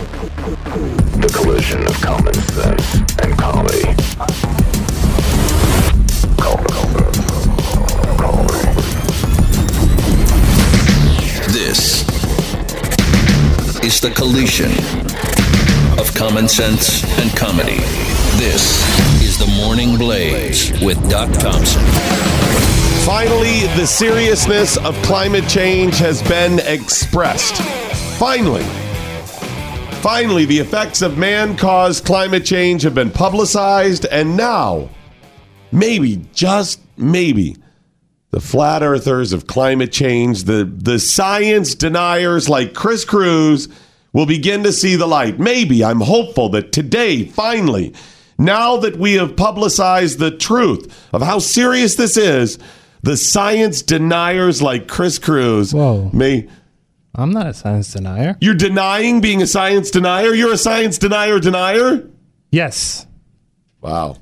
The collision of common sense and comedy. This is the collision of common sense and comedy. This is the Morning Blaze with Doc Thompson. Finally, the seriousness of climate change has been expressed. Finally. Finally, the effects of man caused climate change have been publicized, and now, maybe, just maybe, the flat earthers of climate change, the, the science deniers like Chris Cruz, will begin to see the light. Maybe I'm hopeful that today, finally, now that we have publicized the truth of how serious this is, the science deniers like Chris Cruz Whoa. may. I'm not a science denier. You're denying being a science denier? You're a science denier denier? Yes. Wow.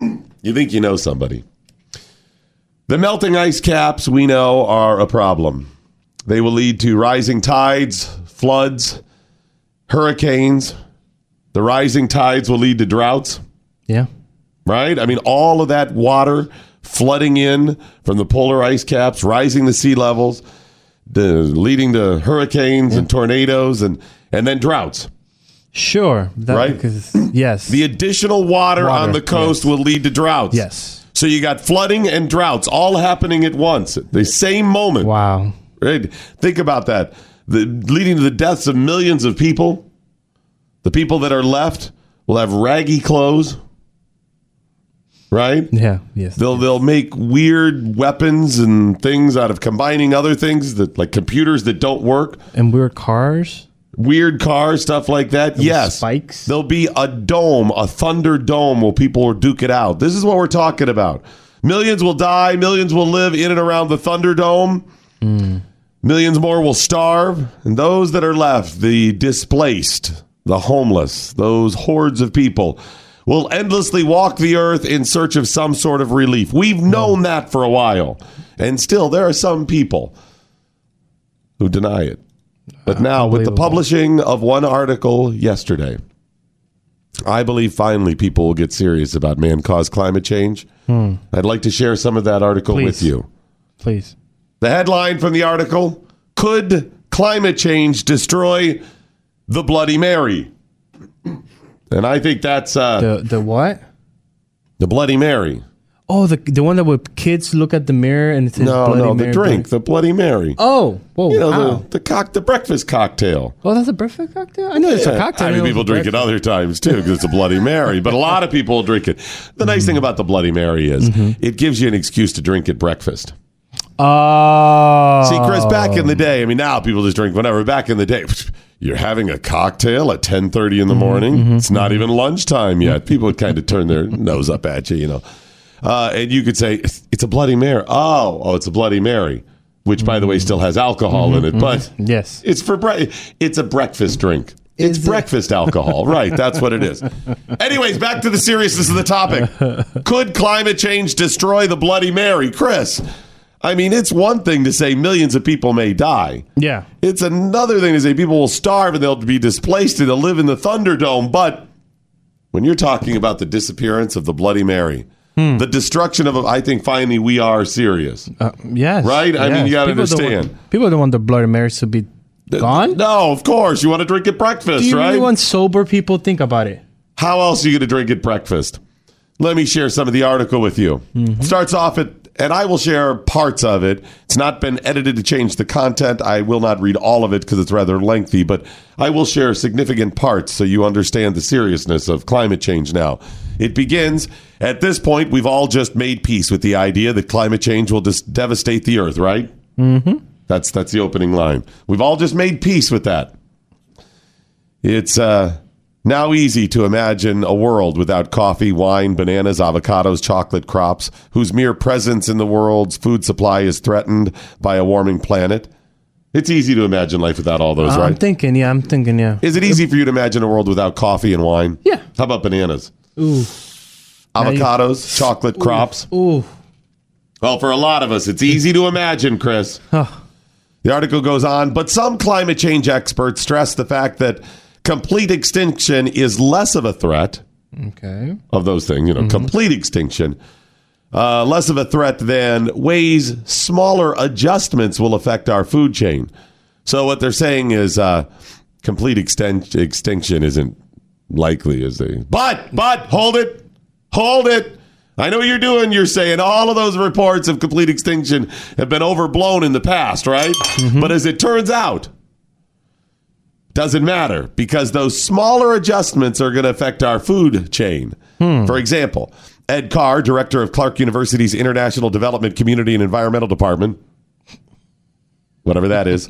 You think you know somebody. The melting ice caps we know are a problem. They will lead to rising tides, floods, hurricanes. The rising tides will lead to droughts, Yeah. right? I mean, all of that water flooding in from the polar ice caps, rising the sea levels, the, leading to hurricanes and tornadoes and, and then droughts. Sure. That Right? Because, yes. The additional water, Water, on the coast will lead to droughts. yes. So you got flooding and droughts all happening at once, at the same moment. Wow. Right? Think about that. The, leading to the deaths of millions of people. The people that are left will have raggy clothes. Right? Yeah. Yes. They'll they'll make weird weapons and things out of combining other things that like computers that don't work, and weird cars. weird cars, stuff like that. Yes. Spikes. There'll be a dome, a thunder dome where people will duke it out. This is what we're talking about. Millions will die, millions will live in and around the Thunderdome. Millions more will starve, and those that are left, the displaced, the homeless, those hordes of people, will endlessly walk the earth in search of some sort of relief. We've known that for a while, and still there are some people who deny it. But now, with the Unbelievable. publishing of one article yesterday, I believe finally people will get serious about man caused climate change. I'd like to share some of that article with Hmm. Please. you. Please. The headline from the article Could climate change destroy the Bloody Mary? And I think that's uh, the, The the what? Bloody Mary. Oh, the the one that would kids look at the mirror and it says No, Bloody no, Mary, the drink, Bloody- the Bloody Mary. Oh, whoa! you know, ow. the, the, cock, the breakfast cocktail. oh, that's a breakfast cocktail. I know it's a Yeah. cocktail. I mean, people drink it other times too because it's a Bloody Mary, but a lot of people drink it. The nice thing about the Bloody Mary is Mm-hmm. it gives you an excuse to drink at breakfast. Oh, See, Chris, back in the day, I mean, now people just drink whatever. Back in the day, you're having a cocktail at 10.30 Mm-hmm, in the morning. It's not even lunchtime yet. People would kind of turn their nose up at you, you know. Uh, and you could say, it's it's a Bloody Mary. Oh, oh, it's a Bloody Mary, which, by Mm-hmm. the way, still has alcohol in it. But yes. it's for bre- It's a breakfast drink. It's Is it? breakfast alcohol, right? That's what it is. Anyways, back to the seriousness of the topic. Could climate change destroy the Bloody Mary, Chris? I mean, it's one thing to say millions of people may die. Yeah. It's another thing to say people will starve and they'll be displaced and they'll live in the Thunderdome. But when you're talking about the disappearance of the Bloody Mary, Hmm. the destruction of, I think finally we are serious. Uh, yes. Right? I mean, you gotta People don't want- understand. people don't want the Bloody Marys to be gone. No, of course. You want to drink at breakfast, Do you right? really want sober people think about it? How else are you going to drink at breakfast? Let me share some of the article with you. Starts off at, and I will share parts of it. It's not been edited to change the content. I will not read all of it because it's rather lengthy, but I will share significant parts so you understand the seriousness of climate change now. It begins at this point, we've all just made peace with the idea that climate change will just devastate the earth, right? Mm-hmm. That's, that's the opening line. We've all just made peace with that. It's uh, now easy to imagine a world without coffee, wine, bananas, avocados, chocolate crops, whose mere presence in the world's food supply is threatened by a warming planet. It's easy to imagine life without all those, Uh, I'm right? thinking, yeah, I'm thinking, yeah. Is it easy for you to imagine a world without coffee and wine? Yeah. How about bananas? Ooh, you- Avocados, chocolate, crops. ooh, Well, for a lot of us, it's easy to imagine, Chris. huh. The article goes on, but some climate change experts stress the fact that complete extinction is less of a threat Okay. of those things, you know, complete extinction, uh, less of a threat than ways smaller adjustments will affect our food chain. So what they're saying is uh, complete exten- extinction isn't likely, is they? But but hold it, hold it. I know what you're doing. You're saying all of those reports of complete extinction have been overblown in the past, right? But as it turns out, doesn't matter because those smaller adjustments are going to affect our food chain. For example, Ed Carr, director of Clark University's International Development Community and Environmental Department, whatever that is,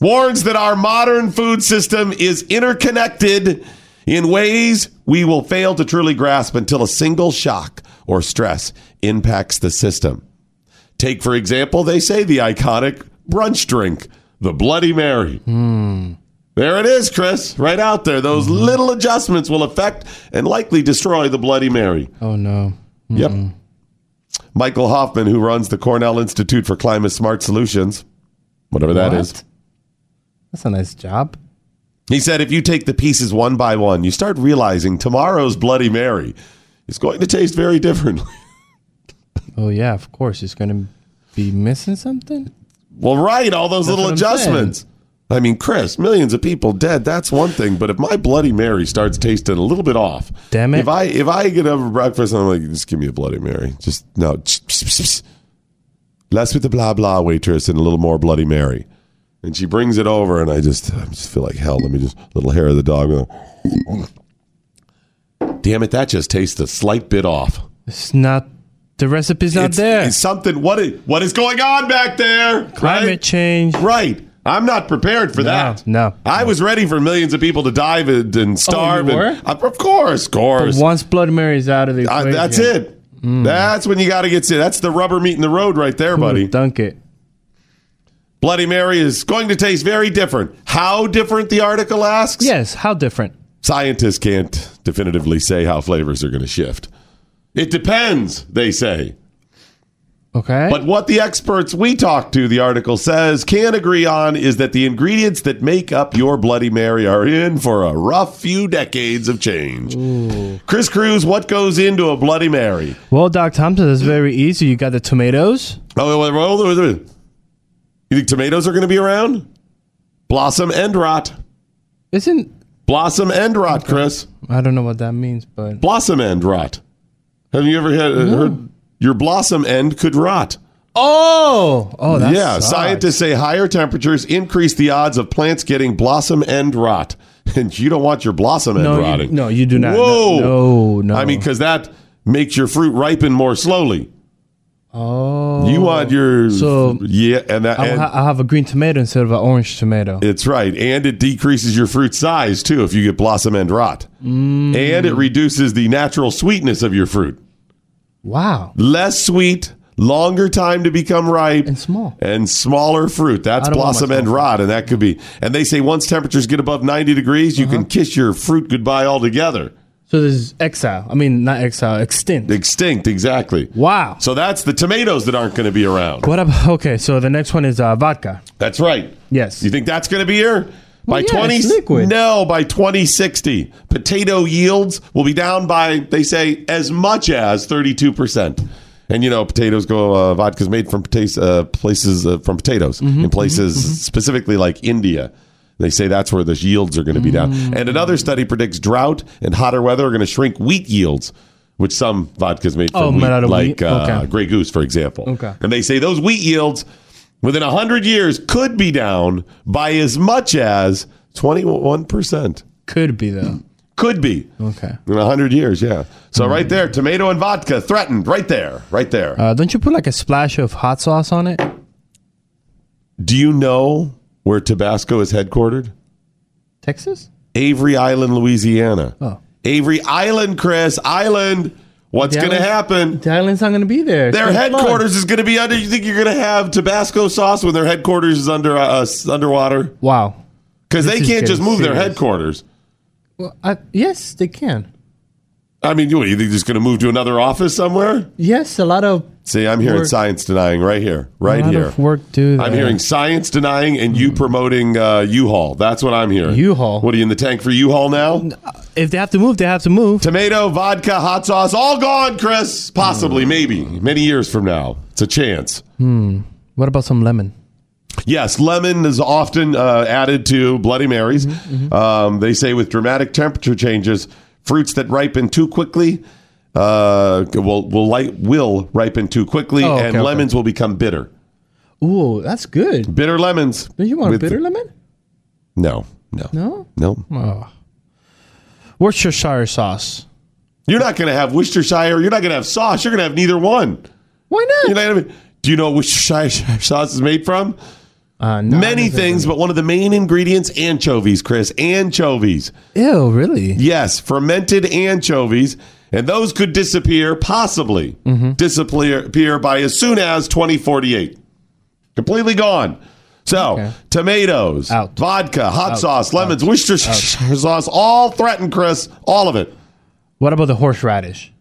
warns that our modern food system is interconnected in ways we will fail to truly grasp until a single shock or stress impacts the system. Take, for example, they say the iconic brunch drink, the Bloody Mary. There it is, Chris, right out there. Those little adjustments will affect and likely destroy the Bloody Mary. Oh no. Yep. Michael Hoffman, who runs the Cornell Institute for Climate Smart Solutions, whatever that What? is, That's a nice job. he said if you take the pieces one by one, you start realizing tomorrow's Bloody Mary is going to taste very differently. Oh yeah, of course. It's gonna be missing something. Well, right, all those little what I'm saying. adjustments. I mean, Chris, millions of people dead. That's one thing, but if my Bloody Mary starts tasting a little bit off, Damn it. If I if I get up for breakfast, and I'm like, just give me a Bloody Mary. Just no, less with the blah blah waitress and a little more Bloody Mary. And she brings it over, and I just I just feel like hell. Let me just little hair of the dog. Damn it, that just tastes a slight bit off. It's not. The recipe's not it's, there. it's something. What is what is going on back there? Climate right? change. Right. I'm not prepared for that. no. Oh, I was ready for millions of people to dive and, and starve. you and- Uh, of course, of course. Once Blood Mary's out of the Uh, equation, that's it. Hmm. That's when you got to get to. That's the rubber meeting the road right there, buddy. Dunk it. Bloody Mary is going to taste very different. How different, the article asks? Yes. How different? Scientists can't definitively say how flavors are going to shift. It depends, they say. Okay. But what the experts we talked to, the article says, can agree on is that the ingredients that make up your Bloody Mary are in for a rough few decades of change. Chris Cruz, what goes into a Bloody Mary? well, Doc Thompson, that's very easy. You got the tomatoes. Oh, wait, wait, wait, wait, wait. you think tomatoes are going to be around? Blossom and rot. Isn't Blossom and rot, Chris. I don't know what that means, but Blossom and rot. Have you ever had, uh, heard your blossom end could rot? oh, oh, that yeah, sucks. scientists say higher temperatures increase the odds of plants getting blossom end rot, and you don't want your blossom end No, you- rotting. no, you do not. Whoa, No, no. I mean, because that makes your fruit ripen more slowly. Oh, You want your So- yeah, and that I'll, and ha- I'll have a green tomato instead of an orange tomato. it's right, and it decreases your fruit size too if you get blossom end rot, Mm. and it reduces the natural sweetness of your fruit. wow, Less sweet, longer time to become ripe, and small. and smaller fruit. That's I don't want blossom my and small rot, and that could be. And they say once temperatures get above 90 degrees, you Uh-huh. can kiss your fruit goodbye altogether. So this is exile. I mean, not exile, extinct. Extinct, exactly. wow. So that's the tomatoes that aren't going to be around. what up? Okay, so the next one is uh, vodka. That's right. Yes. You think that's going to be here? By yeah, 20 it's liquid. No, by 2060, potato yields will be down by they say as much as 32%. And you know, potatoes go uh, vodka's made from pota- uh, places uh, from potatoes Mm-hmm, in places specifically like India. They say that's where the yields are going to be down. Mm. And another study predicts drought and hotter weather are going to shrink wheat yields, which some vodka's made from Oh, wheat, made out of like wheat. Uh, Okay. Grey Goose, for example. Okay. And they say those wheat yields within 100 years could be down by as much as 21%. Could be though. Could be. Okay. In 100 years, yeah. So right there, tomato and vodka threatened right there, right there. Uh, don't you put like a splash of hot sauce on it? Do you know where Tabasco is headquartered? Texas? Avery Island, Louisiana. Oh. Avery Island, Chris, Island. What's The going to island's- happen? The island's not gonna be there. Their So it's headquarters is going to be under. You think you're going to have Tabasco sauce when their headquarters is under uh, us underwater? fun. Wow. Because This they is can't just getting move their serious. headquarters. Well, I, yes, they can. I mean, what, you think they're just going to move to another office somewhere? Yes, a lot of See, I'm hearing Work. science denying right here, a right lot here. of work to. I'm the- hearing science denying and you promoting uh, U-Haul. That's what I'm hearing. U-Haul? What are you in the tank for U-Haul now? Uh, If they have to move, they have to move. Tomato, vodka, hot sauce, all gone, Chris. Hmm. Possibly, maybe, many years from now. It's a chance. What about some lemon? Yes, lemon is often uh, added to Bloody Marys. Mm-hmm, Um, they say with dramatic temperature changes, fruits that ripen too quickly uh, will will, light, will ripen too quickly, Oh, okay, and okay. lemons will become bitter. Ooh, that's good. Bitter lemons. Don't you want with- a bitter lemon? No, no, No. no. Oh. Worcestershire sauce. You're not going to have Worcestershire. You're not going to have sauce. You're going to have neither one. Why You not? know what I mean? Do you know what Worcestershire sauce is made from? Uh, no, Many this is- things, but one of the main ingredients, anchovies, Chris. Anchovies. Ew, really? Yes, fermented anchovies, and those could disappear, possibly Mm-hmm. disappear appear by as soon as 2048. Completely gone. So, Okay. tomatoes, Out. vodka, hot sauce, lemons, Worcestershire sauce, all threatened, Chris, all of it. What about the horseradish?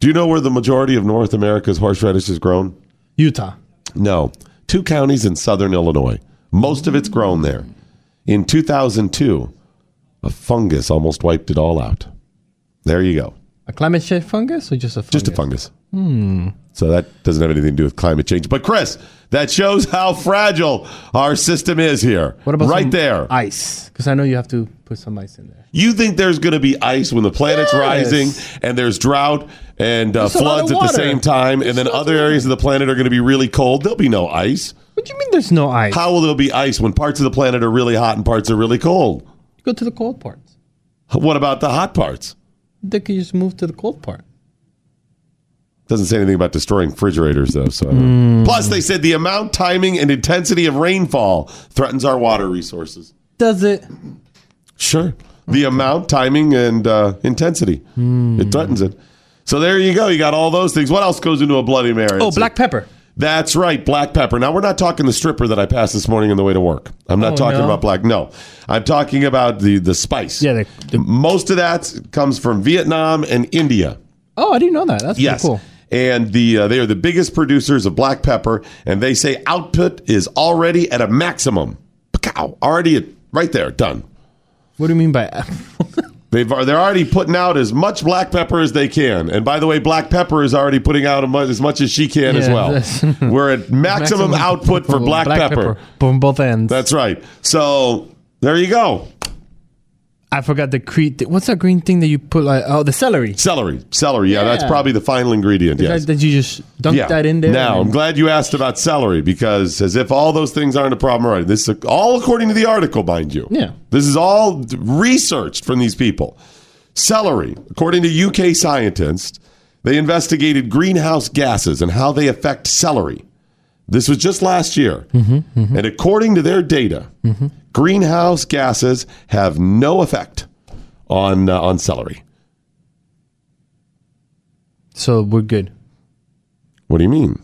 Do you know where the majority of North America's horseradish is grown? Utah. No. Two counties in southern Illinois. Most of it's grown there. In 2002, a fungus almost wiped it all out. There you go. A climate change fungus or just a fungus? Hmm. Just a fungus. So that doesn't have anything to do with climate change. But Chris, that shows how fragile our system is here. What about right some there? Ice, because I know you have to put some ice in there. you think there's going to be ice when the planet's Yes. rising and there's drought and uh, There's a lot of floods at the water. same time, and then other areas of the planet are going to be really cold? There'll be no ice. What do you mean? There's no ice? How will there be ice when parts of the planet are really hot and parts are really cold? Go to the cold part. What about the hot parts? They can just move to the cold part. Doesn't say anything about destroying refrigerators, though. So, I don't know. plus they said the amount, timing, and intensity of rainfall threatens our water resources. Does it? Sure, the amount, timing, and uh, intensity Hmm. it threatens it. So there you go. You got all those things. What else goes into a Bloody Mary? Oh, black pepper. That's right, black pepper. Now we're not talking the stripper that I passed this morning on the way to work. I'm not Oh, talking no? about black. No, I'm talking about the the spice. Yeah. They, they- Most of that comes from Vietnam and India. oh, I didn't know that. That's Yes. pretty cool. And the uh, they are the biggest producers of black pepper, and they say output is already at a maximum. Pow, already at, right there, done. What do you mean by? uh, They've they're already putting out as much black pepper as they can. And by the way, black pepper is already putting out a mu- as much as she can as Yeah, well. that's- We're at maximum, output for black, pepper. from both ends. That's right. So there you go. I forgot the cre- What's that green thing that you put? Like, oh, the celery. Celery, celery. Yeah, that's Yeah. probably the final ingredient. The yes. fact that you just dunked that in there. Now, I'm and- glad you asked about celery because, as if all those things aren't a problem already, this is all according to the article, mind you. Yeah. This is all researched from these people. Celery, according to UK scientists, they investigated greenhouse gases and how they affect celery. This was just last year. Mm-hmm, And according to their data, greenhouse gases have no effect on, uh, on celery. so we're good. What do you mean?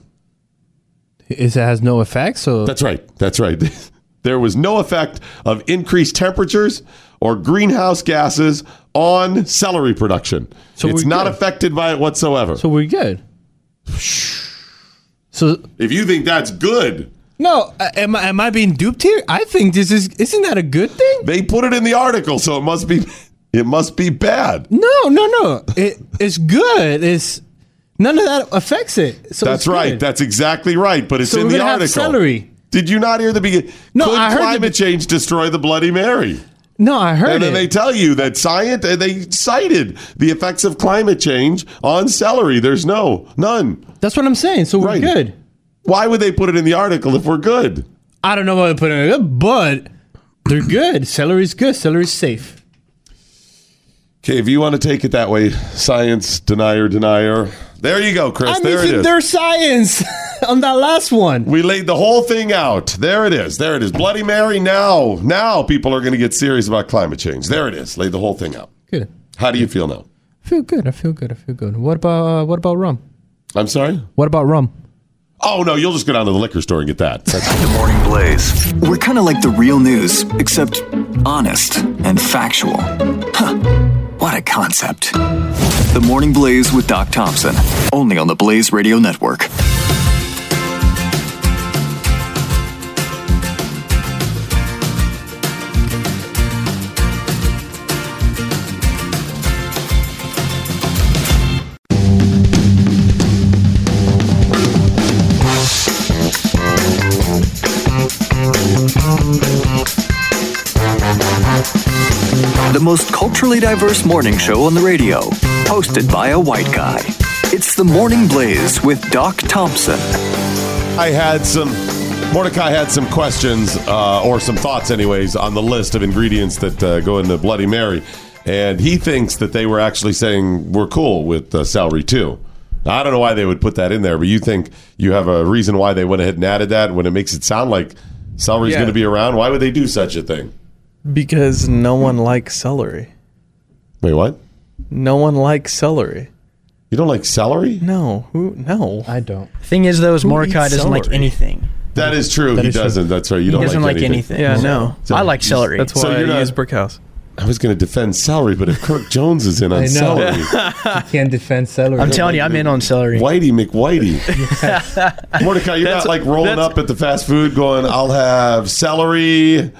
Is it has no effect? So That's right. That's right. there was no effect of increased temperatures or greenhouse gases on celery production. So it's we're not good. affected by it whatsoever. so we're good. So if you think that's good, no, uh, am I am I being duped here? I think this is isn't that a good thing? they put it in the article, so it must be it must be bad. No, no, no. It it's good. It's none of that affects it. So That's it's right. good. That's exactly right. But it's So in we're the gonna have article. celery. Did you not hear the beginning? No, Could I heard the climate be- change destroy the Bloody Mary? no, I heard And it. then they tell you that science, and they cited the effects of climate change on celery. There's no, none. That's what I'm saying. So we're Right. good. Why would they put it in the article if we're good? I don't know what to put in it, but they're good. Celery's good. Celery's safe. Okay, if you want to take it that way, science denier denier. There you go, Chris. I'm there it using is. their science on that last one. we laid the whole thing out. There it is. There it is. Bloody Mary. Now, now people are going to get serious about climate change. There it is. Laid the whole thing out. Good. How do you feel now? I feel good. I feel good. I feel good. What about uh, what about rum? I'm sorry? What about rum? Oh, no, you'll just go down to the liquor store and get that. That's- The Morning Blaze. We're kind of like the real news, except honest and factual. Huh. What a concept. The Morning Blaze with Doc Thompson. Only on the Blaze Radio Network. The most culturally diverse morning show on the radio. Hosted by a white guy. It's The Morning Blaze with Doc Thompson. I had some, Mordecai had some questions uh, or some thoughts, anyways, on the list of ingredients that uh, go into Bloody Mary. And he thinks that they were actually saying we're cool with uh, celery too. Now, I don't know why they would put that in there, but you think you have a reason why they went ahead and added that when it makes it sound like celery's Yeah. going to be around? Why would they do such a thing? Because no one likes celery. Wait, what? No one likes celery. You don't like celery? No, who? No. I don't. Thing is, though, is Who Mordecai eats doesn't like celery? anything. That is true. That he is true. doesn't. That's right. You He don't doesn't like, like anything. Yeah, no. I like celery. That's why So you're I not- use Brickhouse. I was going to defend celery, but if Kirk Jones is in on know. celery, Can't defend celery. I'm telling you, I'm in on celery. Whitey McWhitey. Mordecai, you're not like rolling that's- up at the fast food going, I'll have celery. You,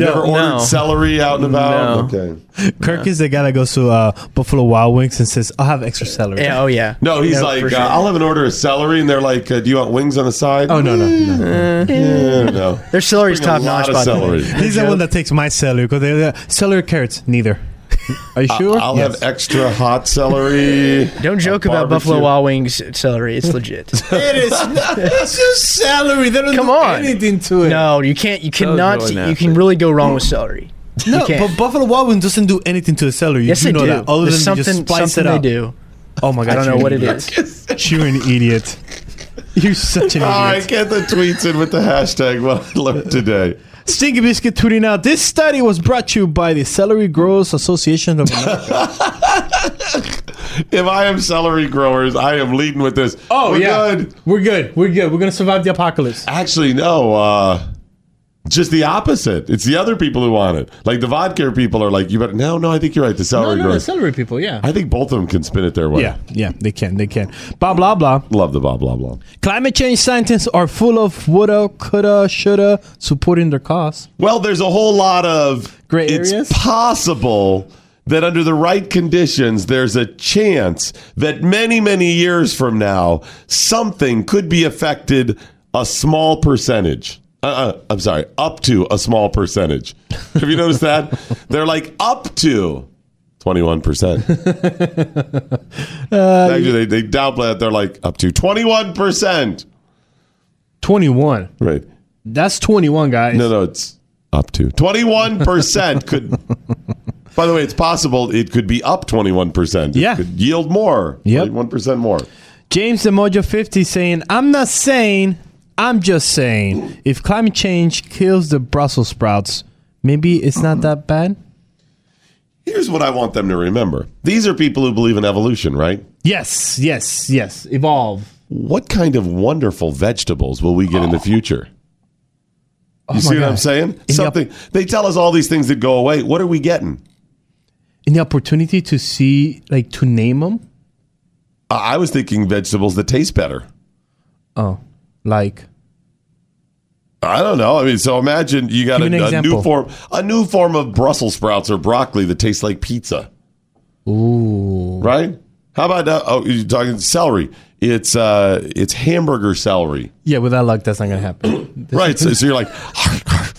never ordered no. celery out and about? No. Okay. Kirk is the guy that goes to uh, Buffalo Wild Wings and says, "I'll have extra celery." Yeah, oh yeah. No, he's Yeah, like, for sure. uh, I'll have an order of celery. And they're like, uh, Do you want wings on the side? Oh no no no. Yeah, no. Their celery's Bring a top lot notch, of by the way. celery. He's the one that takes my celery because they uh, celery carrots. Neither. Are you sure? I'll have extra hot celery. Don't joke A about barbecue. Buffalo Wild Wings celery. It's legit. it is. Not, it's just celery. They don't Come do on. anything to it. no, you can't. You cannot. really you nasty. can really go wrong with celery. No, can't. but Buffalo Wild Wings doesn't do anything to the celery. You Yes, do they know do. that. Other than There's something, they just spice something it they up. do. Oh my god! I don't know you're what an it idiot. is. You're an idiot. You're such an idiot. All right, get the tweets in with the hashtag what I learned today. Stinky Biscuit tuning out. This study was brought to you by the Celery Growers Association of America. If I am celery growers, I am leading with this. Oh We're yeah. good. We're good. We're good. We're gonna survive the apocalypse. Actually, no. Uh, just the opposite. It's the other people who want it. Like the vodka people are like, you better. No, no. I think you're right. The No, no, celery the growers. celery people. Yeah. I think both of them can spin it their way. yeah, yeah, they can, they can. Blah blah blah. Love the blah blah blah. Climate change scientists are full of woulda, coulda, shoulda, supporting their cause. Well, there's a whole lot of Gray It's areas? possible that under the right conditions, there's a chance that many, many years from now, something could be affected a small percentage. Uh, uh, I'm sorry, up to a small percentage. Have you noticed that? They're like up to Uh, 21%. Actually, they, they downplay it. They're like up to 21%. Twenty-one. Right. That's twenty-one, guys. No, no, it's up to 21% could. By the way, it's possible it could be up 21%. It Yeah. could yield more. Yep. 21% more. James the Mojo 50 saying, I'm not saying, I'm just saying, if climate change kills the Brussels sprouts, maybe it's not that bad. Here's what I want them to remember. These are people who believe in evolution, right? Yes, yes, yes. Evolve. What kind of wonderful vegetables will we get in the Oh. future? You see what I'm saying? the op- Something they tell us all these things that go away. What are we getting? And the opportunity to see, like, to name them, Uh, I was thinking vegetables that taste better. Oh, like, I don't know. I mean, so imagine you got Give me an a, a new example. form, a new form of Brussels sprouts or broccoli that tastes like pizza. Ooh, right? How about that? Oh, you're talking celery. It's uh, it's hamburger celery, yeah, with that luck, that's not going to happen. right? So, so you're like, oh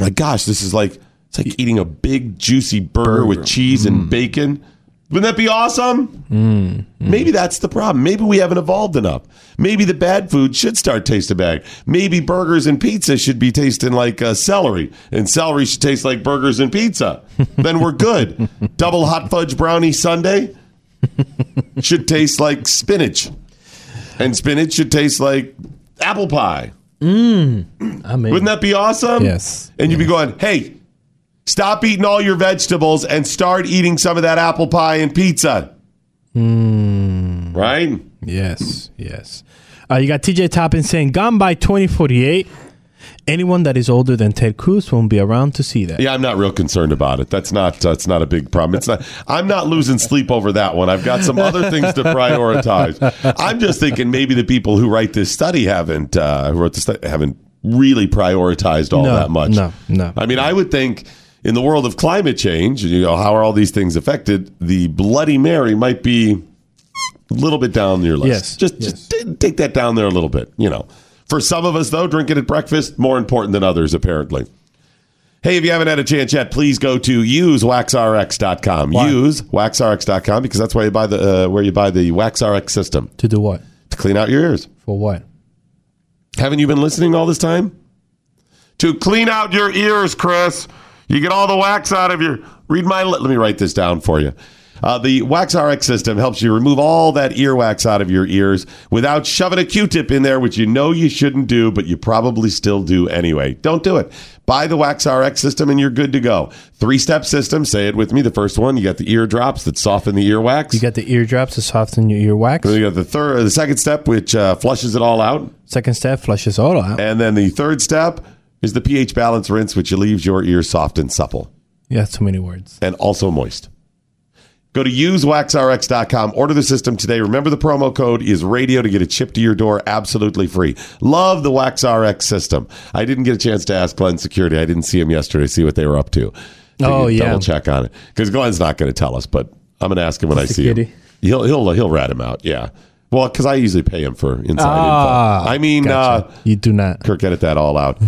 my gosh, this is like it's like eating a big juicy burger, with cheese Mm. and bacon. Wouldn't that be awesome? Maybe that's the problem. Maybe we haven't evolved enough. Maybe the bad food should start tasting bad. Maybe burgers and pizza should be tasting like uh, celery, and celery should taste like burgers and pizza. then we're good. Double hot fudge brownie sundae should taste like spinach, and spinach should taste like apple pie. Mm. I mean, Wouldn't that be awesome? Yes. And you'd be going, hey, stop eating all your vegetables and start eating some of that apple pie and pizza. Hmm. Right? Yes, yes. Uh, you got TJ Toppin saying, "Gone by 2048." Anyone that is older than Ted Cruz won't be around to see that. Yeah, I'm not real concerned about it. That's not that's not a big problem. It's not. I'm not losing sleep over that one. I've got some other things to prioritize. I'm just thinking maybe the people who write this study haven't uh, who wrote the study haven't really prioritized all No, that much. no, no. I mean, I would think in the world of climate change, you know, how are all these things affected? The Bloody Mary might be a little bit down your list. Yes, just just t- take that down there a little bit. You know, for some of us though, drinking at breakfast more important than others apparently. Hey, if you haven't had a chance yet, please go to usewaxrx.com. Use waxrx.com because that's where you buy the uh, where you buy the waxrx system To do what? to clean out your ears. For what? Haven't you been listening all this time? To clean out your ears, Chris. You get all the wax out of your. Read my. Let me write this down for you. Uh, the Wax RX system helps you remove all that earwax out of your ears without shoving a Q-tip in there, which you know you shouldn't do, but you probably still do anyway. Don't do it. Buy the Wax RX system and you're good to go. Three-step system. Say it with me. The first one, you got the ear drops that soften the earwax. You got the eardrops to soften your earwax. you got the third, the second step, which uh, flushes it all out. Second step, flushes all out. And then the third step is the pH balance rinse, which leaves your ear soft and supple Yeah, too many words. and also moist. Go to usewaxrx.com, order the system today. Remember the promo code is radio to get it shipped to your door absolutely free. Love the WaxRx system. I didn't get a chance to ask Glenn Security. I didn't see him yesterday, see what they were up to. to Oh, yeah. Double check on it. Because Glenn's not going to tell us, but I'm going to ask him when I see him. Security. He'll, he'll, he'll rat him out. Yeah. Well, because I usually pay him for inside Ah, info. I mean, uh, You do not. Kirk edit that all out.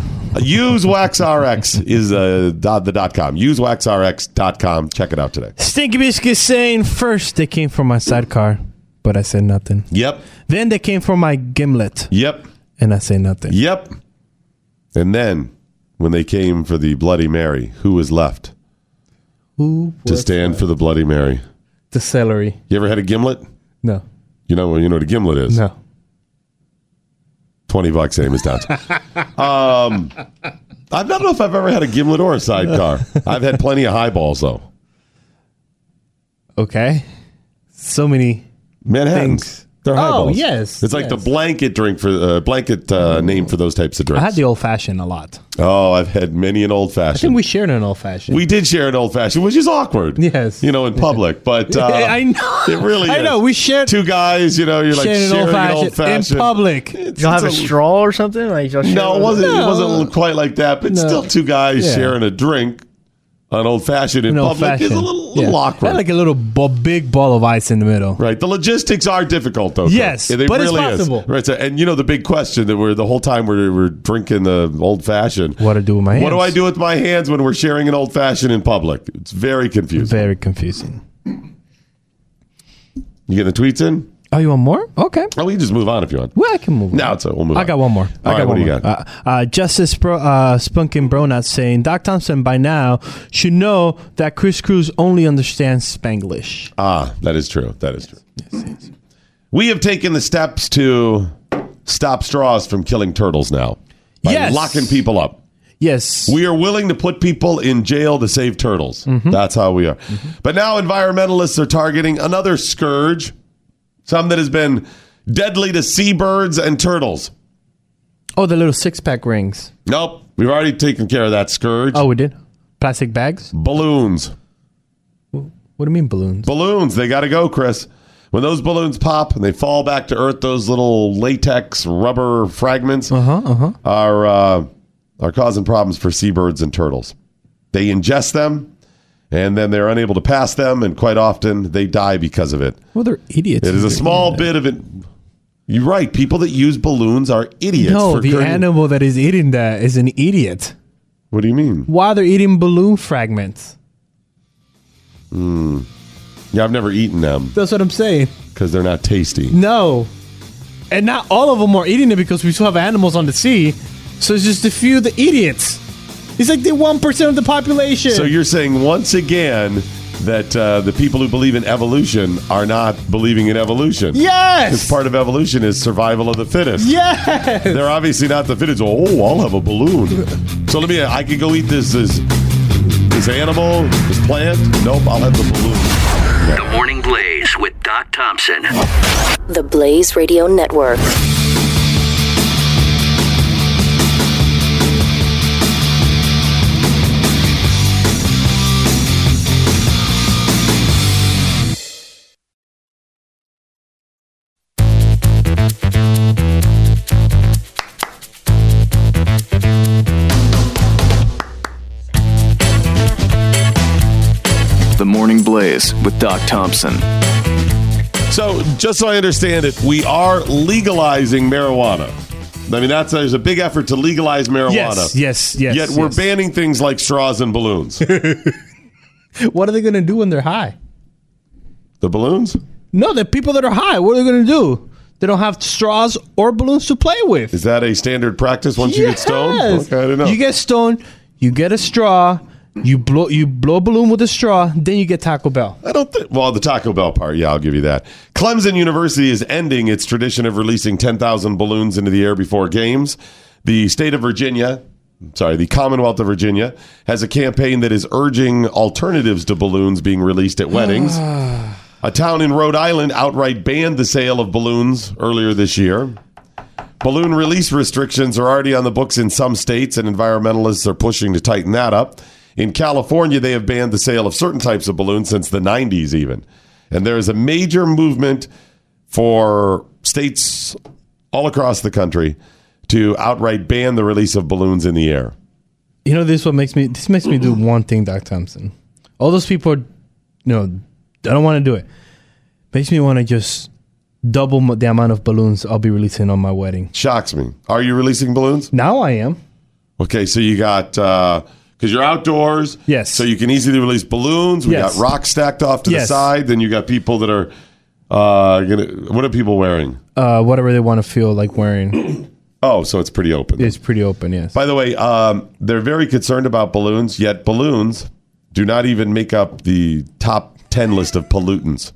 Use WaxRx is uh, dot, the dot com. Use WaxRx.com. Check it out today. Stinky Biscuit saying, first they came for my sidecar, but I said nothing. Yep. Then they came for my gimlet, Yep. and I said nothing. Yep. And then when they came for the Bloody Mary, who was left Who to was stand for the Bloody Mary? the celery? You ever had a gimlet? No. You know, you know what a gimlet is. No. 20 bucks, Amos Downs. um, I don't know if I've ever had a gimlet or a sidecar. I've had plenty of highballs, though. Okay. So many. Manhattans. Things. They're Oh, highballs. yes, It's like the yes. blanket drink for uh, blanket uh, name for those types of I drinks. had the old fashioned a lot. Oh, I've had many an old I think fashioned. we shared an old fashioned. we did share an old fashioned, which is awkward. Yes. You know, in public. But uh, I know. It really I is. know. We shared, Two guys, you know, you're like shared an sharing old an fashioned old fashioned. in public. It's- Y'all have a it's a- straw or something? Like y'all share No, it one of wasn't. It No. wasn't quite like that. But No. still, two guys Yeah. sharing a drink, an old fashioned in An public old-fashioned. is a little, little Yeah. awkward. I had like a little bo- big ball of ice in the middle. Right. The logistics are difficult, though. Kirk. Yes, Yeah, they but it's really possible. Is. Right. So, and you know the big question that we're the whole time we're, we're drinking the old fashioned. What do I do with my What do hands? I do with my hands when we're sharing an old fashioned in public? It's very confusing. Very confusing. You getting the tweets in? Oh, you want more? Okay. Oh, we can just move on if you want. Well, I can move. on. No, it's a, we'll move I on. got one more. I All got right, one what do you more. got? Uh, uh, Justice Bro, uh, Spunkin Bronat saying, Doc Thompson by now should know that Chris Cruz only understands Spanglish. ah, that is true. That is true. We have taken the steps to stop straws from killing turtles now by Yes. locking people up. Yes. We are willing to put people in jail to save turtles. That's how we are. But now environmentalists are targeting another scourge, some that has been deadly to seabirds and turtles. oh, the little six pack rings. Nope, we've already taken care of that scourge. Oh, we did. Plastic bags. Balloons. What do you mean balloons? Balloons, they got to go, Chris. When those balloons pop and they fall back to earth, those little latex rubber fragments Uh-huh, are uh, are causing problems for seabirds and turtles. They ingest them, and then they're unable to pass them, and quite often they die because of it. Well, they're idiots. It is a They're small doing bit of it. You're right. People that use balloons are that. idiots. No, for the creating- animal that is eating that is an idiot. What do you mean? While they're eating balloon fragments. Yeah, I've never eaten them That's what I'm saying. because they're not tasty. No. And not all of them are eating it because we still have animals on the sea. So it's just a few of the idiots. It's like the 1% of the population. So you're saying once again that uh, the people who believe in evolution are not believing in evolution. Because yes! part of evolution is survival of the fittest. yes! They're obviously not the fittest. Oh, I'll have a balloon. So let me. I could go eat this this this animal, this plant. Nope, I'll have the balloon. The Morning Blaze with Doc Thompson. The Blaze Radio Network. The Morning Blaze with Doc Thompson. So, just so I understand it, we are legalizing marijuana. I mean, that's there's a big effort to legalize marijuana. Yes, yes, yes. Yet we're yes. banning things like straws and balloons. What are they gonna do when they're high? the balloons? No, the people that are high, what are they gonna do? They don't have straws or balloons to play with. Is that a standard practice once you get stoned? Yes. Okay, I didn't know. You get stoned, you get a straw, you blow you blow a balloon with a straw, then you get Taco Bell. I don't think. Well, the Taco Bell part, yeah, I'll give you that. Clemson University is ending its tradition of releasing 10,000 balloons into the air before games. The state of Virginia, sorry, the Commonwealth of Virginia, has a campaign that is urging alternatives to balloons being released at weddings. a town in Rhode Island outright banned the sale of balloons earlier this year. Balloon release restrictions are already on the books in some states, and environmentalists are pushing to tighten that up. In California, they have banned the sale of certain types of balloons since the 90s, even. And there is a major movement for states all across the country to outright ban the release of balloons in the air. You know, this what makes me this makes me do one thing, Doc Thompson. All those people, you know, I don't want to do it. Makes me want to just double m- the amount of balloons I'll be releasing on my wedding. Shocks me. Are you releasing balloons? Now I am. Okay, so you got because you're outdoors. Yes. So you can easily release balloons. We Yes. got rocks stacked off to the Yes. side. Then you got people that are uh, gonna. What are people wearing? Uh, whatever they want to feel like wearing Oh, so it's pretty open. is pretty open. Yes. By the way, um, they're very concerned about balloons. Yet balloons do not even make up the top ten list of pollutants.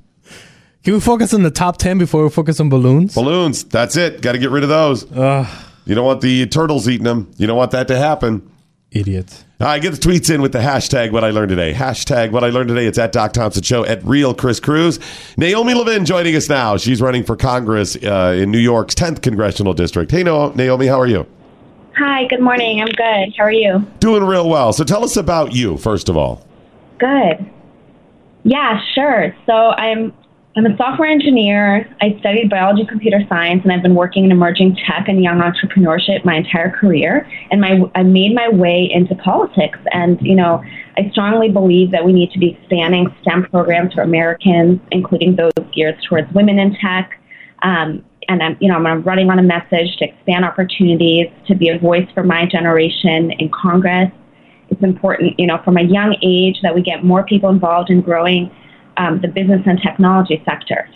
Can we focus on the top ten before we focus on balloons? Balloons. That's it. Got to get rid of those. you don't want the turtles eating them. You don't want that to happen. Idiot. All right, get the tweets in with the hashtag what I learned today. Hashtag what I learned today. It's at Doc Thompson Show at Real Chris Cruz. Naomi Levin joining us now. She's running for Congress uh, in New York's 10th congressional district. Hey, Na- Naomi, how are you? Hi, good morning. I'm good. How are you? Doing real well. So tell us about you, first of all. Good. Yeah, sure. So I'm I'm a software engineer. I studied biology, computer science, and I've been working in emerging tech and young entrepreneurship my entire career. And my I made my way into politics. And you know, I strongly believe that we need to be expanding STEM programs for Americans, including those geared towards women in tech. Um, and I'm, you know, I'm running on a message to expand opportunities, to be a voice for my generation in Congress. it's important, you know, from a young age that we get more people involved in growing um, the business and technology sector.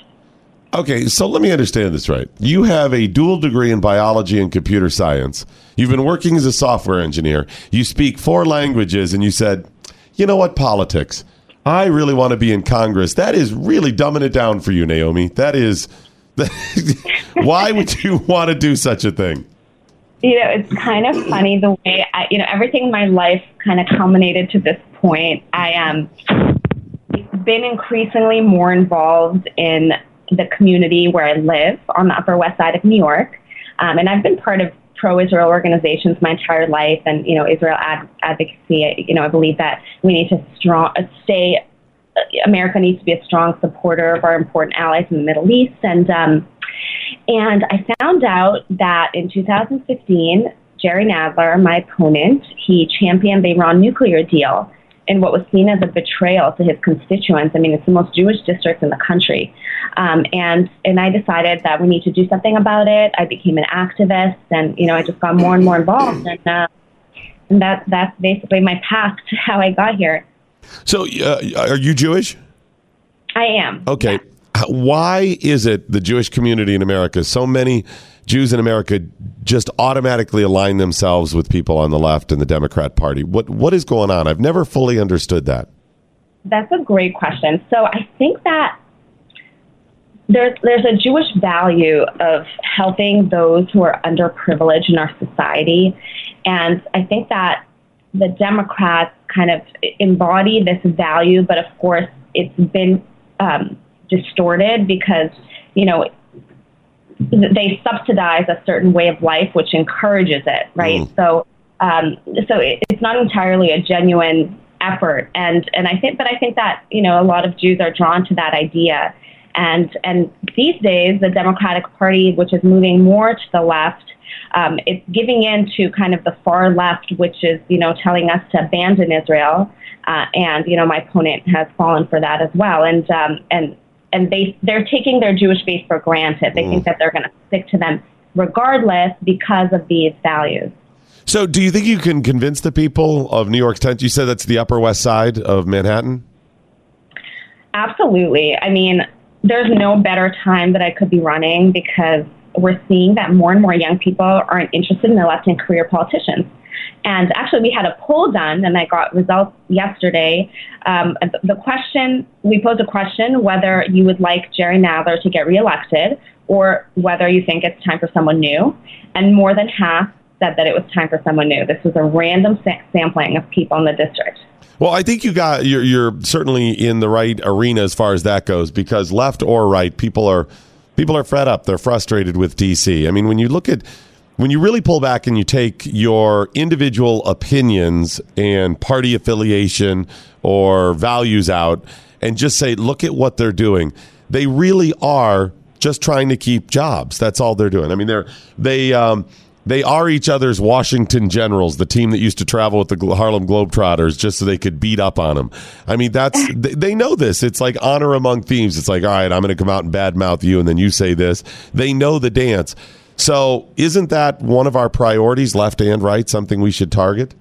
Okay, so let me understand this right. You have a dual degree in biology and computer science. You've been working as a software engineer. You speak four languages, and you said, you know what, politics. I really want to be in Congress. That is really dumbing it down for you, Naomi. That is. why would you want to do such a thing? you know, it's kind of funny the way I, you know, everything in my life kind of culminated to this point. I am um, been increasingly more involved in the community where I live on the Upper West Side of New York, um, and I've been part of pro-Israel organizations my entire life, and you know, Israel ad- advocacy. I, you know, I believe that we need to strong uh, stay. uh, America needs to be a strong supporter of our important allies in the Middle East, and um, and I found out that in 2015, Jerry Nadler, my opponent, he championed the Iran nuclear deal in what was seen as a betrayal to his constituents. I mean, it's the most Jewish district in the country. Um, and, and I decided that we need to do something about it. I became an activist and, you know, I just got more and more involved. And, uh, and that, that's basically my path to how I got here. So, uh, are you Jewish? I am. Okay. H- Why is it the Jewish community in America, so many Jews in America just automatically align themselves with people on the left and the Democrat Party? What what is going on? I've never fully understood that. That's a great question. So I think that there's there's a Jewish value of helping those who are underprivileged in our society, and I think that the Democrats kind of embody this value, but of course it's been um, distorted because you know they subsidize a certain way of life, which encourages it, right? So, um, so it, it's not entirely a genuine effort, and and I think, but I think that you know a lot of Jews are drawn to that idea, and and these days the Democratic Party, which is moving more to the left. Um, it's giving in to kind of the far left, which is, you know, telling us to abandon Israel, uh, and you know, my opponent has fallen for that as well. And um, and and they they're taking their Jewish faith for granted. They think that they're going to stick to them regardless because of these values. So, do you think you can convince the people of New York's 10th? You said that's the Upper West Side of Manhattan. Absolutely. I mean, there's no better time that I could be running because we're seeing that more and more young people aren't interested in electing career politicians. And actually, we had a poll done, and I got results yesterday. Um, the- the question we posed a question whether you would like Jerry Nadler to get reelected or whether you think it's time for someone new. And more than half said that it was time for someone new. This was a random sa- sampling of people in the district. Well, I think you got you're, you're certainly in the right arena as far as that goes because left or right, people are people are fed up. They're frustrated with DC. I mean, when you look at when you really pull back and you take your individual opinions and party affiliation or values out and just say, look at what they're doing. They really are just trying to keep jobs. That's all they're doing. I mean, they're they um, they are each other's Washington Generals, the team that used to travel with the Glo- Harlem Globetrotters just so they could beat up on them. I mean, that's they, they know this. It's like honor among thieves. It's like, all right, I'm going to come out and badmouth you, and then you say this. They know the dance. So, isn't that one of our priorities, left and right? Something we should target.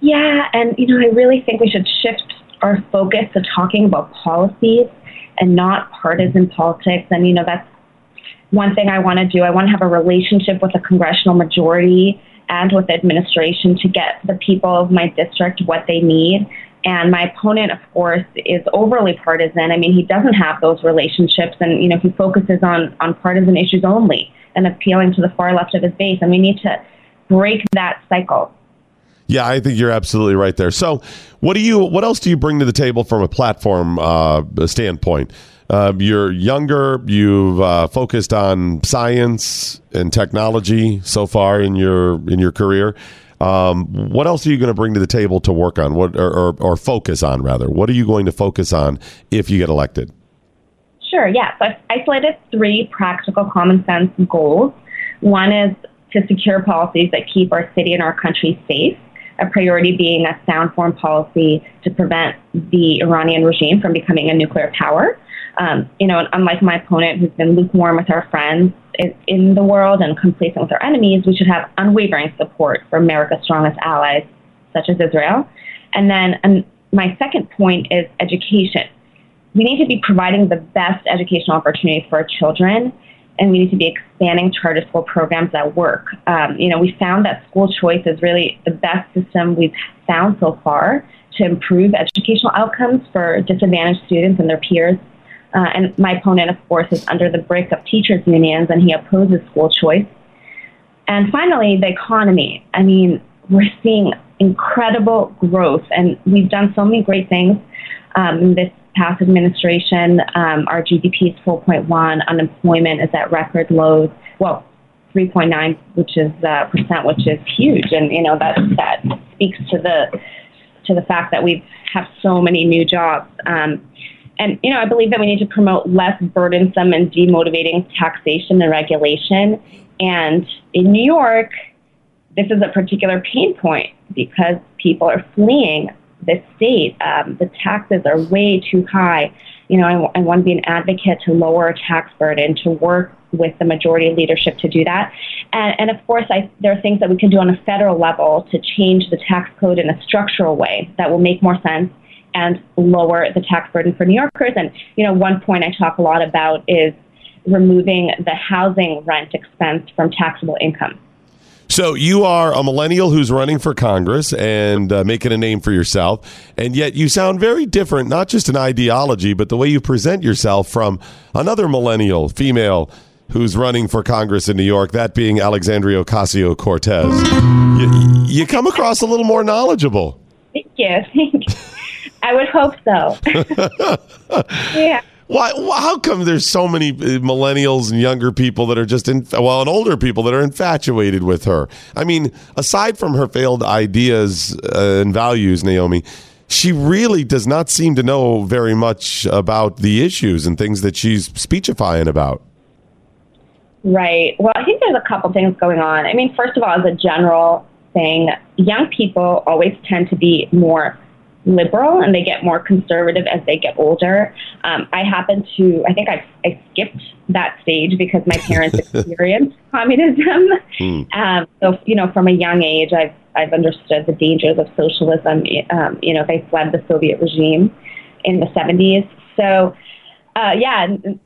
Yeah, and you know, I really think we should shift our focus to talking about policies and not partisan politics. And you know, that's one thing I want to do. I want to have a relationship with the congressional majority and with the administration to get the people of my district what they need. And my opponent, of course, is overly partisan. I mean, he doesn't have those relationships, and you know, he focuses on on partisan issues only and appealing to the far left of his base. And we need to break that cycle. Yeah, I think you're absolutely right there. So, what do you? What else do you bring to the table from a platform uh, standpoint? Uh, you're younger. You've uh, focused on science and technology so far in your in your career. Um, what else are you going to bring to the table to work on? What or, or, or focus on rather? What are you going to focus on if you get elected? Sure, yeah. So I've isolated three practical common sense goals. One is to secure policies that keep our city and our country safe, a priority being a sound foreign policy to prevent the Iranian regime from becoming a nuclear power. Um, you know, and unlike my opponent who's been lukewarm with our friends in, in the world and complacent with our enemies, we should have unwavering support for America's strongest allies, such as Israel. And then um, my second point is education we need to be providing the best educational opportunities for our children, and we need to be expanding charter school programs that work. Um, you know, we found that school choice is really the best system we've found so far to improve educational outcomes for disadvantaged students and their peers. Uh, and my opponent, of course, is under the brick of teachers' unions, and he opposes school choice. And finally, the economy. I mean, we're seeing incredible growth, and we've done so many great things um, in this past administration. Um, our GDP is 4.1, unemployment is at record lows. Well, 3.9, which is uh, percent, which is huge, and you know that that speaks to the to the fact that we have so many new jobs. Um, and you know, I believe that we need to promote less burdensome and demotivating taxation and regulation. And in New York, this is a particular pain point because people are fleeing the state. Um, the taxes are way too high. You know, I, w- I want to be an advocate to lower a tax burden, to work with the majority leadership to do that. And, and of course, I, there are things that we can do on a federal level to change the tax code in a structural way that will make more sense and lower the tax burden for New Yorkers. And, you know, one point I talk a lot about is removing the housing rent expense from taxable income. So you are a millennial who's running for Congress and uh, making a name for yourself, and yet you sound very different, not just in ideology, but the way you present yourself from another millennial female who's running for Congress in New York, that being Alexandria Ocasio Cortez. You, you come across a little more knowledgeable. Thank you. Thank you. I would hope so. yeah. Why? wh- How come there's so many uh, millennials and younger people that are just in, well, and older people that are infatuated with her? I mean, aside from her failed ideas uh, and values, Naomi, she really does not seem to know very much about the issues and things that she's speechifying about. Right. Well, I think there's a couple things going on. I mean, first of all, as a general thing, young people always tend to be more liberal and they get more conservative as they get older. Um, I happen to, I think I, I skipped that stage because my parents experienced communism. Um, so, you know, from a young age, I've, I've understood the dangers of socialism. Um, you know, they fled the Soviet regime in the 70s. So, uh, yeah, n-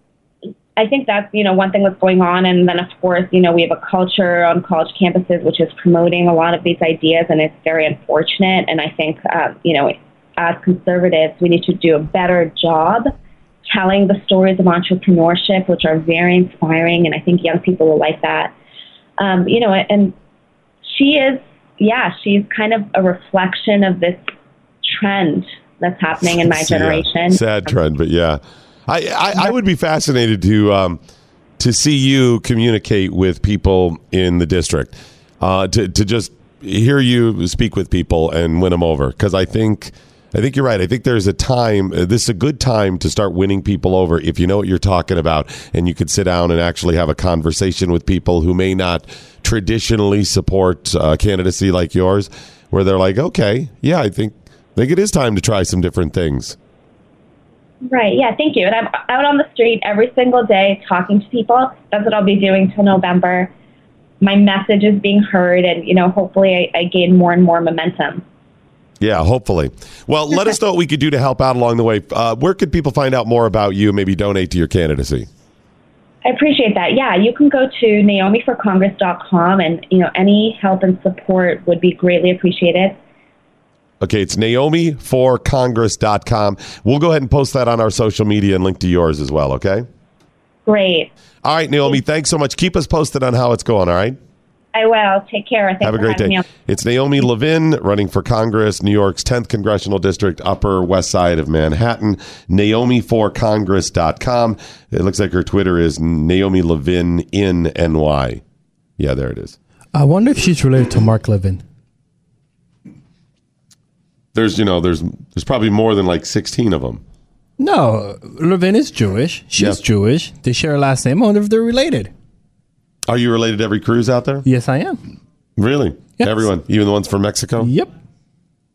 I think that's you know one thing that's going on, and then of course you know we have a culture on college campuses which is promoting a lot of these ideas, and it's very unfortunate. And I think um, you know as conservatives we need to do a better job telling the stories of entrepreneurship, which are very inspiring, and I think young people will like that. Um, you know, and she is yeah she's kind of a reflection of this trend that's happening in my So, yeah, generation. Um, sad trend, but yeah, I, I I would be fascinated to um to see you communicate with people in the district, uh, to to just hear you speak with people and win them over because I think. I think you're right. I think there's a time. uh, This is a good time to start winning people over if you know what you're talking about, and you could sit down and actually have a conversation with people who may not traditionally support uh, candidacy like yours, where they're like, "Okay, yeah, I think I think it is time to try some different things." Right. Yeah. Thank you. And I'm out on the street every single day talking to people. That's what I'll be doing till November. My message is being heard, and you know, hopefully, I, I gain more and more momentum. Yeah, hopefully. Well, let us know what we could do to help out along the way. Uh, where could people find out more about you? Maybe donate to your candidacy. I appreciate that. Yeah, you can go to naomiforcongress.com, and you know, any help and support would be greatly appreciated. Okay, it's naomi4congress.com. We'll go ahead and post that on our social media and link to yours as well, okay? Great. All right, Naomi, thanks so much. Keep us posted on how it's going, all right? I will. Take care. Thanks Have a for great having me day. on. It's Naomi Levin running for Congress, New York's 10th Congressional District, Upper West Side of Manhattan. Naomi4congress.com. It looks like her Twitter is Naomi Levin in NY. Yeah, there it is. I wonder if she's related to Mark Levin. There's, you know, there's there's probably more than like 16 of them. No, Levin is Jewish. She's Yes. Jewish. They share a last name. I wonder if they're related. Are you related to every cruise out there? Yes, I am. Really? Yes. Everyone, even the ones from Mexico? Yep.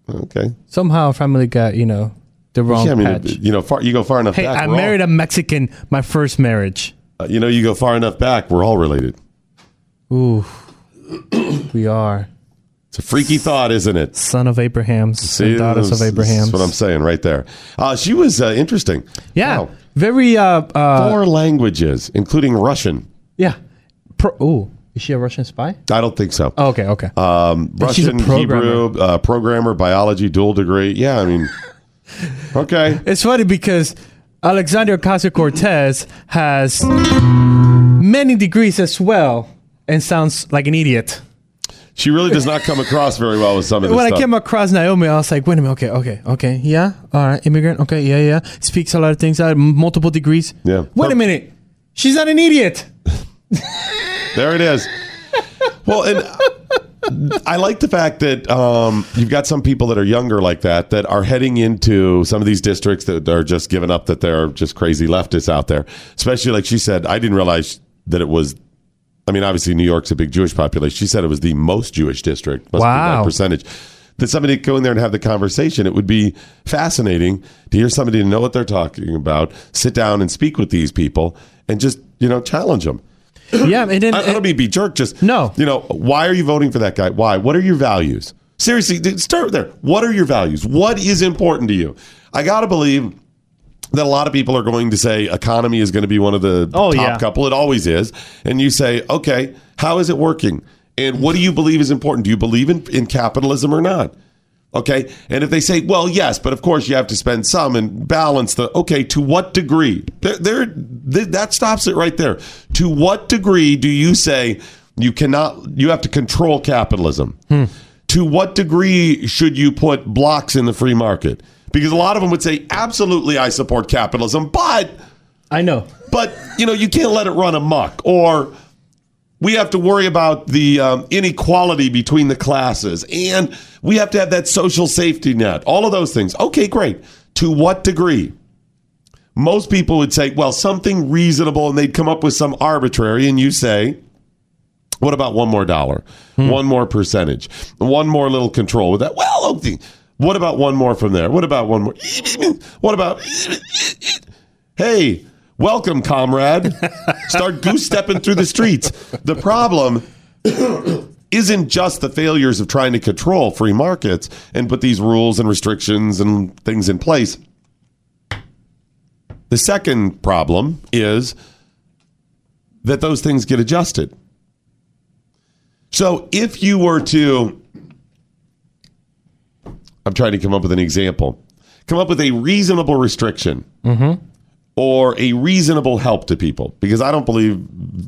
Okay. Somehow, family got you know the wrong yeah, I mean, patch. you know, far, you go far enough hey, back. I we're all- married a Mexican. My first marriage. uh, you know, you go far enough back, we're all related. Ooh, we are It's a freaky thought, isn't it? son of Abraham's, See, and daughters of that's- Abraham's. That's what I'm saying right there. Uh, she was uh, interesting. yeah, Wow. very uh, uh Four languages, including Russian. yeah. Pro- Ooh, is she a Russian spy? I don't think so. Oh, okay, okay. Um, But she's a Russian, programmer. Hebrew, uh, programmer, biology, dual degree. Yeah, I mean, okay. It's funny because Alexandria Ocasio Cortez has many degrees as well and sounds like an idiot. She really does not come across very well with some of this When I stuff. came across Naomi, I was like, wait a minute, okay, okay, okay, yeah, all right, immigrant, okay, yeah, yeah, speaks a lot of things, uh, m- multiple degrees. Yeah. Wait a minute, she's not an idiot. There it is. Well, and I like the fact that um, you've got some people that are younger like that that are heading into some of these districts that are just giving up that they're just crazy leftists out there. Especially like she said, I didn't realize that it was. I mean, obviously New York's a big Jewish population. She said it was the most Jewish district. Must be that Wow. percentage. That somebody could go in there and have the conversation. It would be fascinating to hear somebody know what they're talking about, sit down and speak with these people, and just you know challenge them. yeah, and then I, I don't mean be jerk. Just No. You know why are you voting for that guy? Why? What are your values? Seriously, dude, start there. What are your values? What is important to you? I gotta believe that a lot of people are going to say economy is going to be one of the Oh, top yeah. couple. It always is. And you say, okay, how is it working? And what do you believe is important? Do you believe in, in capitalism or not? Okay. And if they say, well, yes, but of course you have to spend some and balance the, okay, to what degree? There, there, th- that stops it right there. To what degree do you say you cannot, you have to Hmm. control capitalism? To what degree should you put blocks in the free market? because a lot of them would say, absolutely, I support capitalism, but. I know. But, you know, you can't let it run amok. Or we have to worry about the um, inequality between the classes and we have to have that social safety net, all of those things. Okay, great. To what degree? Most people would say, well, something reasonable, and they'd come up with some arbitrary, and you say, what about one more dollar? One more percentage? One more little control with that? Well, okay. What about one more from there? What about one more? What about? Hey, welcome, comrade. Start goose stepping through the streets. The problem isn't just the failures of trying to control free markets and put these rules and restrictions and things in place. The second problem is that those things get adjusted. So if you were to, I'm trying to come up with an example, come up with a reasonable restriction Mm-hmm. or a reasonable help to people because I don't believe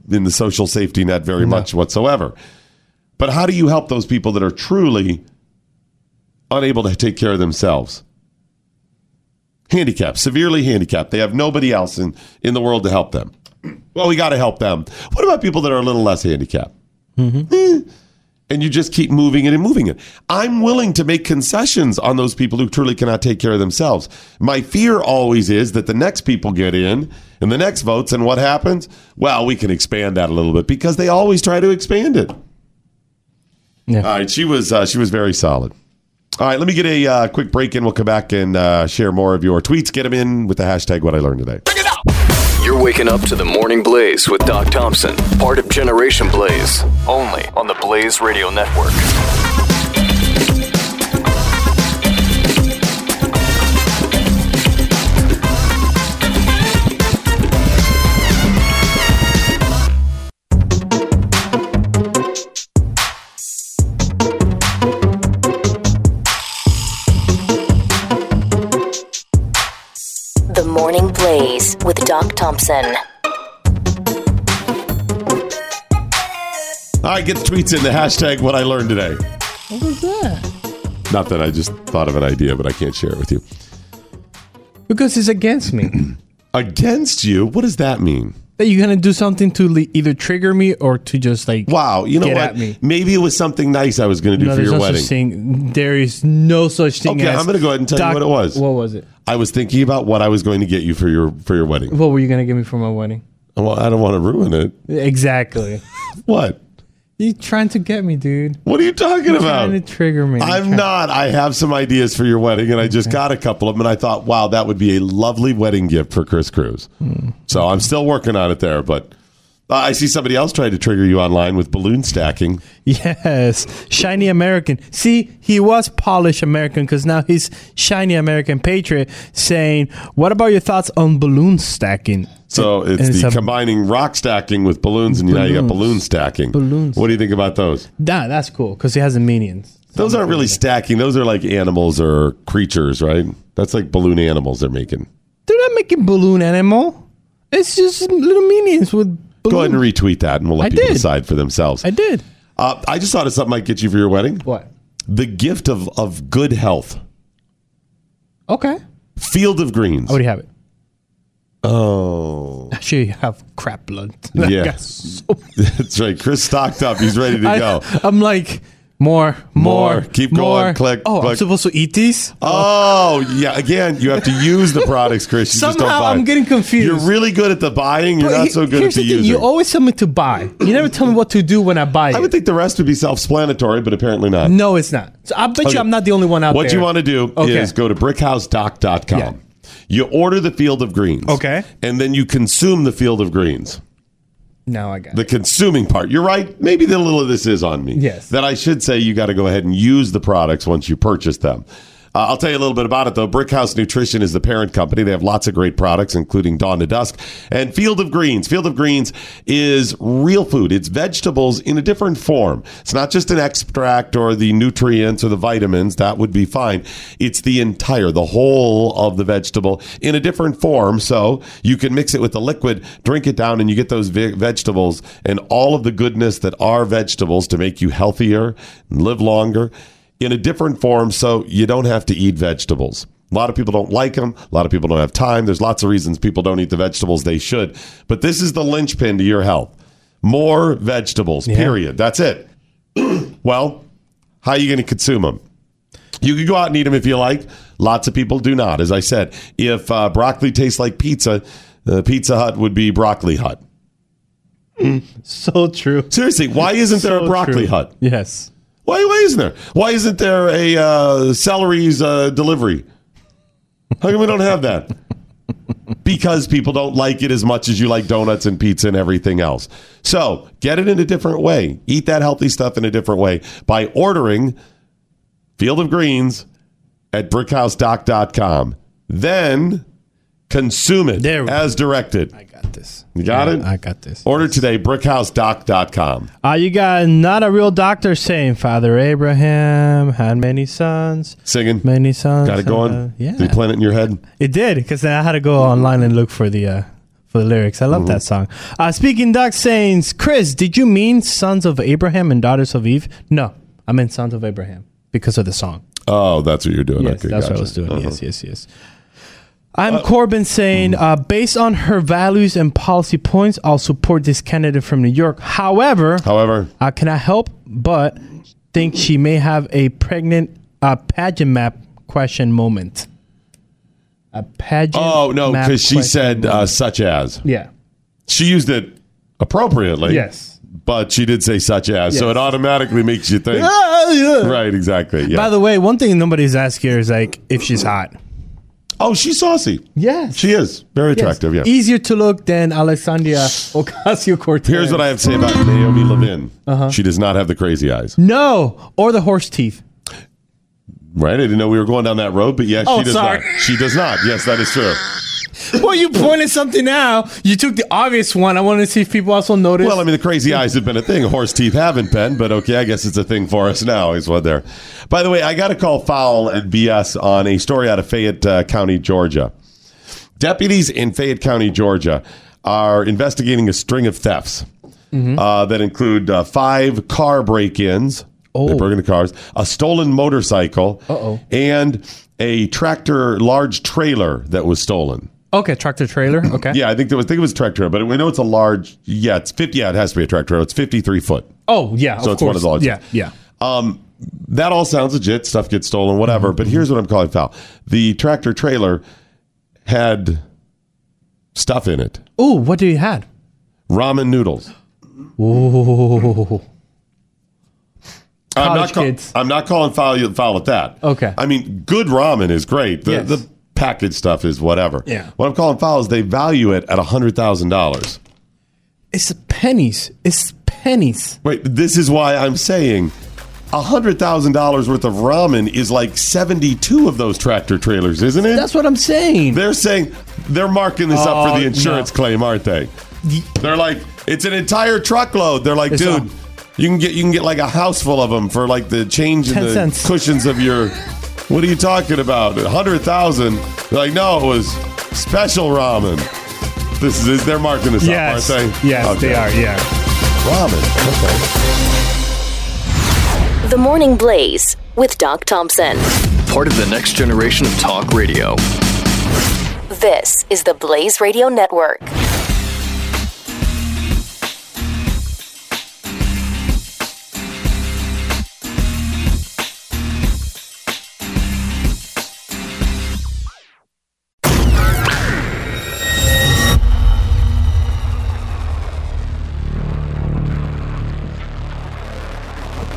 in the social safety net very much whatsoever. But how do you help those people that are truly unable to take care of themselves? Handicapped, severely handicapped. They have nobody else in, in the world to help them. Well, we got to help them. What about people that are a little less handicapped? and you just keep moving it and moving it. I'm willing to make concessions on those people who truly cannot take care of themselves. My fear always is that the next people get in and the next votes, and what happens? Well, we can expand that a little bit because they always try to expand it. All right, she was uh, she was very solid. All right, let me get a uh, quick break in. We'll come back and uh, share more of your tweets. Get them in with the hashtag What I Learned Today. You're waking up to the morning blaze with Doc Thompson, part of Generation Blaze, only on the Blaze Radio Network. The Morning Blaze with Doc Thompson. All right, get the tweets in the hashtag What I Learned Today. What was that? Not that I just thought of an idea, but I can't share it with you. Because it's against me. Against you? What does that mean? That you're gonna do something to le- either trigger me or to just like wow, you know get what? At me. Maybe it was something nice I was going to do No, for there's your no such wedding. thing. There is no such thing. Okay, as I'm going to go ahead and tell doc- you what it was. What was it? I was thinking about what I was going to get you for your for your wedding. What were you gonna give me for my wedding? Well, I don't want to ruin it. Exactly. What? you trying to get me, dude? What are you talking You're about? Trying to trigger me. I'm not. I have some ideas for your wedding, and I just got a couple of them. And I thought, wow, that would be a lovely wedding gift for Chris Cruz. Hmm. So I'm still working on it there. But uh, I see somebody else trying to trigger you online with balloon stacking. Yes, shiny American. See, he was Polish American because now he's shiny American patriot saying, "What about your thoughts on balloon stacking?" So it's, it's the a- combining rock stacking with balloons, and now you got Balloons. balloon stacking. Balloons. What do you think about those? Nah, that's cool because he has a minions. Those aren't really stacking. Those are like animals or creatures, right? That's like balloon animals they're making. They're not making balloon animal. It's just little minions with balloons. Go ahead and retweet that, and we'll let I people did. decide for themselves. I did. Uh, I just thought of something I'd get you for your wedding. What? The gift of, of good health. Okay. Field of Greens. I already have it. Oh, Actually, you have crap blood. Yeah. that's right. Chris stocked up. He's ready to I, go. I'm like more, More. more, Keep more. going. Click, Oh, I'm click. supposed to eat these? Oh, yeah. Again, you have to use the products, Chris. You just don't Somehow buy. I'm getting confused. You're really good at the buying. You're But not he- so good at here's the, the thing, using. You always tell me to buy. You never tell me what to do when I buy it. I would think the rest would be self-explanatory, but apparently not. no, it's not. So I bet Okay. you I'm not the only one out What there. you want to do Okay. is go to brickhousedoc.com. Yeah. You order the field of greens. Okay. And then you consume the field of greens. Now I got The it. consuming part. You're right. Maybe the little of this is on me. Yes. That I should say you got to go ahead and use the products once you purchase them. Uh, I'll tell you a little bit about it though. Brickhouse Nutrition is the parent company. They have lots of great products, including Dawn to Dusk and Field of Greens. Field of Greens is real food. It's vegetables in a different form. It's not just an extract or the nutrients or the vitamins. That would be fine. It's the entire, the whole of the vegetable in a different form. So you can mix it with the liquid, drink it down, and you get those ve- vegetables and all of the goodness that are vegetables to make you healthier and live longer in a different form so you don't have to eat vegetables. A lot of people don't like them. A lot of people don't have time. There's lots of reasons people don't eat the vegetables they should. But this is the linchpin to your health. More vegetables, period. That's it. well, how are you going to consume them? You can go out and eat them if you like. Lots of people do not. As I said, if uh, broccoli tastes like pizza, uh, Pizza Hut would be Broccoli Hut. So true. Seriously, why isn't there a So broccoli true. hut? Yes. Why, why isn't there? Why isn't there a uh, celery's uh, delivery? How come we don't have that? Because people don't like it as much as you like donuts and pizza and everything else. So get it in a different way. Eat that healthy stuff in a different way by ordering Field of Greens at brickhousedoc.com. Then consume it as directed. I got this. You got it? I got this. Order today, brickhousedoc.com. Uh, you got not a real doctor saying Father Abraham had many sons. Singing. Many sons. Got it going? Uh, yeah. Did you plan it in your head? It did because I had to go online and look for the uh, for the lyrics. I love Mm-hmm. that song. Uh, speaking Doc Saints, Chris, did you mean sons of Abraham and daughters of Eve? No, I meant sons of Abraham because of the song. Oh, that's what you're doing. Yes, Okay, that's what I gotcha. was doing. Uh-huh. mm-hmm. Yes, yes, yes. I'm Corbin saying, uh, based on her values and policy points, I'll support this candidate from New York. However, uh, however, I cannot help but think she may have a pregnant uh, pageant map question moment. A pageant. Oh no, map because she question. said uh, such as. Yeah. She used it appropriately. Yes. But she did say such as, so Yes. it automatically makes you think. Ah, yeah. Right, exactly. Yeah. By the way, one thing nobody's asked here is like if she's hot. oh, she's saucy. Yes. She is very Yes. attractive. Yeah. Easier to look than Alexandria Ocasio Cortez. Here's what I have to say about Naomi Levin. Uh-huh. She does not have the crazy eyes. Mm. No, or the horse teeth. Right? I didn't know we were going down that road, but yes, Oh, she does sorry. not. She does not. Yes, that is true. well, you pointed something out. You took the obvious one. I wanted to see if people also noticed. Well, I mean, the crazy eyes have been a thing. Horse teeth haven't been, but okay, I guess it's a thing for us now, is what they're. By the way, I got to call foul and BS on a story out of Fayette uh, County, Georgia. Deputies in Fayette County, Georgia are investigating a string of thefts uh, that include uh, five car break ins. They broke into cars, a stolen motorcycle, Uh-oh. and a tractor large trailer that was stolen. okay, tractor trailer. Okay. Yeah, I think there was. I think it was a tractor trailer, but we know it's a large. Yeah, it's fifty. Yeah, it has to be a tractor trailer. It's fifty-three foot. Oh yeah. So of it's one of course. the largest. Yeah. Yeah. Um, that all sounds legit. Stuff gets stolen, whatever. But here's what I'm calling foul: the tractor trailer had stuff in it. Ooh, what do you had? Ramen noodles. Ooh. I'm College not, call- kids. I'm not calling foul, foul at that. Okay. I mean, good ramen is great. The, Yes. the packaged stuff is whatever. Yeah. What I'm calling foul is they value it at hundred thousand dollars. It's pennies. It's pennies. Wait, this is why I'm saying $100,000 worth of ramen is like 72 of those tractor trailers, isn't it? That's what I'm saying. They're saying they're marking this up Oh, for the insurance no. claim, aren't they? They're like it's an entire truckload. They're like, It's dude, a- you can get you can get like a house full of them for like the change in 10 the cents. cushions of your What are you talking about? 100,000. They're like, "No, it was special ramen." This is they're marking this Yes. up, aren't they? Yes, they are, yeah. Ramen. Okay. The Morning Blaze with Doc Thompson. Part of the next generation of talk radio. This is the Blaze Radio Network.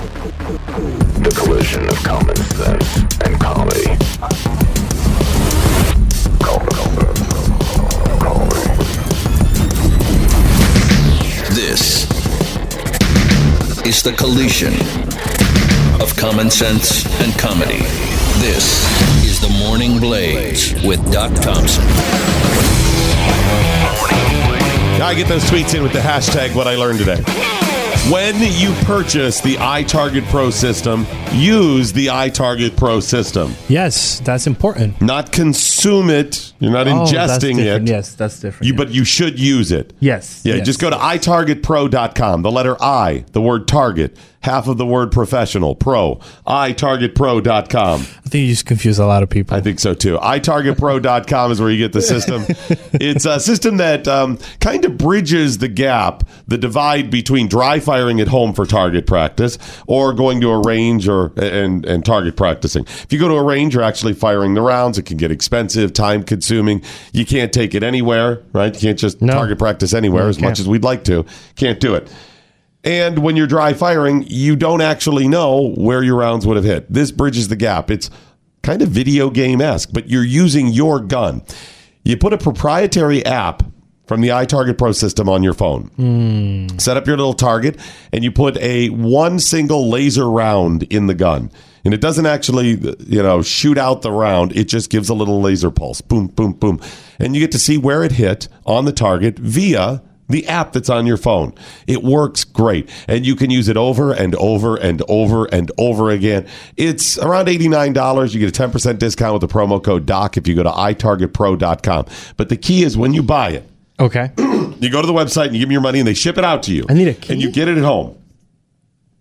The collision of common sense and comedy. This is the collision of common sense and comedy. This is the Morning Blaze with Doc Thompson. Now I get those tweets in with the hashtag what I learned today. When you purchase the iTarget Pro system, use the iTarget Pro system. Yes, that's important. Not consume it. You're not Oh, that's ingesting it. different. Yes, that's different. You, but you should use it. Yes. Yeah, yes. just go to itargetpro.com. The letter I, the word target, half of the word professional, pro. itargetpro.com. I think you just confuse a lot of people. I think so too. itargetpro.com is where you get the system. it's a system that um, kind of bridges the gap, the divide between dry firing at home for target practice or going to a range or and and target practicing. If you go to a range, you're actually firing the rounds. It can get expensive, time consuming. You can't take it anywhere, right? You can't just target practice anywhere No, as you much can't. as we'd like to. Can't do it. And when you're dry firing, you don't actually know where your rounds would have hit. This bridges the gap. It's kind of video game esque, but you're using your gun. You put a proprietary app from the iTarget Pro system on your phone. Set up your little target, and you put a one single laser round in the gun. And it doesn't actually, you know, shoot out the round. It just gives a little laser pulse. Boom, boom, boom. And you get to see where it hit on the target via the app that's on your phone. It works great. And you can use it over and over and over and over again. It's around $89. You get a 10% discount with the promo code DOC if you go to itargetpro.com. But the key is when you buy it, Okay. you go to the website and you give them your money and they ship it out to you. I need a key? And you get it at home.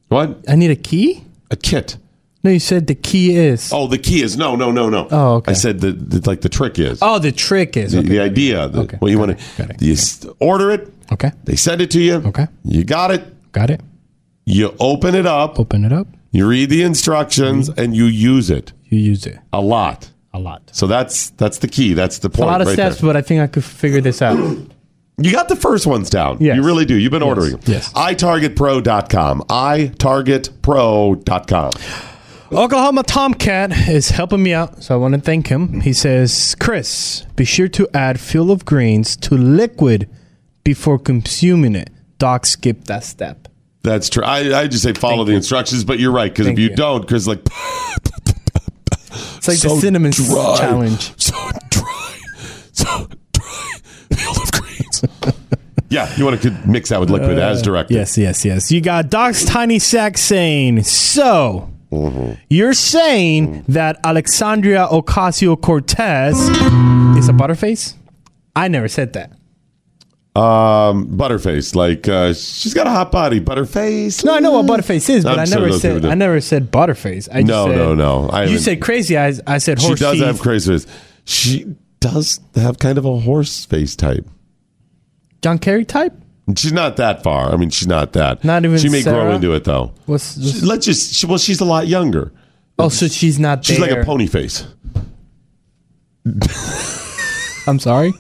What? I need a key? A kit. No, you said the key is. Oh, the key is no, no, no, no. Oh, okay. I said the, the like the trick is Oh, the trick is. the, Okay. the idea. The, Okay, What you want got to it, you s- order it. okay. They send it to you. Okay. You got it. Got it. You open it up. Open it up. You read the instructions and you use it You use it. a lot. Mm-hmm. A lot. So that's that's the key. That's the A point. lot of right steps, there. but I think I could figure this out. You got the first ones down. Yes. You really do. You've been Yes. ordering them. Yes. itargetpro.com. itargetpro.com. Oklahoma Tomcat is helping me out, so I want to thank him. He says, Chris, be sure to add fill of greens to liquid before consuming it. Doc skipped that step. That's true. I, I just say follow the instructions, but you're right because if Thank you, you. don't, because like It's like So the cinnamon s- dry. challenge. so dry, so dry field of greens. yeah, you want to mix that with liquid as directed. Uh, Yes, yes, yes. You got Doc's Tiny Sack saying, So, Mm-hmm. you're saying that Alexandria Ocasio Cortez is a butterface? I never said that. Um, butterface, like uh, she's got a hot body. Butterface. No, I know what butterface is, but I'm i sure never those people said do. I never said butterface. I just No, said- no, no. I you haven't- said crazy eyes. I said She horse. does teeth. have crazy face. She does have kind of a horse face type. John Kerry type. She's not that far. I mean, she's not that. Not even She may grow Sarah? into it though. What's, She- Let's just. She, well, she's a lot younger. oh, so she's not. She's like there. a pony face. I'm sorry.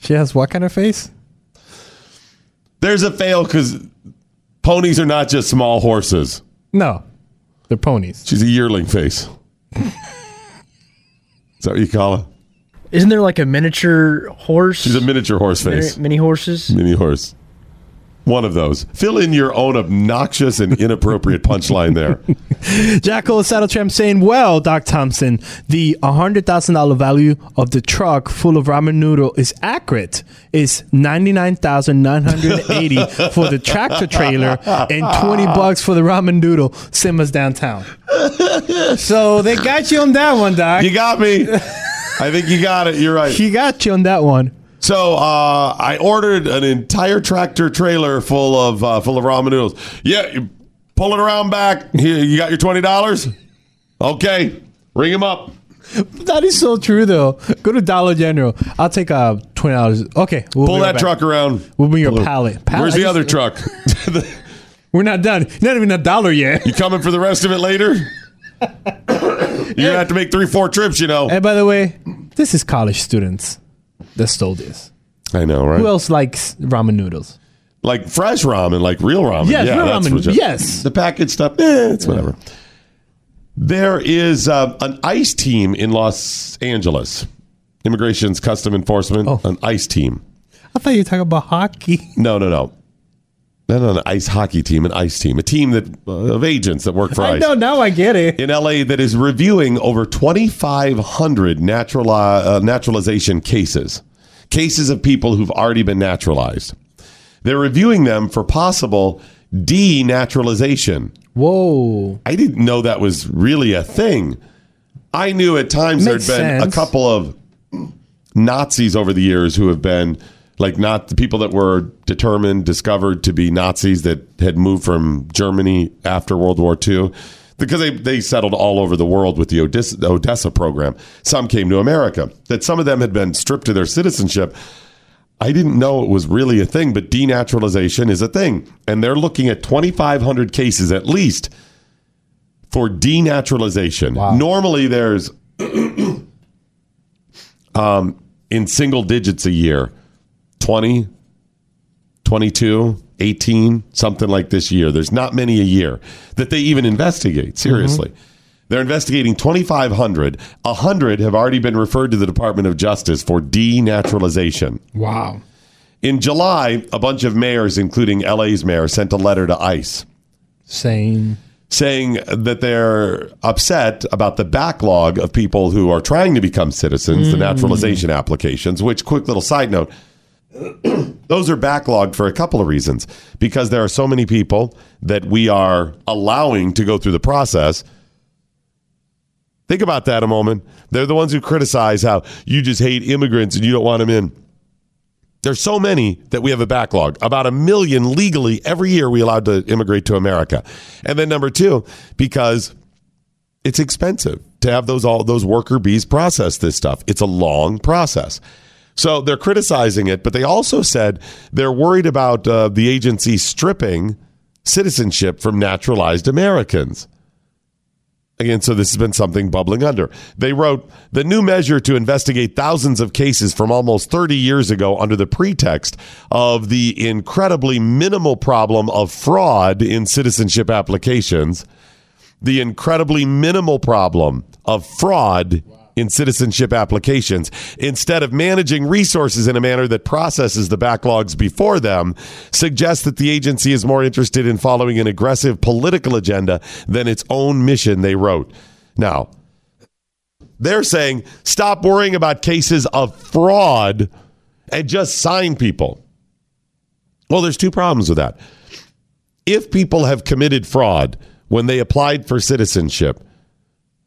She has what kind of face? There's a fail because ponies are not just small horses. No, they're ponies. She's a yearling face. Is that what you call it? Isn't there like a miniature horse? She's a miniature horse face. mini horses. Mini horse. One of those. Fill in your own obnoxious and inappropriate punchline there. Jackal Saddle Tramp saying, "Well, Doc Thompson, the hundred thousand dollar value of the truck full of ramen noodle is accurate. It's ninety nine thousand nine hundred eighty for the tractor trailer and twenty bucks for the ramen noodle. Send us downtown. so they got you on that one, Doc. You got me. I think you got it. You're right. He got you on that one. So uh, I ordered an entire tractor trailer full of uh, full of ramen noodles. Yeah, you pull it around back. Here, you got your twenty dollars. Okay, ring him up. That is so true, though. Go to Dollar General. I'll take uh twenty dollars. Okay, we'll Pull be right that back. truck around. We'll bring your Pull it- pallet. Pallet? Where's I the just- other truck? We're not done. Not even a dollar yet. You coming for the rest of it later? You're gonna have to make three, four trips, you know. And by the way, this is college students that stole this. I know, right? Who else likes ramen noodles? like fresh ramen, like real ramen. Yes, yeah, real that's ramen. legit. Yes. the packaged stuff. Eh, it's whatever. There is um, an ICE team in Los Angeles, Immigration's Custom Enforcement. Oh. An ICE team. I thought you were talking about hockey. No, no, no. Not an ice hockey team, an ICE team, a team that uh, of agents that work for I ICE know now. I get it. in LA that is reviewing over 2,500 natural, uh, naturalization cases, cases of people who've already been naturalized. They're reviewing them for possible denaturalization Whoa. I didn't know that was really a thing. I knew at times Makes there'd been a sense. couple of Nazis over the years who have been like not the people that were determined, discovered to be Nazis that had moved from Germany after World War II because they, they settled all over the world with the Odessa, the Odessa program. Some came to America, that some of them had been stripped of their citizenship. I didn't know it was really a thing, but denaturalization is a thing. And they're looking at 2,500 cases at least for denaturalization. Normally, there's um, in single digits a year 20, 22, 18, something like this year. There's not many a year that they even investigate, seriously. They're investigating 2,500. 100 have already been referred to the Department of Justice for denaturalization. Wow. In July, a bunch of mayors, including LA's mayor, sent a letter to ICE Saying saying that they're upset about the backlog of people who are trying to become citizens, the Mm. naturalization applications, which, quick little side note, those are backlogged for a couple of reasons. Because there are so many people that we are allowing to go through the process. Think about that a moment. They're the ones who criticize how you just hate immigrants and you don't want them in. There's so many that we have a backlog. About a million legally every year we allowed to immigrate to America. And then number two, because it's expensive to have those all those worker bees process this stuff. It's a long process. So they're criticizing it, but they also said they're worried about uh, the agency stripping citizenship from naturalized Americans. Again, so this has been something bubbling under. They wrote the new measure to investigate thousands of cases from almost 30 years ago under the pretext of the incredibly minimal problem of fraud in citizenship applications. The incredibly minimal problem of fraud in citizenship applications instead of managing resources in a manner that processes the backlogs before them suggests that the agency is more interested in following an aggressive political agenda than its own mission they wrote now they're saying stop worrying about cases of fraud and just sign people well there's two problems with that if people have committed fraud when they applied for citizenship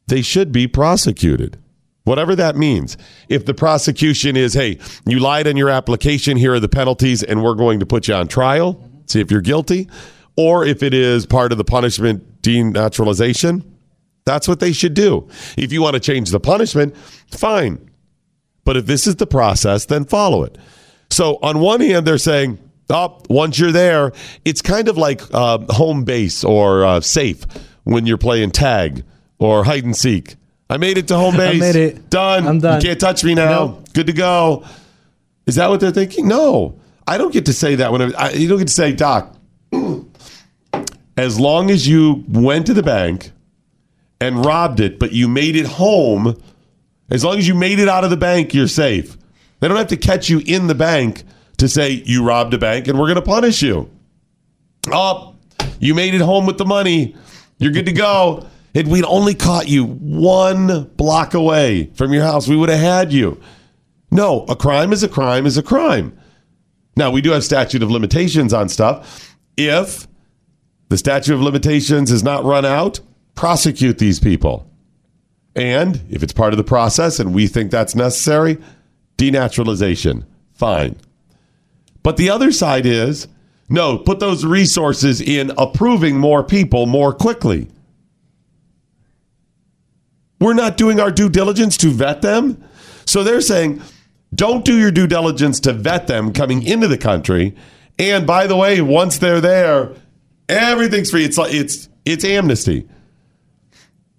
they should be prosecuted. Whatever that means. If the prosecution is, hey, you lied on your application, here are the penalties, and we're going to put you on trial, see if you're guilty, or if it is part of the punishment denaturalization, that's what they should do. If you want to change the punishment, fine. But if this is the process, then follow it. So on one hand, they're saying, oh, once you're there, it's kind of like uh, home base or uh, safe when you're playing tag or hide and seek. I made it to home I base. made it. Done. I'm done. You can't touch me now. Good to go. Is that what they're thinking? No. I don't get to say that when I, I- you don't get to say, Doc, as long as you went to the bank and robbed it, but you made it home, as long as you made it out of the bank, you're safe. They don't have to catch you in the bank to say you robbed a bank and we're going to punish you. Oh, you made it home with the money. You're good to go. If we'd only caught you one block away from your house, we would have had you. No, a crime is a crime is a crime. Now, we do have statute of limitations on stuff. If the statute of limitations is not run out, prosecute these people. And if it's part of the process and we think that's necessary, denaturalization. Fine. But the other side is no, put those resources in approving more people more quickly. We're not doing our due diligence to vet them. So they're saying, don't do your due diligence to vet them coming into the country. And by the way, once they're there, everything's free. It's like it's it's amnesty.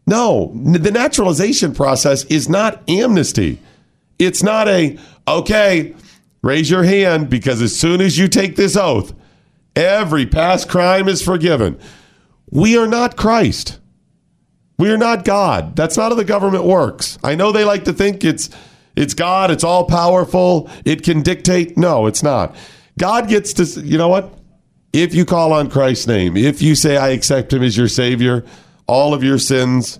No, n- the naturalization process is not amnesty. It's not a, okay, raise your hand because as soon as you take this oath, every past crime is forgiven. We are not Christ. We are not God. That's not how the government works. I know they like to think it's it's God, it's all powerful, it can dictate. No, it's not. God gets to s- you know what? If you call on Christ's name, if you say I accept him as your savior, all of your sins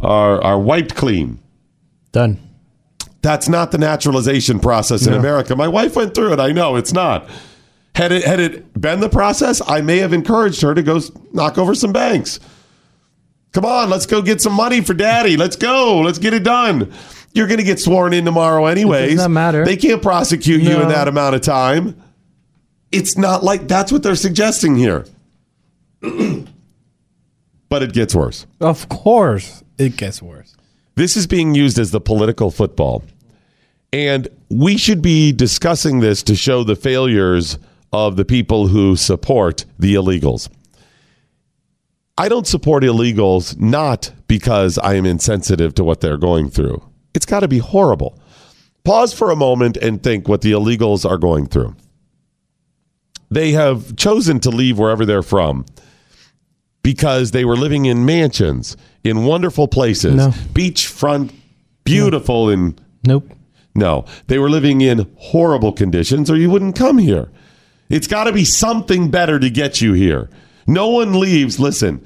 are are wiped clean. Done. That's not the naturalization process in America. My wife went through it. I know it's not. Had it had it been the process, I may have encouraged her to go s- knock over some banks. Come on, let's go get some money for daddy. Let's go. Let's get it done. You're going to get sworn in tomorrow anyways. not matter. They can't prosecute you in No. that amount of time. It's not like that's what they're suggesting here. but it gets worse. Of course, it gets worse. This is being used as the political football. And we should be discussing this to show the failures of the people who support the illegals. I don't support illegals not because I am insensitive to what they're going through. It's got to be horrible. Pause for a moment and think what the illegals are going through. They have chosen to leave wherever they're from because they were living in mansions in wonderful places, No. beachfront, beautiful and Nope. no, they were living in horrible conditions, or you wouldn't come here. It's got to be something better to get you here. No one leaves. Listen,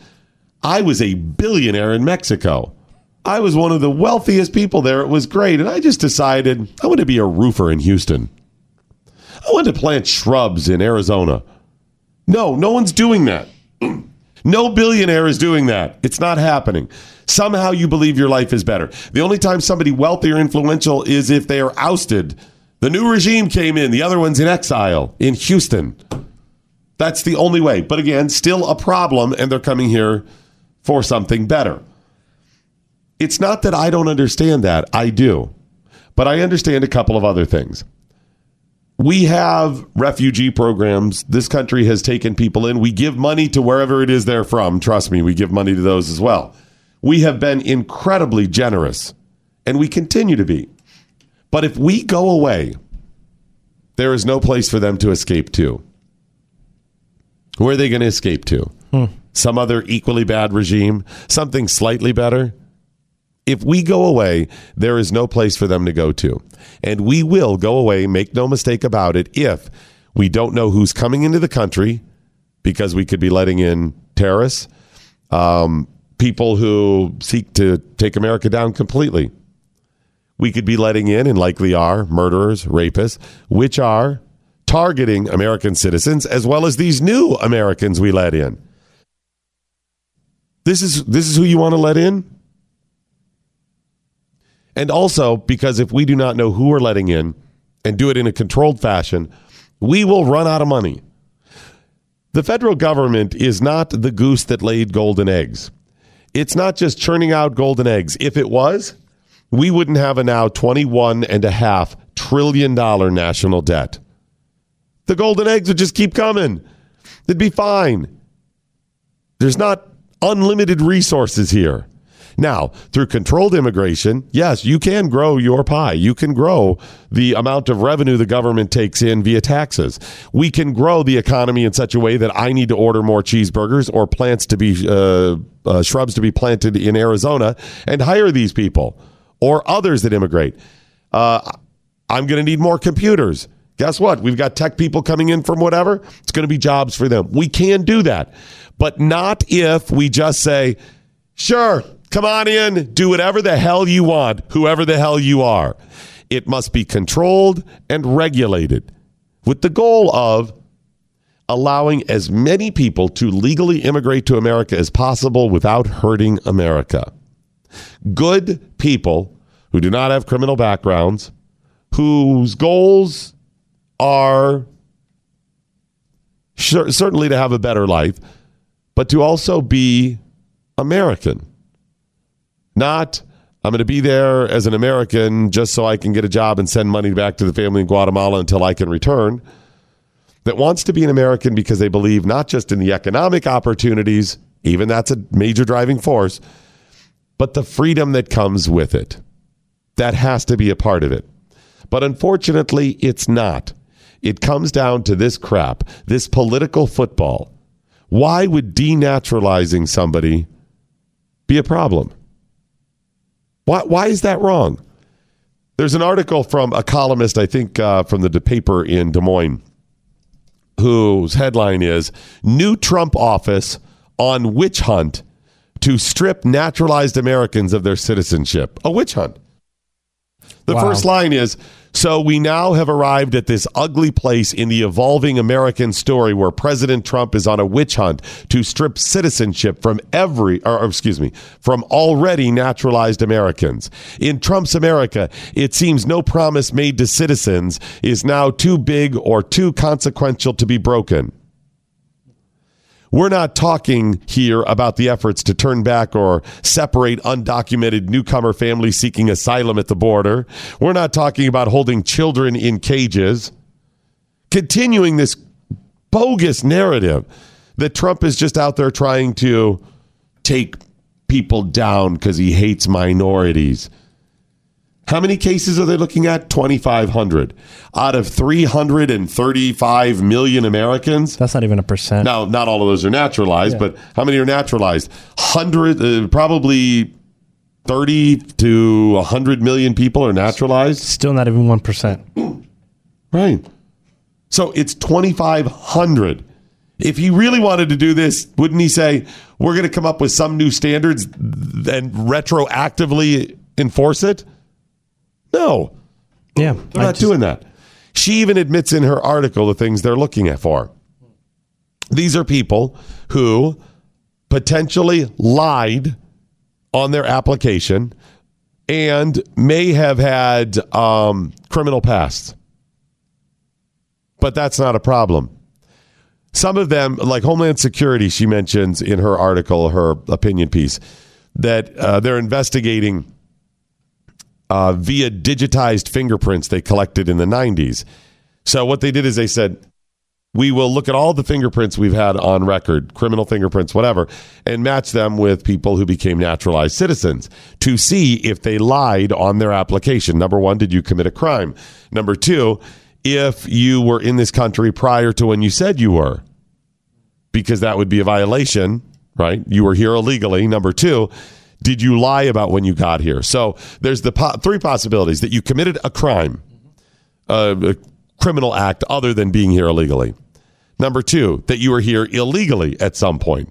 I was a billionaire in Mexico. I was one of the wealthiest people there. It was great. And I just decided I want to be a roofer in Houston. I want to plant shrubs in Arizona. No, no one's doing that. No billionaire is doing that. It's not happening. Somehow you believe your life is better. The only time somebody wealthy or influential is if they are ousted. The new regime came in, the other one's in exile in Houston. That's the only way. But again, still a problem, and they're coming here for something better. It's not that I don't understand that, I do. But I understand a couple of other things we have refugee programs. This country has taken people in. We give money to wherever it is they're from. Trust me, we give money to those as well. We have been incredibly generous and we continue to be. But if we go away, there is no place for them to escape to. Where are they going to escape to? Some other equally bad regime? Something slightly better? if we go away, there is no place for them to go to. And we will go away, make no mistake about it, if we don't know who's coming into the country because we could be letting in terrorists, um, people who seek to take America down completely. We could be letting in, and likely are, murderers, rapists, which are targeting American citizens as well as these new Americans we let in. This is this is who you want to let in? And also, because if we do not know who we're letting in and do it in a controlled fashion, we will run out of money. The federal government is not the goose that laid golden eggs. It's not just churning out golden eggs. If it was, we wouldn't have a now $21.5 trillion dollar national debt. The golden eggs would just keep coming. It'd be fine. There's not unlimited resources here. Now, through controlled immigration, yes, you can grow your pie. You can grow the amount of revenue the government takes in via taxes. We can grow the economy in such a way that I need to order more cheeseburgers or plants to be uh, uh, shrubs to be planted in Arizona and hire these people or others that immigrate. Uh, I'm going to need more computers. Guess what? We've got tech people coming in from whatever. It's going to be jobs for them. We can do that, but not if we just say, sure, come on in, do whatever the hell you want, whoever the hell you are. It must be controlled and regulated with the goal of allowing as many people to legally immigrate to America as possible without hurting America good people who do not have criminal backgrounds, whose goals are cer- certainly to have a better life, but to also be American. Not, I'm going to be there as an American just so I can get a job and send money back to the family in Guatemala until I can return. That wants to be an American because they believe not just in the economic opportunities, even that's a major driving force, but the freedom that comes with it. That has to be a part of it. But unfortunately, it's not. It comes down to this crap, this political football. Why would denaturalizing somebody be a problem? Why, why is that wrong? There's an article from a columnist, I think, uh, from the paper in Des Moines, whose headline is New Trump Office on Witch Hunt to Strip Naturalized Americans of Their Citizenship. A witch hunt. The Wow. first line is So we now have arrived at this ugly place in the evolving American story where President Trump is on a witch hunt to strip citizenship from every, or, or excuse me, from already naturalized Americans. In Trump's America, it seems no promise made to citizens is now too big or too consequential to be broken. We're not talking here about the efforts to turn back or separate undocumented newcomer families seeking asylum at the border. We're not talking about holding children in cages. Continuing this bogus narrative that Trump is just out there trying to take people down because he hates minorities. How many cases are they looking at? 2,500 out of 335 million Americans. That's not even a percent. Now, not all of those are naturalized, Yeah. but how many are naturalized? Hundred, uh, probably 30 to 100 million people are naturalized. Still not even 1%. Right. So it's 2,500. If he really wanted to do this, wouldn't he say, we're going to come up with some new standards and retroactively enforce it? No. Yeah. They're not doing that. She even admits in her article the things they're looking at for. These are people who potentially lied on their application and may have had um, criminal pasts. But that's not a problem. Some of them, like Homeland Security, she mentions in her article, her opinion piece, that uh, they're investigating uh, via digitized fingerprints they collected in the 90s. So what they did is they said, we will look at all the fingerprints we've had on record, criminal fingerprints, whatever, and match them with people who became naturalized citizens to see if they lied on their application. Number one, did you commit a crime? Number two, if you were in this country prior to when you said you were because that would be a violation, right? You were here illegally. Number two, did you lie about when you got here? So there's the po- three possibilities that you committed a crime, uh, a criminal act other than being here illegally. Number two, that you were here illegally at some point.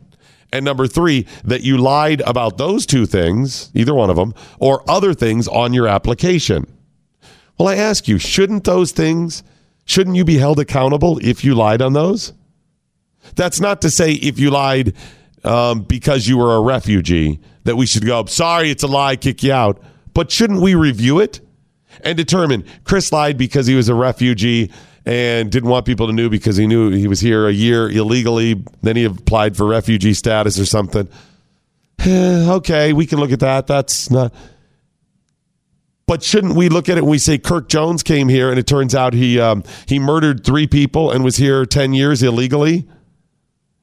And number three, that you lied about those two things, either one of them, or other things on your application. Well, I ask you, shouldn't those things, shouldn't you be held accountable if you lied on those? That's not to say if you lied um, because you were a refugee that we should go, sorry, it's a lie, kick you out. But shouldn't we review it and determine Chris lied because he was a refugee and didn't want people to know because he knew he was here a year illegally. Then he applied for refugee status or something. Eh, okay, we can look at that. That's not. But shouldn't we look at it when we say Kirk Jones came here and it turns out he um, he murdered three people and was here ten years illegally,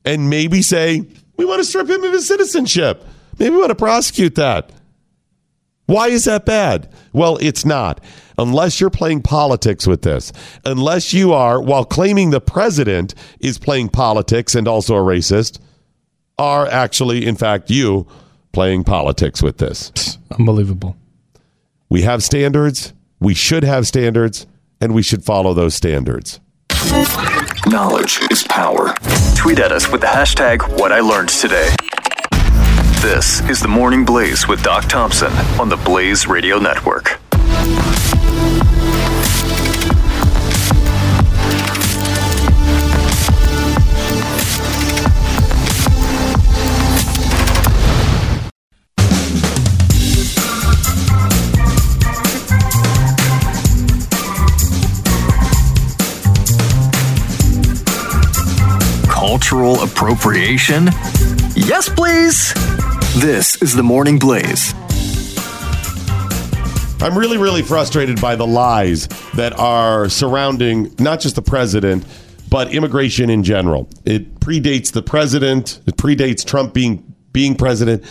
and maybe say we want to strip him of his citizenship. Maybe we want to prosecute that. Why is that bad? Well, it's not. Unless you're playing politics with this, unless you are, while claiming the president is playing politics and also a racist, are actually, in fact, you playing politics with this. Unbelievable. We have standards. We should have standards, and we should follow those standards. Knowledge is power. Tweet at us with the hashtag what I learned today. This is the Morning Blaze with Doc Thompson on the Blaze Radio Network. Cultural appropriation? Yes, please. This is the Morning Blaze. I'm really, really frustrated by the lies that are surrounding not just the president, but immigration in general. It predates the president, it predates Trump being being president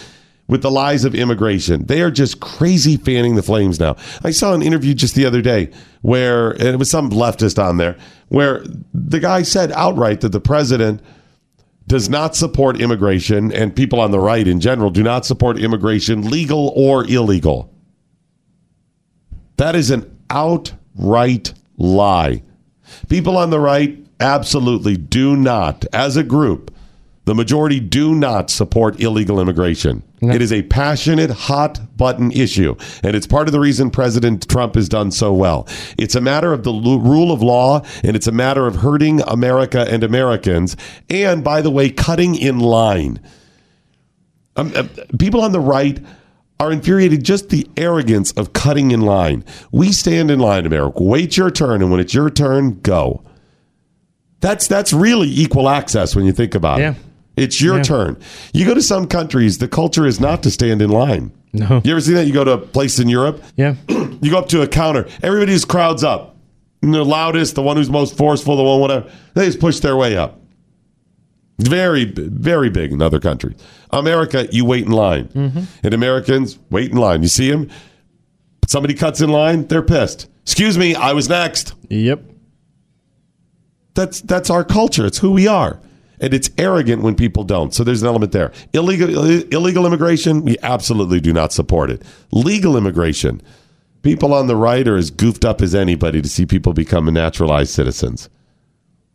with the lies of immigration. They are just crazy fanning the flames now. I saw an interview just the other day where and it was some leftist on there where the guy said outright that the president does not support immigration and people on the right in general do not support immigration legal or illegal. That is an outright lie. People on the right absolutely do not, as a group, the majority do not support illegal immigration. It is a passionate, hot button issue, and it's part of the reason President Trump has done so well. It's a matter of the l- rule of law, and it's a matter of hurting America and Americans, and by the way, cutting in line. Um, uh, people on the right are infuriated just the arrogance of cutting in line. We stand in line, America. Wait your turn, and when it's your turn, go. That's that's really equal access when you think about it. It's your Yeah. turn. You go to some countries, the culture is not to stand in line. No. You ever see that? You go to a place in Europe. Yeah. you go up to a counter. Everybody just crowds up. And the loudest, the one who's most forceful, the one whatever. They just push their way up. Very, b- very big in other countries. America, you wait in line. And Americans wait in line. You see them? Somebody cuts in line, they're pissed. Excuse me, I was next. Yep. That's that's our culture. It's who we are. And it's arrogant when people don't. So there's an element there. Illegal illegal immigration, we absolutely do not support it. Legal immigration. People on the right are as goofed up as anybody to see people become naturalized citizens.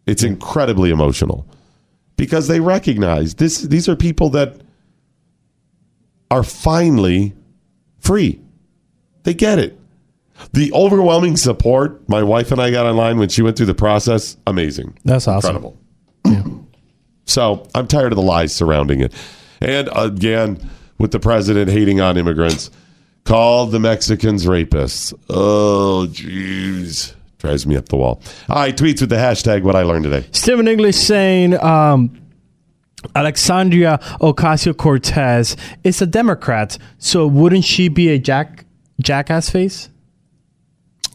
It's incredibly emotional because they recognize this these are people that are finally free. They get it. The overwhelming support my wife and I got online when she went through the process, amazing. That's awesome. Incredible. So I'm tired of the lies surrounding it. And again, with the president hating on immigrants, called the Mexicans rapists. Oh, jeez. Drives me up the wall. All right, tweets with the hashtag what I learned today. Stephen English saying um, Alexandria Ocasio Cortez is a Democrat, so wouldn't she be a jack jackass face?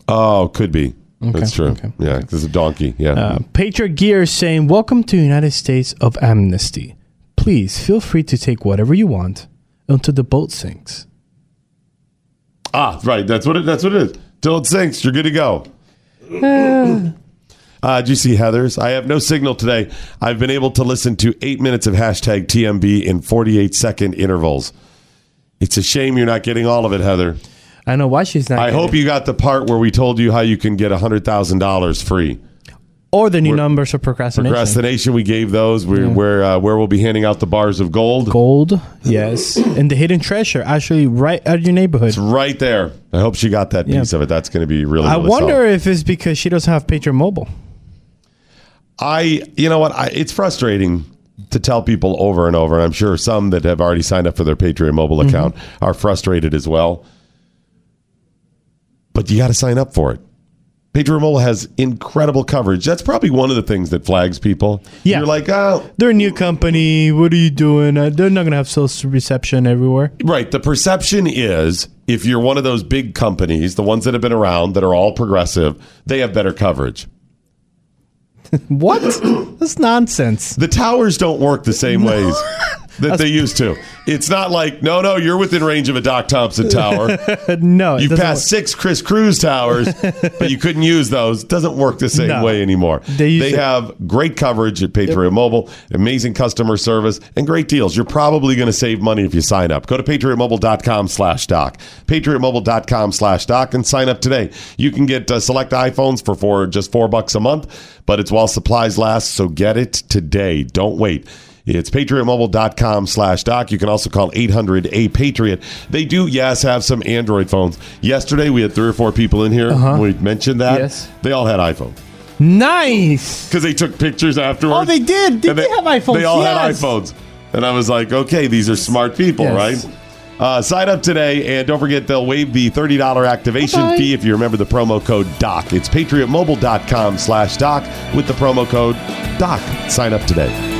Oh, could be. That's true. Yeah, this is a donkey. Yeah. Uh, Patriot Gear saying, "Welcome to United States of Amnesty. Please feel free to take whatever you want until the boat sinks." ah, right. That's what it, that's what it is. Till it sinks, you're good to go. Uh, did you see Heather's? I have no signal today. I've been able to listen to eight minutes of hashtag TMB in 48 second intervals. It's a shame you're not getting all of it, Heather. I know why she's not. I hope you got the part where we told you how you can get $100,000 free. Or the new numbers of procrastination. Procrastination, we gave those. We're, where, uh, where we'll be handing out the bars of gold. Gold, yes. and the hidden treasure, actually, right at your neighborhood. Right there. I hope she got that piece of it. That's going to be really, I really solid. wonder if it's because she doesn't have Patriot Mobile. I, you know what? I, it's frustrating to tell people over and over, and I'm sure some that have already signed up for their Patreon mobile account are frustrated as well. But you got to sign up for it. Patreon mobile has incredible coverage. That's probably one of the things that flags people. Yeah. You're like, oh, They're a new company. What are you doing? Uh, they're not going to have social reception everywhere. Right. The perception is if you're one of those big companies, the ones that have been around that are all progressive, they have better coverage. what? That's nonsense. The towers don't work the same ways that they used to. It's not like, no, no, you're within range of a Doc Thompson tower. no, it you doesn't passed six Chris Cruz towers, but you couldn't use those. Doesn't work the same No. way anymore. They They, use it- have great coverage at Patriot Mobile, amazing customer service, and great deals. You're probably going to save money if you sign up. Go to patriotmobile.com slash doc, patriotmobile.com slash doc, and sign up today. You can get uh, select iPhones for four, just four bucks a month, but it's while supplies last, so get it today. Don't wait. It's patriotmobile.com slash doc. You can also call 800 A Patriot. They do, yes, have some Android phones. Yesterday, we had three or four people in here. Uh-huh. We mentioned that. Yes. They all had iPhone Nice. because they took pictures afterwards. Oh, they did. Did And they, have iPhones? They all had Yes. iPhones. And I was like, okay, these are smart people, Yes. right? Uh, sign up today, and don't forget they'll waive the $30 activation Bye-bye. fee if you remember the promo code DOC. It's patriotmobile.com slash DOC with the promo code DOC. Sign up today.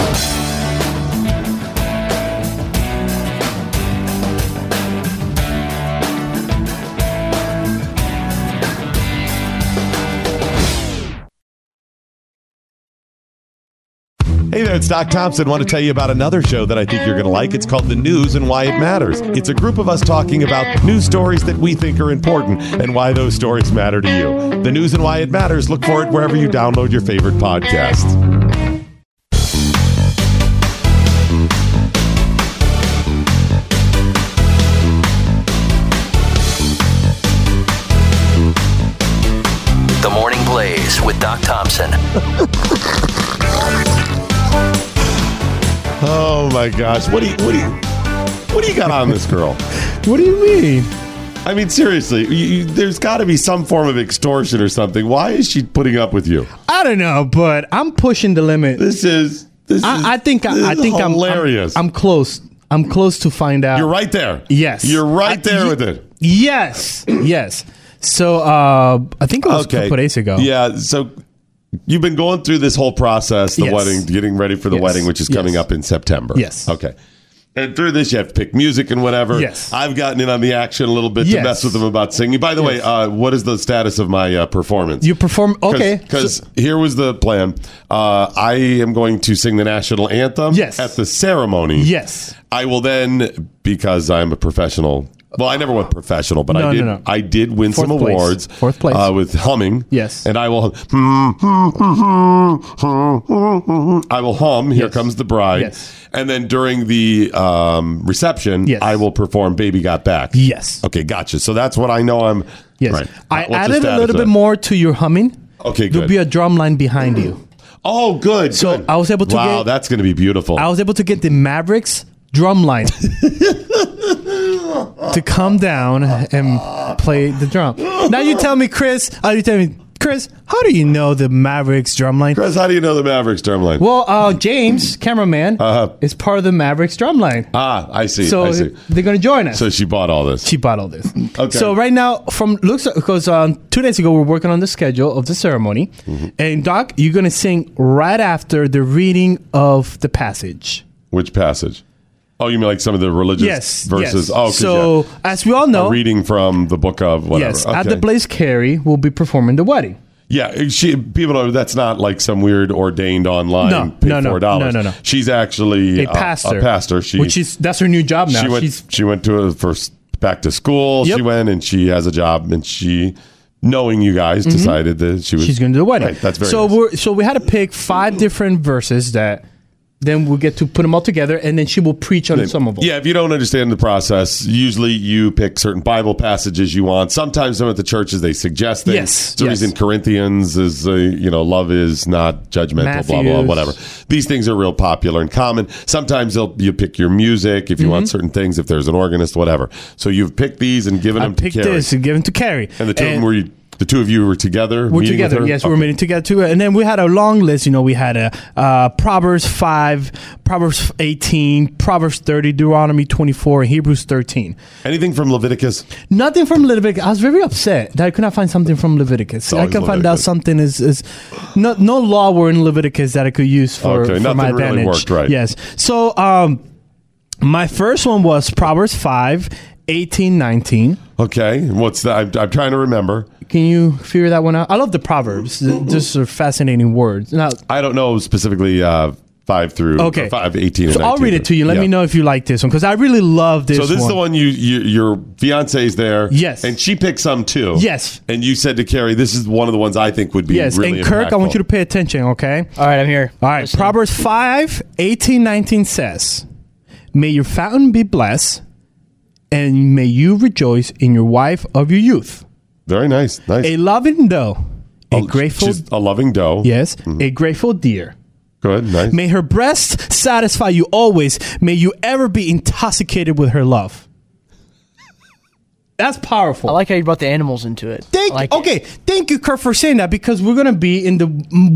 Hey there, it's Doc Thompson. want to tell you about another show that I think you're going to like. It's called The News and Why It Matters. It's a group of us talking about news stories that we think are important and why those stories matter to you. The News and Why It Matters. Look for it wherever you download your favorite podcasts. Thompson. Oh my gosh! What do you what do you what do you got on this girl? what do you mean? I mean seriously, you, you, there's got to be some form of extortion or something. Why is she putting up with you? I don't know, but I'm pushing the limit. This is. This I, is- I think. this I, I is think I'm- hilarious. I'm, I'm close. I'm close to find out. You're right there. Yes. you're right I- there you- with it. Yes. Yes. So uh, I think it was a couple days ago. Yeah. So you've been going through this whole process, the Yes. wedding, getting ready for the Yes. wedding, which is coming Yes. up in September. Yes. Okay. And through this, you have to pick music and whatever. Yes. I've gotten in on the action a little bit to Yes. mess with them about singing. By the way, uh, what is the status of my uh, performance? You perform okay. Because so- here was the plan. Uh, I am going to sing the national anthem Yes. at the ceremony. yes. I will then, because I'm a professional. Well, I never went professional, but No, I no, did. no. I did win some Fourth place. awards. Fourth place. uh, with humming. Yes. and I will. I will hum. Here Yes. comes the bride. Yes. and then during the um, reception, Yes. I will perform "Baby Got Back." Yes. Okay, gotcha. So that's what I know. I'm. Yes. Right. I What's the added a status little of- bit more to your humming. Okay, There'll good. be a drum line behind you. oh, good. So good. I was able to Wow, get- that's going to be beautiful. I was able to get the Mavericks drum line to come down and play the drum. Now you tell me, Chris. Are you tell me, Chris? How do you know the Mavericks drum line? Chris, how do you know the Mavericks drum line? Well, uh, James, cameraman, Uh-huh. is part of the Mavericks drum line. ah, I see. so I see. they're gonna join us. So she bought all this. she bought all this. Okay. So right now, from looks because um, two days ago we are working on the schedule of the ceremony, Mm-hmm. and Doc, you're gonna sing right after the reading of the passage. Which passage? Oh, you mean like some of the religious Yes. verses? yes. Oh, 'cause, so yeah. as we all know, A reading from the book of whatever. yes, at the Okay. Blaze Carey will be performing the wedding. yeah, she people know that's not like some weird ordained online No, pay no, no, four dollars. no, no, no. She's actually A pastor, A pastor. She which is that's her new job now. she went She's she went to a first back to school. Yep. She went and she has a job and she knowing you guys decided that she was Mm-hmm. she's going to do the wedding. Right, that's very so. nice. We're, so we had to pick five different verses that then we get to put them all together, and then she will preach on some of them. Yeah, if you don't understand the process, usually you pick certain Bible passages you want. Sometimes some at the churches they suggest things. Yes, It's the yes. reason Corinthians is uh, you know love is not judgmental, blah blah Matthews. whatever. These things are real popular and common. Sometimes they'll you pick your music if you Mm-hmm. want certain things. If there's an organist, whatever. So you've picked these and given I them to picked Carrie. this and give them to Carrie. And the two of them were you, the two of you were together. meeting We're with together. her? Yes, we're Okay. meeting together too. And then we had a long list. You know, we had a uh, Proverbs five, Proverbs eighteen, Proverbs thirty, Deuteronomy twenty four, and Hebrews thirteen. Anything from Leviticus? Nothing from Leviticus. I was very upset that I could not find something from Leviticus. I always can find out Leviticus. something is is no no law were in Leviticus that I could use for, Okay, for my nothing really advantage. worked, right. Yes. So um, my first one was Proverbs 5, 18, 19. Okay, what's that? I'm, I'm trying to remember. Can you figure that one out? I love the Proverbs. Th- Just are fascinating words. Now, I don't know specifically uh, five through okay. or five, 18 and So I'll 19. read it to you. Let Yeah. me know if you like this one because I really love this So this is the one you, you your fiance's there. Yes. and she picked some too. Yes. and you said to Carrie, "This is one of the ones I think would be Yes, really and Kirk, I want impactful." you to pay attention, okay? All right, I'm here. All right, Uh, Listen. Proverbs 5 18, 19 says, May your fountain be blessed, and may you rejoice in your wife of your youth. Very nice, nice. A loving doe, a Oh, grateful, she's Mm-hmm. a loving doe. yes, a grateful deer. good, nice. May her breast satisfy you always. May you ever be intoxicated with her love. That's powerful. I like how you brought the animals into it. Thank I like you. it. Okay, thank you, Kurt, for saying that because we're gonna be in the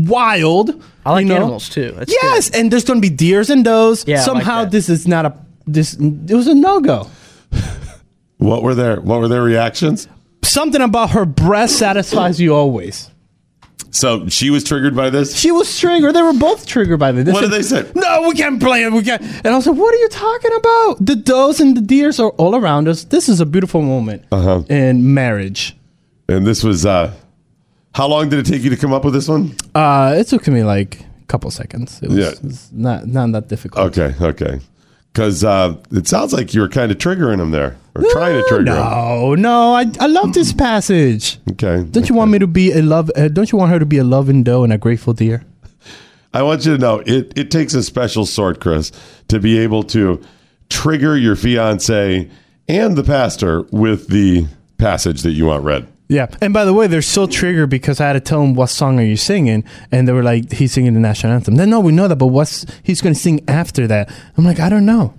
wild. I like you know? animals, too. That's yes, and there's gonna be deers and does. Yeah, I like Somehow that. this is not a this. It was a no go. what were their What were their reactions? Something about her breast satisfies you always. So she was triggered by this. She was triggered. They were both triggered by this. What said, did they say? No, we can't play it. We can't. And I was like, what are you talking about? The does and the deers are all around us. This is a beautiful moment Uh-huh. in marriage. And this was uh, how long did it take you to come up with this one? Uh, it took me like a couple seconds. It was, Yeah. it was not not that difficult. Okay, okay. Because uh, it sounds like you were kind of triggering him there, or trying to trigger him. No, no, I, I love this passage. Okay. Don't you want me to be a love? Uh, don't you want her to be a loving doe and a grateful deer? I want you to know it, it takes a special sort, Chris, to be able to trigger your fiance and the pastor with the passage that you want read. Yeah, and by the way, they're so triggered because I had to tell them what song are you singing, and they were like, "He's singing the national anthem." Then no, we know that, but what's he's going to sing after that? I'm like, I don't know.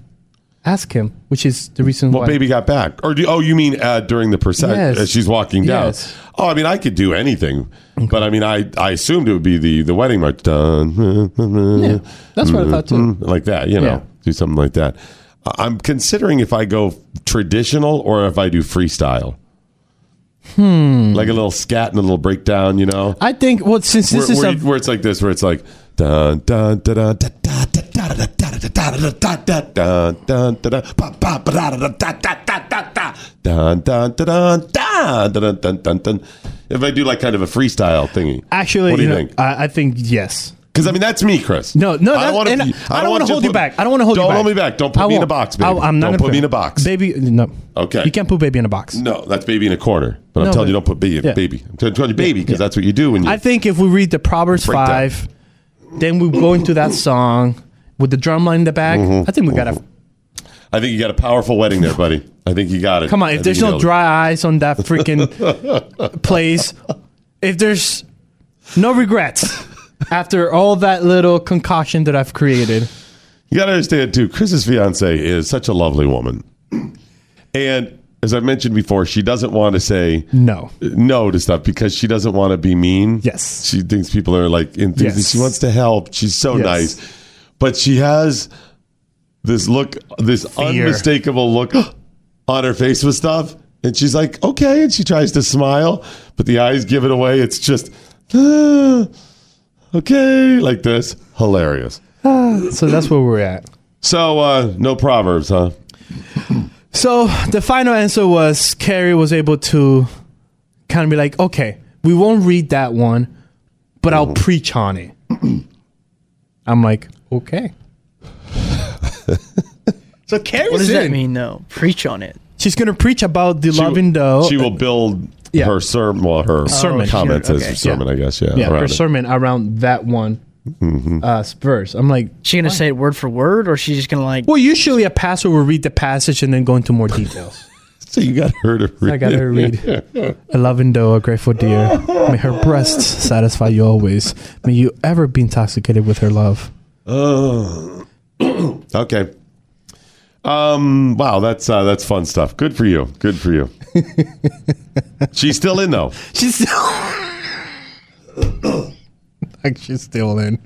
Ask him, which is the reason Well, why. baby got back. Or do, oh, you mean uh, during the procession Yes. as she's walking down? Yes. Oh, I mean, I could do anything, but I mean, I, I assumed it would be the the wedding march. Dun, yeah, that's what I thought, too. Like that, you know, Yeah. do something like that. I- I'm considering if I go traditional or if I do freestyle, Hmm. like a little scat and a little breakdown. You know, I think. Well, since this where, is where, a you- where it's like this, where it's like dun dun dun dun. dun, dun, Dun, dun, dun, dun, pa, pa, ba, da, da, da, da, da, da, da, da. Dun, dun, dun, dun, dun, dun, dun, dun, dun, dun. If I do like kind of a freestyle thingy, actually, what do you, you know, think? I, I think yes. Because I mean, that's me, Chris. No, no, that- wanna and be- I don't wanna want to hold put- you back. I don't wanna hold you Don't hold back. me back. Don't put I me in a won't. box, baby. I, am not don't gonna put me in a box. Baby, no. Okay. Mm. You can't put baby in a box. No, that's baby in a corner. But No, I'm telling but- you, don't put baby. yeah. Baby, I'm telling you, baby, because that's what you do when you. I think if we read the Proverbs Breakdown. five, then we go into that song with the drum line in the back. Mm-hmm. I think we gotta I think you got a powerful wedding there, buddy. I think you got it. Come on, I if think there's you no nailed it. dry eyes on that freaking place, if there's no regrets after all that little concoction that I've created, You got to understand too. Chris's fiance is such a lovely woman, and as I mentioned before, she doesn't want to say no, no to stuff because she doesn't want to be mean. Yes, she thinks people are like in things. Yes. She wants to help. She's so Yes. nice, but she has this look, this unmistakable look on her face with stuff, and she's like, okay, and she tries to smile, but the eyes give it away. It's just. "Ah, okay, like this, hilarious. Ah, so that's where we're at. So uh, no proverbs, huh? So the final answer was Carrie was able to kind of be like, okay, we won't read that one, but Mm-hmm. I'll preach on it. I'm like, okay. so Carrie's What does that in. mean, though? Preach on it. She's gonna preach about the loving dough. She will build Yeah. her sermon, well, her Sermon. comments Sure, as okay. her sermon, I guess. Yeah, yeah, around her it. Mm-hmm. sermon around that one uh, verse. I'm like, She gonna say it word for word, or she just gonna like? well, usually a pastor will read the passage and then go into more details. so you got her to read. I got her read. A loving doe, a grateful dear. May her breasts satisfy you always. May you ever be intoxicated with her love. Oh. okay. Um. Wow. That's uh, that's fun stuff. Good for you. Good for you. She's still in though. She's still, like she's still in.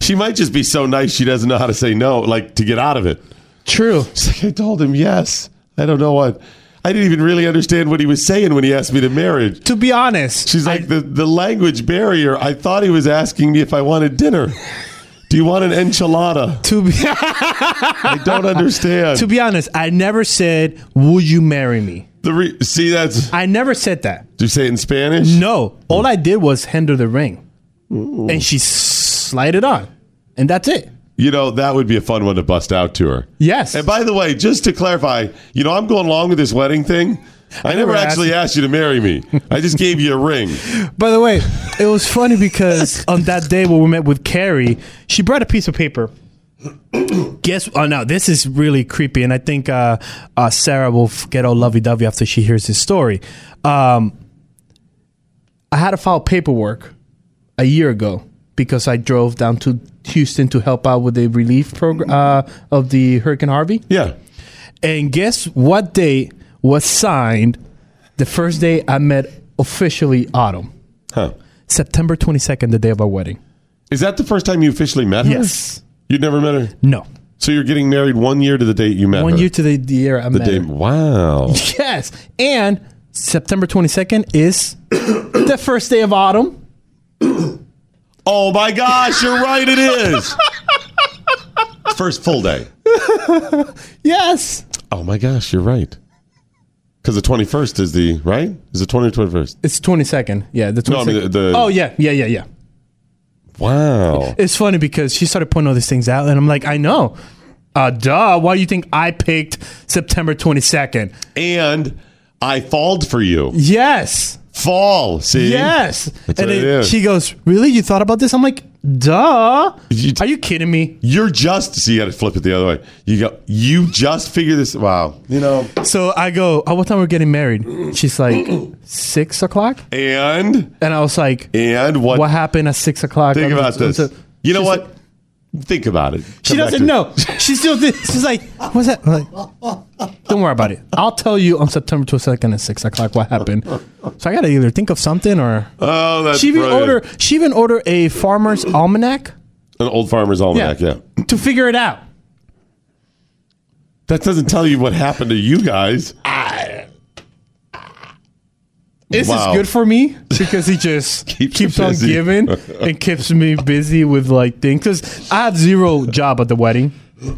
She might just be so nice she doesn't know how to say no, like to get out of it. True. She's like, I told him yes. I don't know what. I didn't even really understand what he was saying when he asked me to marriage. To be honest, She's like the, the language barrier. I thought he was asking me if I wanted dinner. Do you want an enchilada? To be I don't understand. to be honest, I never said, "Would you marry me?" the re- see that's I never said that. do you say it in Spanish? No, all I did was hand her the ring, and she slid it on, and that's it. You know that would be a fun one to bust out to her. Yes, And by the way, just to clarify, you know I'm going along with this wedding thing. I, never, never asked- actually asked you to marry me. I just gave you a ring. By the way, it was funny because on that day when we met with Carrie, she brought a piece of paper. Guess oh no, this is really creepy, and I think uh, uh, Sarah will f- get all lovey dovey after she hears this story. Um, I had to file paperwork a year ago because I drove down to Houston to help out with the relief program uh, of the Hurricane Harvey. Yeah. And guess what date was signed the first day I met officially Autumn? Huh. September 22nd, the day of our wedding. Is that the first time you officially met her? Yes. You'd never met her? No. So you're getting married one year to the date you met One her. year to the, the year I the met day. her. Wow. Yes. And September 22nd is the first day of autumn. Oh my gosh, you're right, it is. First full day. Yes. Oh my gosh, you're right. Because the 21st is the, right? Is the 20 or 21st? It's 22nd. Yeah, the 22nd. No, I mean the- the- oh, yeah, yeah, yeah, yeah. Wow. It's funny because she started pointing all these things out, and I'm like, I know. Uh, duh. Why do you think I picked September 22nd? And I falled for you. Yes. Fall, see? Yes. That's what and then it is. she goes, Really? You thought about this? I'm like, Duh. Are you kidding me? You're just so you got to flip it the other way. You go. You just figure this. Wow. You know. So I go, oh, what time we're getting married? She's like, six o'clock? And and I was like, and what? What happened at six o'clock? Think I'm- about I'm this. so- you know she's what? Think about it. She doesn't know. She still thi- she's like, what's that? I'm like, don't worry about it. I'll tell you on September 22nd at six o'clock what happened. So I gotta either think of something or Oh, that's she even brilliant. order she even ordered a farmer's almanac an old farmer's almanac. Yeah. to figure it out. That doesn't tell you what happened to you guys. This Wow. is good for me because he just Keeps keeps, you on busy. giving and keeps me busy with like things. Because I have zero job at the wedding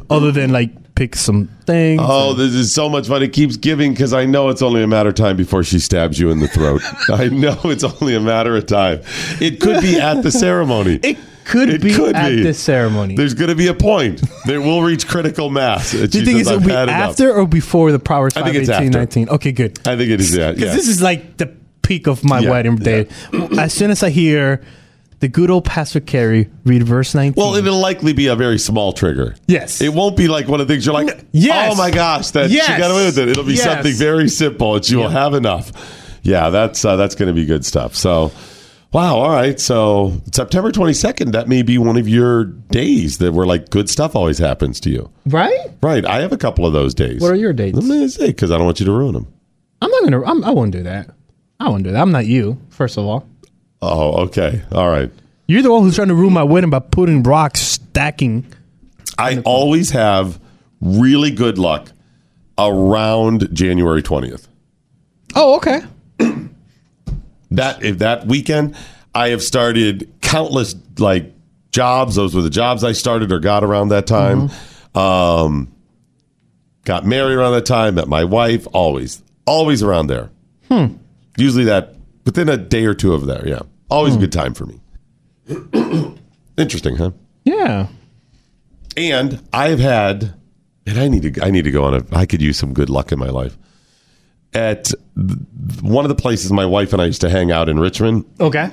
other than like pick some things. Oh, this is so much fun. It keeps giving because I know it's only a matter of time before she stabs you in the throat. I know it's only a matter of time. It could be at the ceremony. It could It be could at be. this ceremony. There's going to be a point that will reach critical mass. Do you think it's it'll be after or before the Proverbs I 5, think it's 18, after. 19? Okay, good. I think it is that. Because Yeah. this is like the peak of my Yeah, wedding day. As soon as I hear the good old Pastor Carey read verse 19. well, it'll likely be a very small trigger. Yes. It won't be like one of the things you're like, Yes. oh my gosh, that she Yes. got away with it. It'll be Yes. something very simple, and she will have enough. Yeah, that's uh, that's going to be good stuff. So, wow, all right. So September 22nd, that may be one of your days that where like good stuff always happens to you. right? Right. I have a couple of those days. What are your dates? I'm going to say because I don't want you to ruin them. I'm not gonna. I'm, I won't do that. I won't do that. I'm not you. First of all, Oh, okay. All right. you're the one who's trying to ruin my wedding by putting rocks stacking. I always have really good luck around January 20th. Oh, okay. that if that weekend i have started countless like jobs those were the jobs i started or got around that time Mm-hmm. um got married around that time met my wife always always around there hmm. usually that within a day or two of there yeah Hmm. always a good time for me interesting huh Yeah. and I've had, and I need to, I need to go on a. I could use some good luck in my life. At th- one of the places my wife and I used to hang out in Richmond, Okay.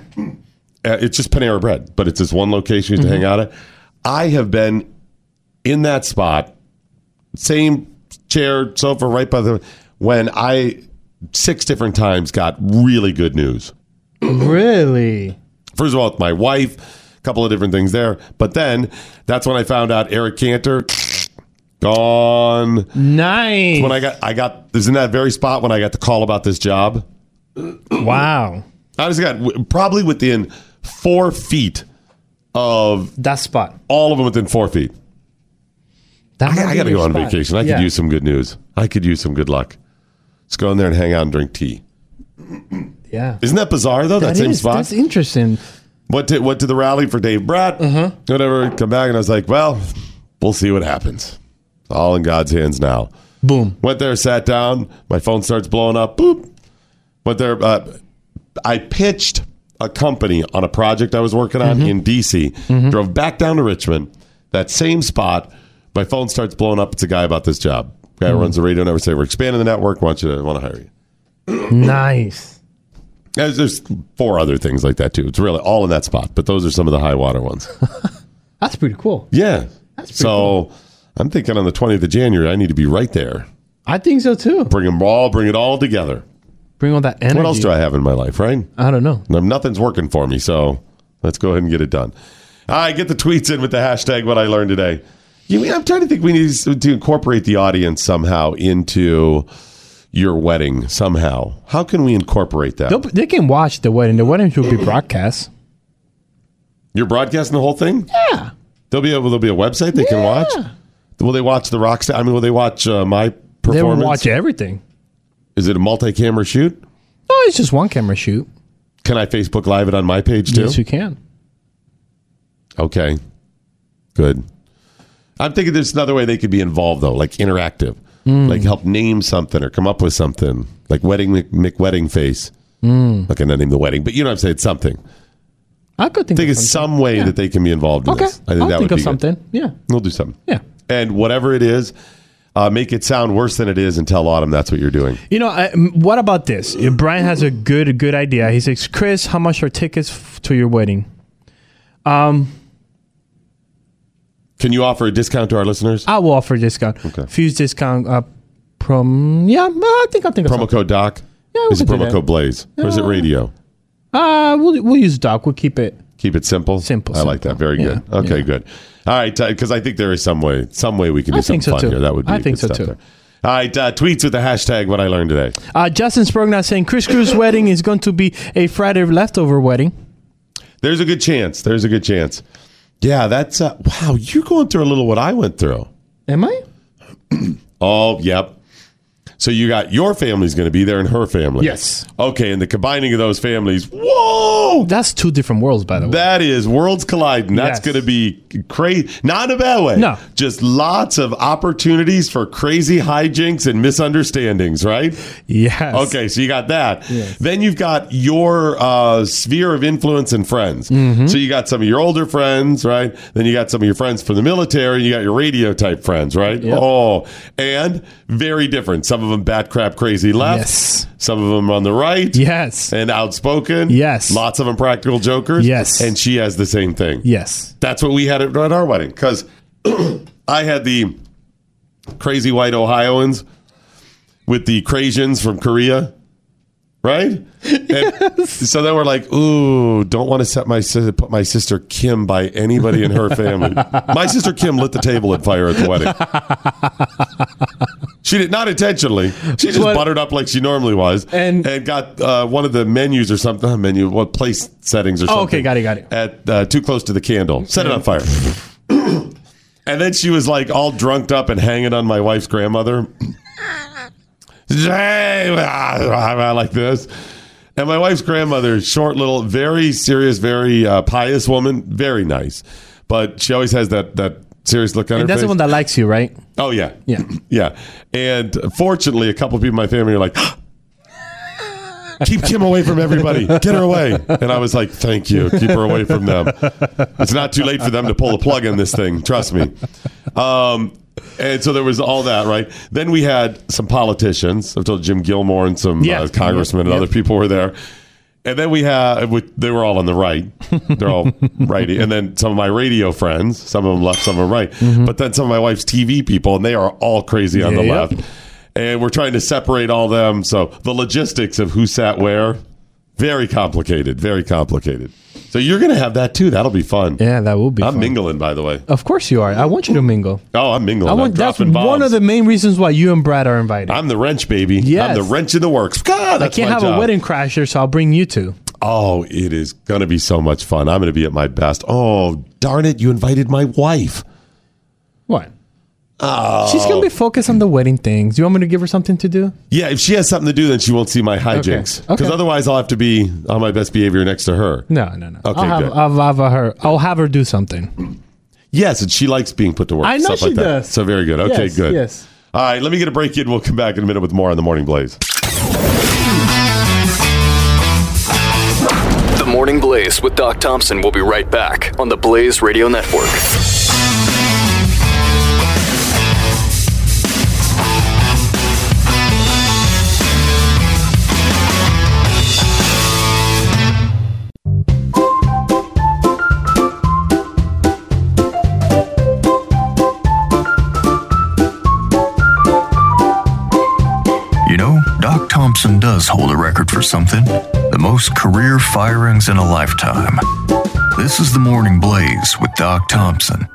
uh, it's just Panera Bread, but it's this one location we used to hang out at. I have been in that spot, same chair, sofa, right by the when I six different times got really good news Really? first of all with my wife, a couple of different things there. But then that's when I found out Eric Cantor gone. Nice. When I got I got it was in that very spot when I got the call about this job. wow. I just got w- probably within four feet of That spot. all of them within four feet. That I, I got to go on vacation. I could use some good news. I could use some good luck. Let's go in there and hang out and drink tea. Yeah. Isn't that bizarre though? That, That same is- spot. That's interesting. went to went to the rally for Dave Bratt. Whatever, come back and I was like, well, we'll see what happens. It's All in God's hands now. Boom. Went there, sat down. My phone starts blowing up. Boop. Went there. Uh, I pitched a company on a project I was working on in DC. Drove back down to Richmond. That same spot. My phone starts blowing up. It's a guy about this job. Guy who runs the radio network. Say we're expanding the network. Want you to want to hire you. nice. There's, there's four other things like that too. It's really all in that spot, but those are some of the high water ones. That's pretty cool. Yeah. pretty so I'm thinking on the 20th of January, I need to be right there. I think so too. Bring them all, bring it all together. Bring all that energy. What else do I have in my life, right? I don't know. Um, Nothing's working for me, so let's go ahead and get it done. All right, get the tweets in with the hashtag what I learned today. You, I'm trying to think we need to incorporate the audience somehow into your wedding somehow. How can we incorporate that? They'll, they can watch the wedding. The wedding should be broadcast. You're broadcasting the whole thing? Yeah. There'll be a, there'll be a website they can watch. Will they watch the rock? I mean, will they watch uh, my They performance? will watch everything. Is it a multi-camera shoot? Oh, it's just one camera shoot. Can I Facebook Live it on my page too? Yes, you can. Okay, good. I'm thinking there's another way they could be involved though, like interactive, Hmm. like help name something or come up with something, like wedding Mc, McWedding face. Hmm. Mm. Okay, not name the wedding, but you know what I'm saying. It's something. I could I think, think of it's something. some way that they can be involved in Okay, this. I think I'll that would think of be good. something. Yeah, We'll do something. yeah. And whatever it is, uh, make it sound worse than it is, and tell Autumn that's what you're doing. You know, I, m- what about this? If Brian has a good, good idea. He says, "Chris, how much are tickets f- to your wedding?" Um, Can you offer a discount to our listeners? I will offer a discount. Fuse discount. Uh, prom. Yeah, I think I think of Promo code Doc. Yeah, we is it could do promo that. code Blaze or is it radio? Uh, we'll we'll use doc. We'll keep it. Keep it simple. Simple. I like that. Very good. Yeah, Okay, yeah. good. All right, because I think there is some way, some way we can do I something think so, fun too. here. That would be I think good so, stuff too. there. All right, uh, tweets with the hashtag what I learned today. Uh, Justin Sprogna saying Chris Crew's wedding is going to be a Friday leftover wedding. There's a good chance. There's a good chance. Yeah, that's uh, wow. You're going through a little what I went through. Am I? Oh, yep. So you got your family's going to be there and her family. Yes. Okay, and the combining of those families. Whoa! That's two different worlds, by the way. That is worlds colliding. That's Yes. going to be crazy. Not in a bad way. No. Just lots of opportunities for crazy hijinks and misunderstandings, right? Yes. Okay, so you got that. Then you've got your uh, sphere of influence and friends. So you got some of your older friends, right? Then you got some of your friends from the military. You got your radio type friends, right? Oh, and very different. Some of them bat crap crazy left. Yes. Some of them on the right. Yes. And outspoken. Yes. Lots of impractical jokers. Yes. And she has the same thing. Yes. That's what we had at, at our wedding because I had the crazy white Ohioans with the Crasians from Korea, right? And So then we're like, ooh, don't want to set my sis- put my sister Kim by anybody in her family. my sister Kim lit the table on fire at the wedding. She did not intentionally. She just buttered up like she normally was, and, got uh, one of the menus or something. uh, Menu, what place settings or something? Oh, okay, got it, got it. At uh, too close to the candle, set it on fire. and then she was like all drunked up and hanging on my wife's grandmother, like this. And my wife's grandmother, short little, very serious, very uh, pious woman, very nice, but she always has that that serious look on her And that's face. the one that likes you, right? Oh yeah, Yeah. yeah. And fortunately, a couple of people in my family are like, "Keep Kim away from everybody. Get her away." And I was like, "Thank you. Keep her away from them. It's not too late for them to pull the plug on this thing. Trust me." Um, and so there was all that, right? Then we had some politicians. I've told Jim Gilmore and some Yeah. uh, congressmen and Yeah. other people were there. And then we had, with- they were all on the right. They're all righty. And then some of my radio friends, some of them left, some of them right. But then some of my wife's TV people, and they are all crazy on the Mm-hmm. Yeah. left. And we're trying to separate all them. So the logistics of who sat where, very complicated, very complicated. So you're going to have that too. That'll be fun. Yeah, that will be. I'm fun. mingling, by the way. Of course you are. I want you to mingle. Oh, I'm mingling. I want. I'm That's dropping bombs. one of the main reasons why you and Brad are invited. I'm the wrench, baby. Yes. I'm the wrench in the works. God, I that's can't my have job. a wedding crasher, so I'll bring you two. Oh, it is going to be so much fun. I'm going to be at my best. Oh, darn it. You invited my wife. What? Oh. She's gonna be focused on the wedding things. You want me to give her something to do? Yeah, if she has something to do, then she won't see my hijinks. Because otherwise, I'll have to be on my best behavior next to her. No, no, no. Okay, I'll have, good. I'll have her. I'll have her do something. Yes, and she likes being put to work. I know stuff she like that. does. So very good. Okay, Yes, good. yes. All right, let me get a break in. We'll come back in a minute with more on the Morning Blaze. The Morning Blaze with Doc Thompson will be right back on the Blaze Radio Network. You know, Doc Thompson does hold a record for something the most career firings in a lifetime. This is the Morning Blaze with Doc Thompson.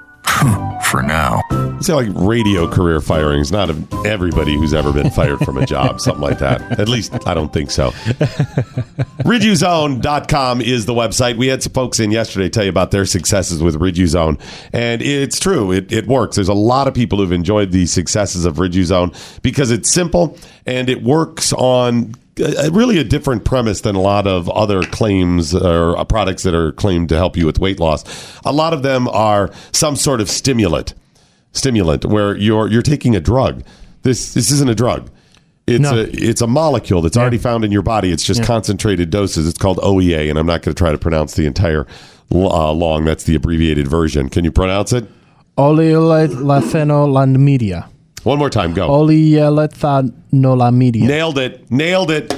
for now. You say like radio career firings, not of everybody who's ever been fired from a job, something like that. At least I don't think so. RidUZone.com is the website. We had some folks in yesterday tell you about their successes with RidUZone. And it's true, it, it works. There's a lot of people who've enjoyed the successes of RidUZone because it's simple and it works on uh, really a different premise than a lot of other claims or uh, products that are claimed to help you with weight loss. A lot of them are some sort of stimulant, stimulant where you're you're taking a drug. This this isn't a drug. It's No. a it's a molecule that's already found in your body. It's just Yeah. concentrated doses. It's called OEA, and I'm not going to try to pronounce the entire uh, long. That's the abbreviated version. Can you pronounce it? Oleolethanolamedia. Oh, One more time. Go. Oleolethanolamedia. Nailed it. Nailed it.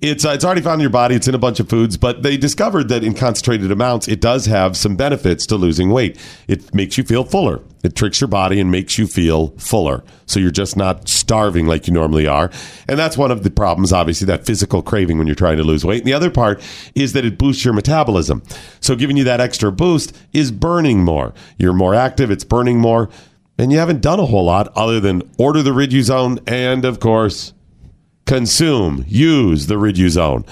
It's uh, it's already found in your body. It's in a bunch of foods, but they discovered that in concentrated amounts, it does have some benefits to losing weight. It makes you feel fuller. It tricks your body and makes you feel fuller. So you're just not starving like you normally are. And that's one of the problems, obviously, that physical craving when you're trying to lose weight. And the other part is that it boosts your metabolism. So giving you that extra boost is burning more. You're more active, it's burning more. And you haven't done a whole lot other than order the Riduzone and, of course, consume, use the Riduzone.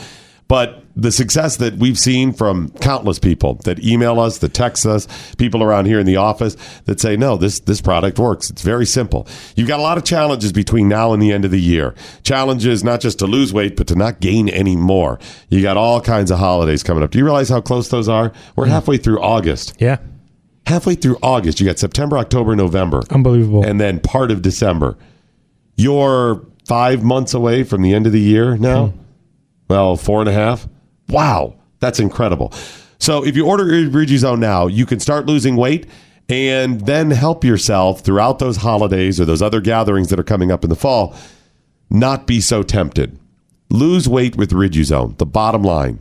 But the success that we've seen from countless people that email us, that text us, people around here in the office that say, no, this, this product works. It's very simple. You've got a lot of challenges between now and the end of the year. Challenges not just to lose weight, but to not gain any more. You got all kinds of holidays coming up. Do you realize how close those are? We're halfway through August. Yeah. Halfway through August. You got September, October, November. Unbelievable. And then part of December. You're five months away from the end of the year now. Well, four and a half. Wow, that's incredible. So if you order Riduzone now, you can start losing weight and then help yourself throughout those holidays or those other gatherings that are coming up in the fall not be so tempted. Lose weight with Riduzone, the bottom line.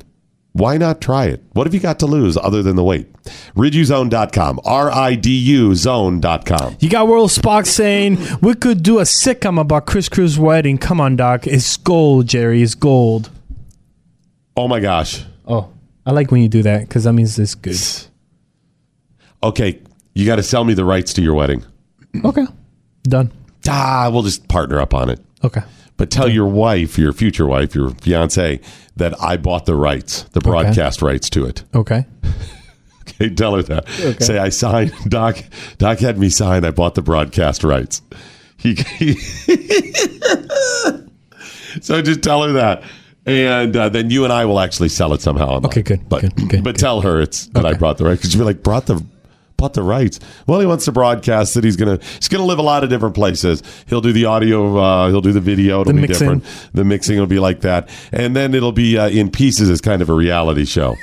Why not try it? What have you got to lose other than the weight? Riduzone.com, R I D U zone.com. You got World Spock saying we could do a sitcom about Chris Crew's wedding. Come on, Doc. It's gold, Jerry. It's gold. Oh my gosh. Oh, I like when you do that because that means it's good. Okay, you got to sell me the rights to your wedding. Okay, done. Ah, we'll just partner up on it. Okay. But tell your wife, your future wife, your fiance, that I bought the rights, the broadcast rights to it. Okay. Okay, tell her that. Okay. Say I signed. Doc, Doc had me sign. I bought the broadcast rights. He, he- so just tell her that, and uh, then you and I will actually sell it somehow. Online. Okay, good, But but tell her it's that I brought the rights because she'll be like brought the bought the rights. Well, he wants to broadcast that he's gonna he's gonna live a lot of different places. He'll do the audio. Uh, he'll do the video. It'll The be mixing. different. The mixing will be like that, and then it'll be uh, in pieces as kind of a reality show.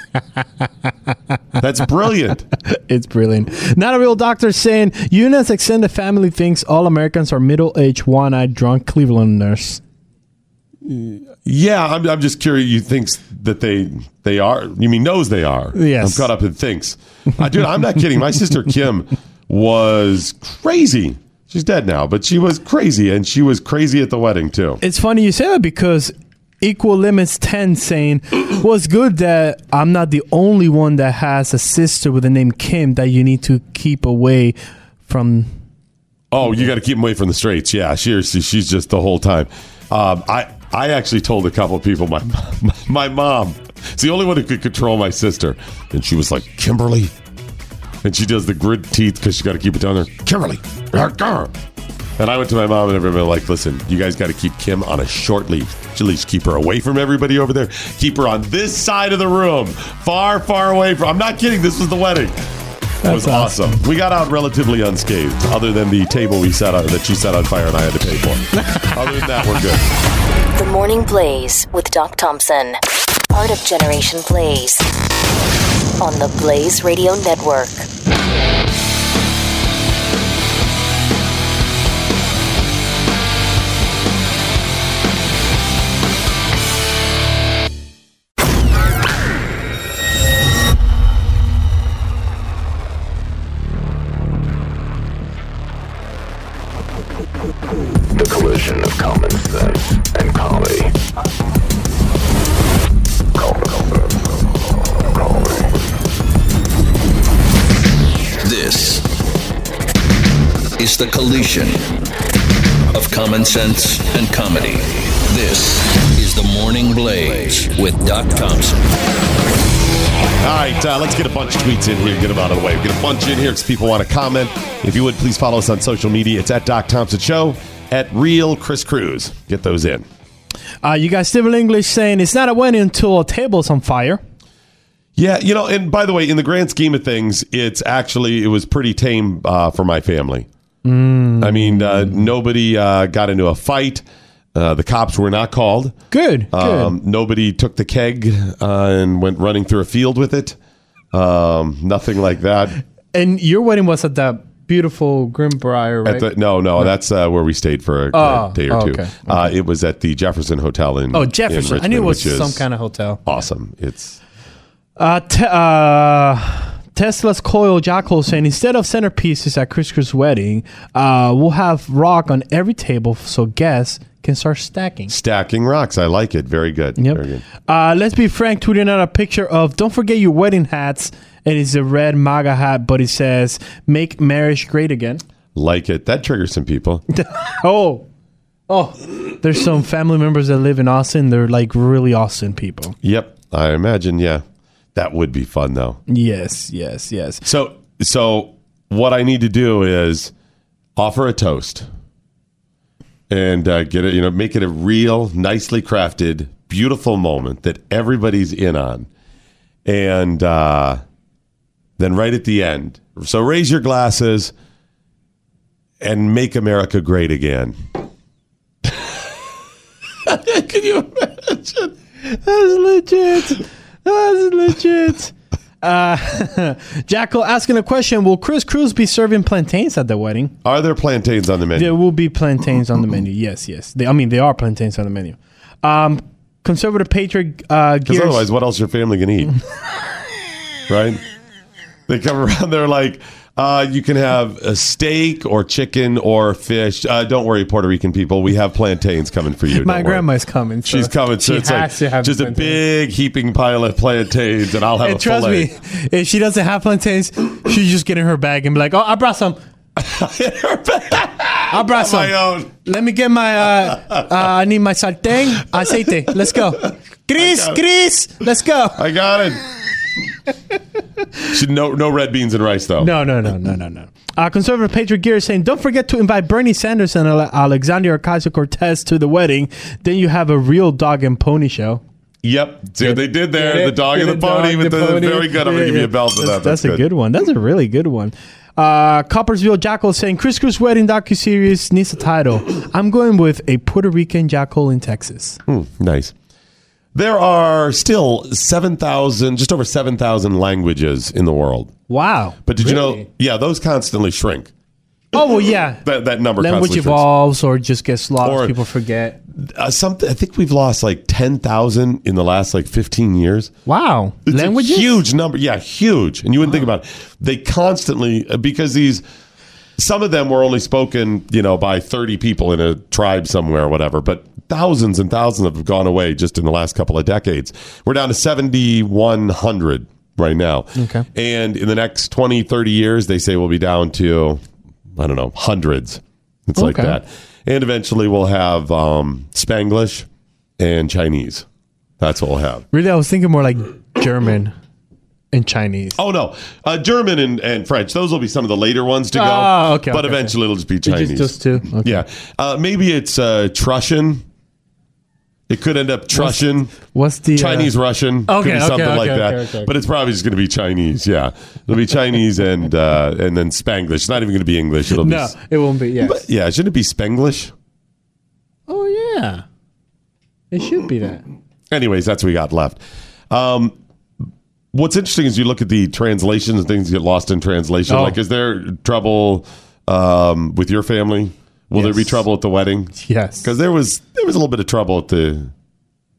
That's brilliant. it's brilliant. Not a real doctor saying Eunice extended family thinks all Americans are middle aged, one eyed, drunk Cleveland nurse. Yeah, I'm, I'm just curious. You thinks that they they are? You mean knows they are? Yes. I'm caught up in thinks. I, dude, I'm not kidding. My sister Kim was crazy. She's dead now, but she was crazy, and she was crazy at the wedding too. It's funny you say that because Equal Limits 10 saying, was good that I'm not the only one that has a sister with the name Kim that you need to keep away from. Oh, you got to keep them away from the straits. Yeah, seriously, she's just the whole time. Um, I I actually told a couple of people my my mom is the only one who could control my sister, and she was like Kimberly, and she does the grid teeth because she got to keep it down there. Kimberly, and I went to my mom and everybody was like, listen, you guys got to keep Kim on a short leash. At least keep her away from everybody over there. Keep her on this side of the room, far far away from. I'm not kidding. This was the wedding. That was awesome. We got out relatively unscathed, other than the table we set on, that she set on fire and I had to pay for. other than that, we're good. The Morning Blaze with Doc Thompson. Part of Generation Blaze. On the Blaze Radio Network. The collision of common sense and comedy. This is the collision of common sense and comedy. This is the Morning Blaze with Doc Thompson. All right, uh, let's get a bunch of tweets in here, get them out of the way. Get a bunch in here because people want to comment. If you would, please follow us on social media. It's at Doc Thompson Show, at Real Chris Cruz. Get those in. Uh, you got Stephen English saying, it's not a wedding until a table's on fire. Yeah, you know, and by the way, in the grand scheme of things, it's actually it was pretty tame uh, for my family. I mean, uh, nobody uh, got into a fight. Uh, the cops were not called. Good. Um, Nobody took the keg uh, and went running through a field with it. Um, nothing like that. And your wedding was at that beautiful Grimbrier, right? At the, no, no, that's uh, where we stayed for a, a Oh, day or oh, two. okay. Uh, it was at the Jefferson Hotel in oh, Jefferson. in I knew it Richmond, was which is some kind of hotel. Awesome. It's Uh, te- uh, Tesla's Coil Jackal saying instead of centerpieces at Chris Chris' wedding, uh, we'll have rock on every table so guests can start stacking. stacking rocks. I like it. Very good. Very good. Uh, let's be frank, tweeting out a picture of don't forget your wedding hats. And it's a red MAGA hat, but it says make marriage great again. Like it. That triggers some people. oh, oh, there's some family members that live in Austin. They're like really Austin people. Yep. I imagine. Yeah. That would be fun though. Yes, yes, yes. So, so what I need to do is offer a toast and uh, get it. You know, make it a real, nicely crafted, beautiful moment that everybody's in on, and uh, then right at the end. So raise your glasses and make America great again. Can you imagine? That's legit. That's legit. Uh, Jackal asking a question Will Chris Cruz be serving plantains at the wedding? Are there plantains on the menu? There will be plantains on the menu. Yes, yes. They, I mean, they are plantains on the menu. Um, conservative patriot uh, Because Gears. otherwise, what else your family can eat? right? They come around, they're like, uh, you can have a steak or chicken or fish. Uh, don't worry, Puerto Rican people. We have plantains coming for you. don't my worry. grandma's coming. so She's coming. So she it's has to like have just a big heaping pile of plantains, and I'll have And a trust fillet. me, if she doesn't have plantains, she's just get in her bag and be like, "Oh, I brought some. I brought some. my own. Let me get my. Uh, uh, I need my sartén, aceite. Let's go, Chris. I got it. Chris, let's go. I got it. She- no, no red beans and rice, though. No, no, no, no, no, no. Uh, conservative Patriot Gear is saying, don't forget to invite Bernie Sanders and Ale- Alexandria Ocasio Cortez to the wedding. Then you have a real dog and pony show. Yep. See what they did there. Yeah, the dog yeah, and the, pony. dog, With the the, pony. Very good. I'm going to Yeah, give you yeah. a belt for that. That's, that's a good one. That's a really good one. Uh, Coppersville Jackal saying Chris Cruz wedding docu series needs a title. I'm going with a Puerto Rican jackal in Texas. Hmm, nice. There are still 7,000, just over 7,000 languages in the world. Wow. But did you know? Yeah, those constantly shrink. Oh well, yeah. That, that number Language constantly evolves or just gets lost. Or- People forget. shrinks. Uh, something, I think we've lost like 10,000 in the last like 15 years. Wow. It's languages? huge number. Yeah, huge. And you wouldn't think about it. They constantly, uh, because these, some of them were only spoken, you know, by 30 people in a tribe somewhere or whatever, but thousands and thousands have gone away just in the last couple of decades. We're down to 7,100 right now. Okay. And in the next 20, 30 years, they say we'll be down to, I don't know, hundreds. It's like Okay. that. And eventually we'll have um, Spanglish and Chinese. That's what we'll have. Really, I was thinking more like German and Chinese. Oh no, uh, German and, and French. Those will be some of the later ones to go. Ah, okay, but okay, eventually it'll just be just- Chinese. just two? Yeah, uh, maybe it's uh, Trussian. It could end up Trussian. What's the uh, Chinese Russian? Okay, could be okay, something okay, like okay, that. okay, okay. But it's probably just going to be Chinese. Yeah, it'll be Chinese and uh, and then Spanglish. It's not even going to be English. It'll No, be it won't be. Yeah. but yeah. Shouldn't it be Spanglish? oh yeah. It should be that. Anyways, that's what we got left. Um, what's interesting is you look at the translations and things get lost in translation. Oh. Like, is there trouble um, with your family? Will there be Yes. trouble at the wedding? Yes. because there was there was a little bit of trouble at the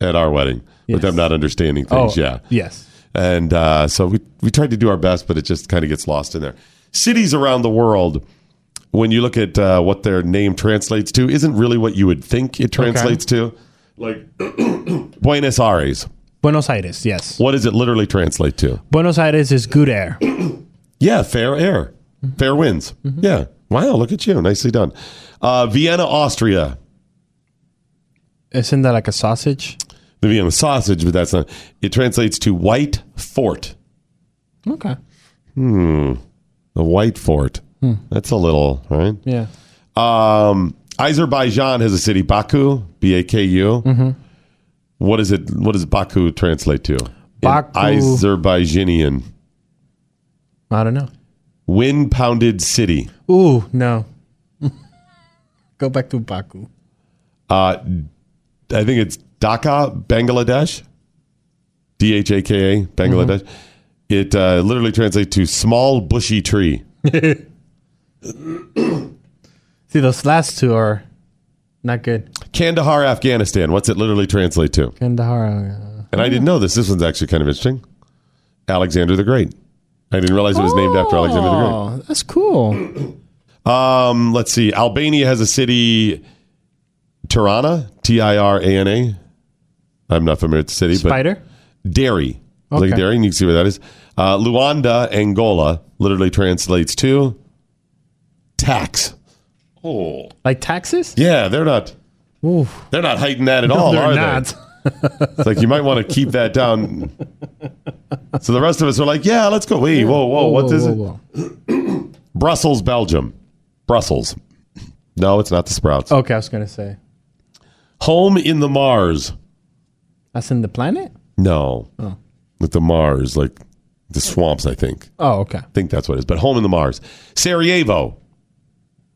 at our wedding with them not understanding things. Oh, yeah, yes. and uh, so we we tried to do our best, but it just kind of gets lost in there. Cities around the world, when you look at uh, what their name translates to, isn't really what you would think it translates to. Like Buenos Aires. Buenos Aires, yes. What does it literally translate to? Buenos Aires is good air. Yeah, fair air, fair winds. Mm-hmm. Yeah. Wow, look at you. Nicely done. Uh, Vienna, Austria. Isn't that like a sausage? The Vienna sausage, but that's not. It translates to white fort. Okay. Hmm. The white fort. Hmm. That's a little, right? Yeah. Um, Azerbaijan has a city, Baku, B A K U. Mhm. What is it? What does Baku translate to? Baku- In Azerbaijanian. I don't know. Wind pounded city. Ooh, no. Go back to Baku. Uh, I think it's Dhaka, Bangladesh. D H A K A, Bangladesh. It uh, literally translates to small bushy tree. See, those last two are not good. Kandahar, Afghanistan. What's it literally translate to? Kandahar. And I didn't know this. This one's actually kind of interesting. Alexander the Great. I didn't realize it was named after Alexander the Great. Oh, that's cool. Um, let's see. Albania has a city, Tirana, T I R A N A. I'm not familiar with the city, Spider? but Derry. It's Like Okay. Derry, and you can see where that is. Uh, Luanda, Angola, literally translates to tax. Oh, like taxes? Yeah, they're not. Ooh. They're not hiding that at No, all, they're are not. they? It's like you might want to keep that down. So the rest of us are like, yeah, let's go. Wait, whoa, whoa, Whoa, what whoa, is whoa, it? whoa. Brussels, Belgium. Brussels. No, it's not the Sprouts. Okay, I was gonna say Home in the Mars. that's in the planet. No. Oh. Like the Mars, like the swamps, I think. Oh, okay. I think that's what it is. But home in the Mars. Sarajevo.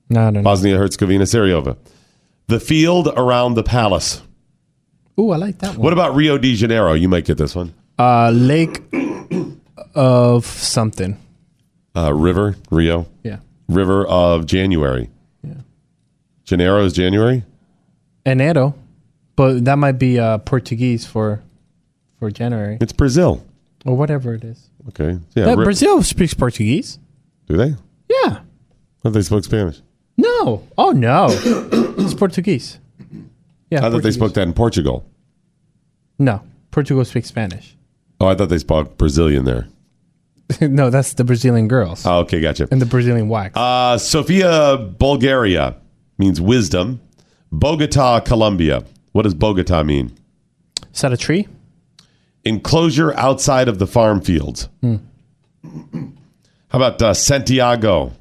No, no, no. Bosnia Herzegovina, Sarajevo. The field around the palace. Ooh, I like that one. What about Rio de Janeiro? You might get this one. Uh, lake of something. Uh, River, Rio. Yeah. River of January. Yeah. Janeiro is January? Enero, but that might be uh, Portuguese for for January It's Brazil. or whatever it is. Okay. Yeah. That- Ri- Brazil speaks Portuguese. Do they? Yeah. But they spoke Spanish. No. Oh no. it's Portuguese. Yeah. I thought they Portuguese. spoke that in Portugal. No, Portugal speaks Spanish. Oh, I thought they spoke Brazilian there. no, that's the Brazilian girls Oh, okay, gotcha. and the Brazilian wax. Uh, Sofia, Bulgaria means wisdom. Bogota, Colombia. What does Bogota mean? Is that a tree? Enclosure outside of the farm fields. Hmm. How about uh, Santiago,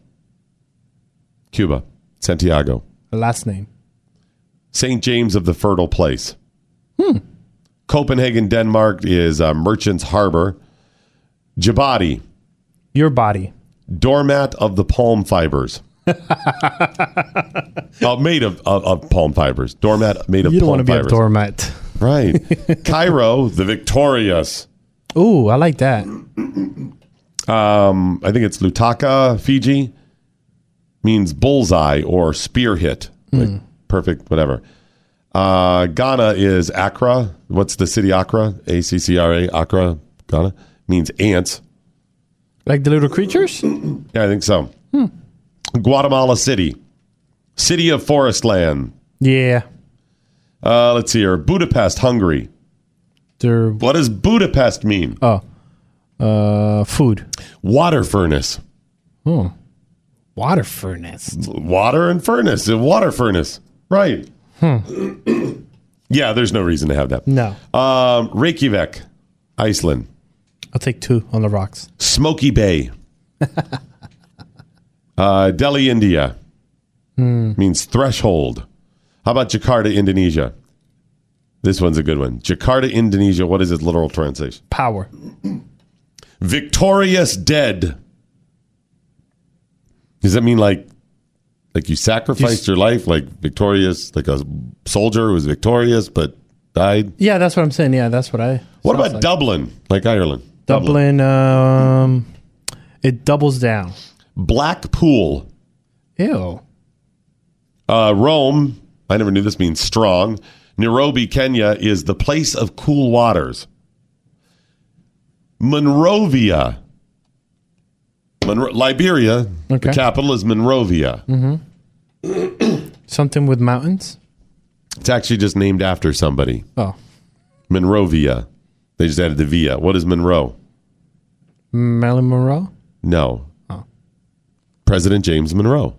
Cuba? Santiago. A last name. St. James of the Fertile Place. Hmm. Copenhagen, Denmark is uh, Merchant's Harbor. Djibouti. Your body. Doormat of the palm fibers. uh, made of, of, of palm fibers. Doormat made of you don't palm want to be fibers. a doormat. Right. Cairo, the victorious. Ooh, I like that. Um, I think it's Lutaka, Fiji, means bullseye or spear hit. Like perfect, whatever. Uh, Ghana is Accra. What's the city Accra? A C C R A, Accra, Ghana. Means ants. Like the little creatures? Yeah, I think so. Guatemala City, city of forest land. Yeah. Uh, let's see here. Budapest, Hungary. They're What does Budapest mean? oh. Uh food. Water furnace. Oh. Water furnace. Water and furnace. A water furnace. Right. yeah, there's no reason to have that. No. Um, Reykjavik, Iceland. I'll take two on the rocks. Smoky Bay. uh, Delhi, India. Hmm. Means threshold. How about Jakarta, Indonesia? This one's a good one. Jakarta, Indonesia. What is its literal translation? Power. Victorious dead. Does that mean like like you sacrificed your life like victorious like a soldier who was victorious but died? Yeah, that's what I'm saying. Yeah, that's what I What sounds about like. Dublin? Like Ireland. Dublin? Um it doubles down. Blackpool. Ew. Uh, Rome, I never knew this means strong. Nairobi, Kenya is the place of cool waters. Monrovia. Monro- Liberia, Okay. the capital is Monrovia. Mm-hmm. Something with mountains? It's actually just named after somebody. Oh. Monrovia. They just added the via. What is Monroe? Marilyn Monroe? No. Oh. President James Monroe.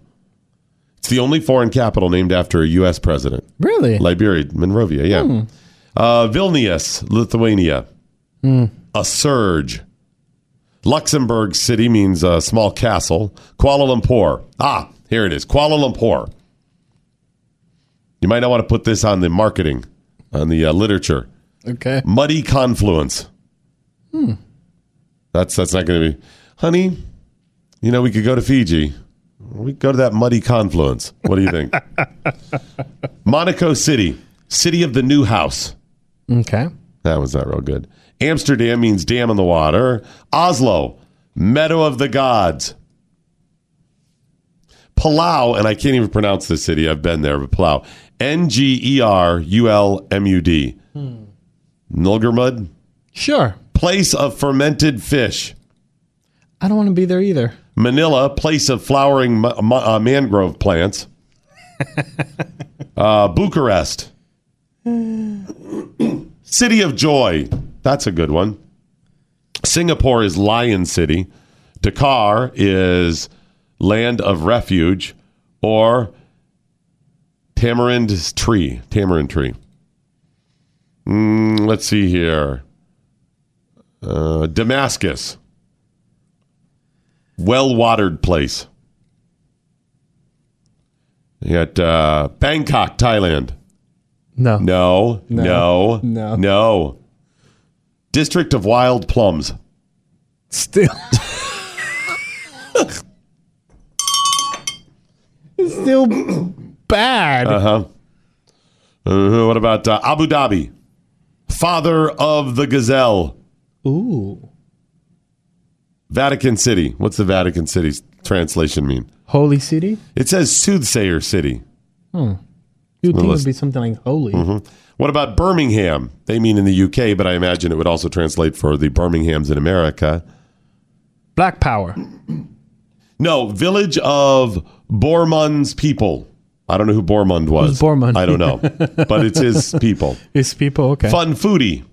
It's the only foreign capital named after a U.S. president. Really? Liberia, Monrovia, yeah. Hmm. Uh, Vilnius, Lithuania. Hmm. A surge. Luxembourg City means a small castle. Kuala Lumpur. Ah, here it is. Kuala Lumpur. You might not want to put this on the marketing, on the uh, literature. Okay. Muddy confluence. Hmm. That's that's not going to be, honey. You know we could go to Fiji. We could go to that muddy confluence. What do you think? Monaco City, city of the new house. Okay. That was not real good. Amsterdam means dam in the water. Oslo, meadow of the gods. Palau, and I can't even pronounce this city. I've been there, but Palau. N G E R U L M U D. Nulgermud? Sure. Place of fermented fish. I don't want to be there either. Manila, place of flowering ma- ma- uh, mangrove plants. uh, Bucharest, city of joy. That's a good one. Singapore is Lion City. Dakar is land of refuge or tamarind tree. Tamarind tree. Mm, let's see here. Uh, Damascus well watered place. You got uh, Bangkok, Thailand. No. No. No. No. No. No. District of Wild Plums. Still. It's still bad. Uh huh. Uh, what about uh, Abu Dhabi? Father of the Gazelle. Ooh. Vatican City. What's the Vatican City's translation mean? Holy city? It says Soothsayer City. Hmm. You'd think it Unless- would be something like holy. Mhm. What about Birmingham? They mean in the UK, but I imagine it would also translate for the Birminghams in America. Black power. No, village of Bormund's people. I don't know who Bormund was. Who's Bormund? I don't know, but it's his people. It's people, okay. Fun foodie.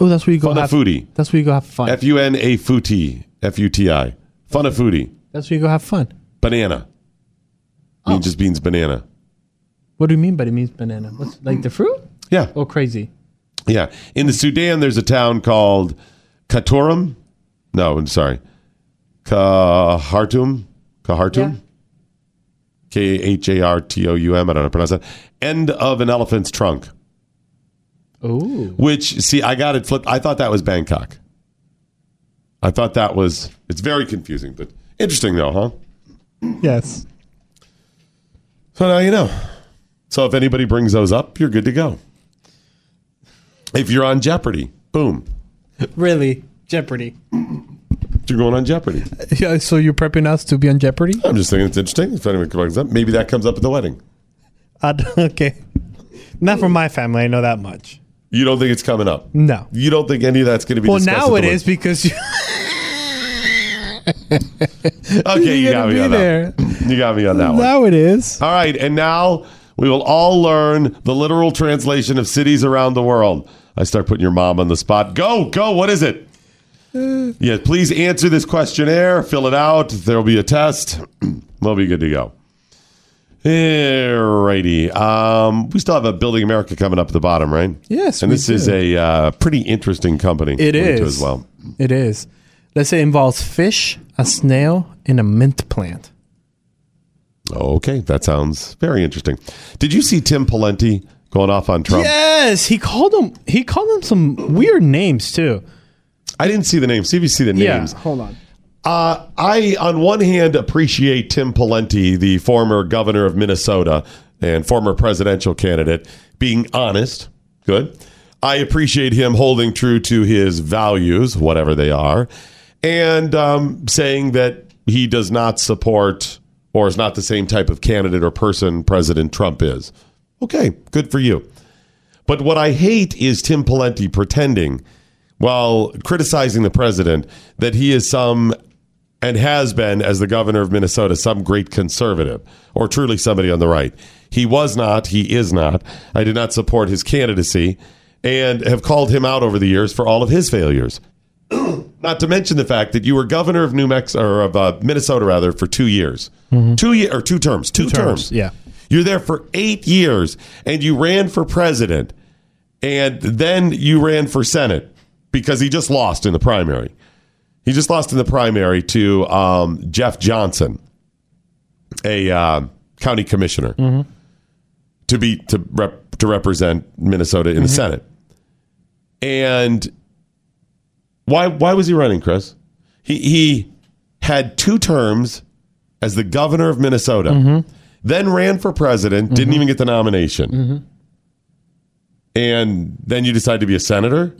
Oh, that's where you go Fun have foodie. That's where you go have fun. F U N A Futi. F U T I. Fun a foodie. That's where you go have fun. Banana. Mean just means banana. What do you mean by it means banana? What's like the fruit? Yeah. Or crazy. Yeah. In the Sudan, there's a town called Katurum. No, I'm sorry. Khartoum. Khartoum. K H A R T O U M. I don't know how to pronounce that. End of an elephant's trunk. Ooh. Which, see, I got it flipped. I thought that was Bangkok. I thought that was. It's very confusing, but interesting, though, huh? Yes. So now you know. So if anybody brings those up, you're good to go. If you're on Jeopardy, boom, Really? Jeopardy. you're going on Jeopardy. Yeah, so you're prepping us to be on Jeopardy? I'm just thinking it's interesting. If anyone brings up, maybe that comes up at the wedding. I'd, okay. Not for my family, I know that much. You don't think it's coming up? No. You don't think any of that's going to be? Well, discussed now at it the is because you. wedding. Okay, you You're got gonna me be on that. one. You got me on that one. Now it is. All right, and now we will all learn the literal translation of cities around the world. I start putting your mom on the spot. Go, go. What is it? Yeah, please answer this questionnaire, fill it out. There will be a test. we'll be good to go. Alrighty. Um, we still have a Building America coming up at the bottom, right? Yes, And we this is do. a uh, pretty interesting company. It to is. as well. It is. Let's say it involves fish, a snail, and a mint plant. Okay, that sounds very interesting. Did you see Tim Pawlenty going off on Trump? Yes, he called him. He called him some weird names too. I didn't see the names. See if you see the names. Yeah, hold on. Uh, I, on one hand, appreciate Tim Pawlenty, the former governor of Minnesota and former presidential candidate, being honest. Good. I appreciate him holding true to his values, whatever they are, and um, saying that he does not support or is not the same type of candidate or person President Trump is. Okay, good for you. But what I hate is Tim Pawlenty pretending, while criticizing the president, that he is some and has been, as the governor of Minnesota, some great conservative or truly somebody on the right. He was not. He is not. I did not support his candidacy and have called him out over the years for all of his failures. not to mention the fact that you were governor of New Mexico or of uh, Minnesota rather for two years, two year or two terms, Mm-hmm. two, terms. yeah. You're there for eight years and you ran for president and then you ran for Senate because he just lost in the primary. He just lost in the primary to um, Jeff Johnson, a uh, county commissioner, to be to rep, to represent Minnesota in the Senate. And why why was he running, Chris? He he had two terms as the governor of Minnesota, then ran for president, didn't even get the nomination, and then you decide to be a senator.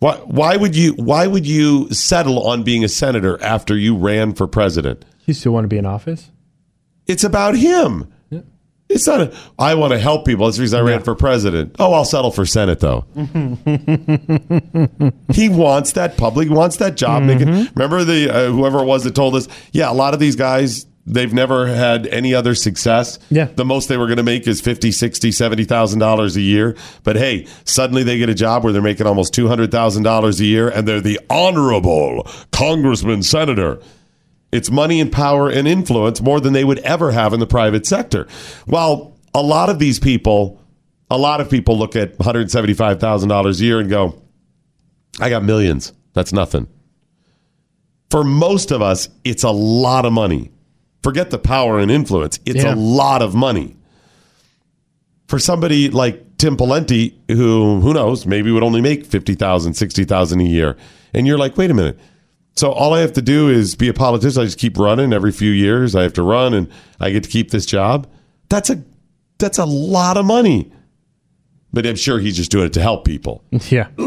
Why why would you why would you settle on being a senator after you ran for president? You still want to be in office? It's about him. It's not. A, I want to help people. That's the reason I ran for president. Oh, I'll settle for senate though. he wants that public. He wants that job. They can- remember the uh, whoever it was that told us. Yeah, a lot of these guys. They've never had any other success. Yeah. The most they were going to make is 50, 60, 70,000 dollars a year. But hey, suddenly they get a job where they're making almost $200,000 a year and they're the honorable congressman senator. It's money and power and influence more than they would ever have in the private sector. While a lot of these people, a lot of people look at $175,000 a year and go, I got millions. That's nothing. For most of us, it's a lot of money. Forget the power and influence. It's Yeah. a lot of money. For somebody like Tim Pawlenty, who who knows, maybe would only make 50,000, 60,000 a year. And you're like, "Wait a minute. So all I have to do is be a politician. I just keep running every few years. I have to run and I get to keep this job." That's a that's a lot of money. But I'm sure he's just doing it to help people. Yeah.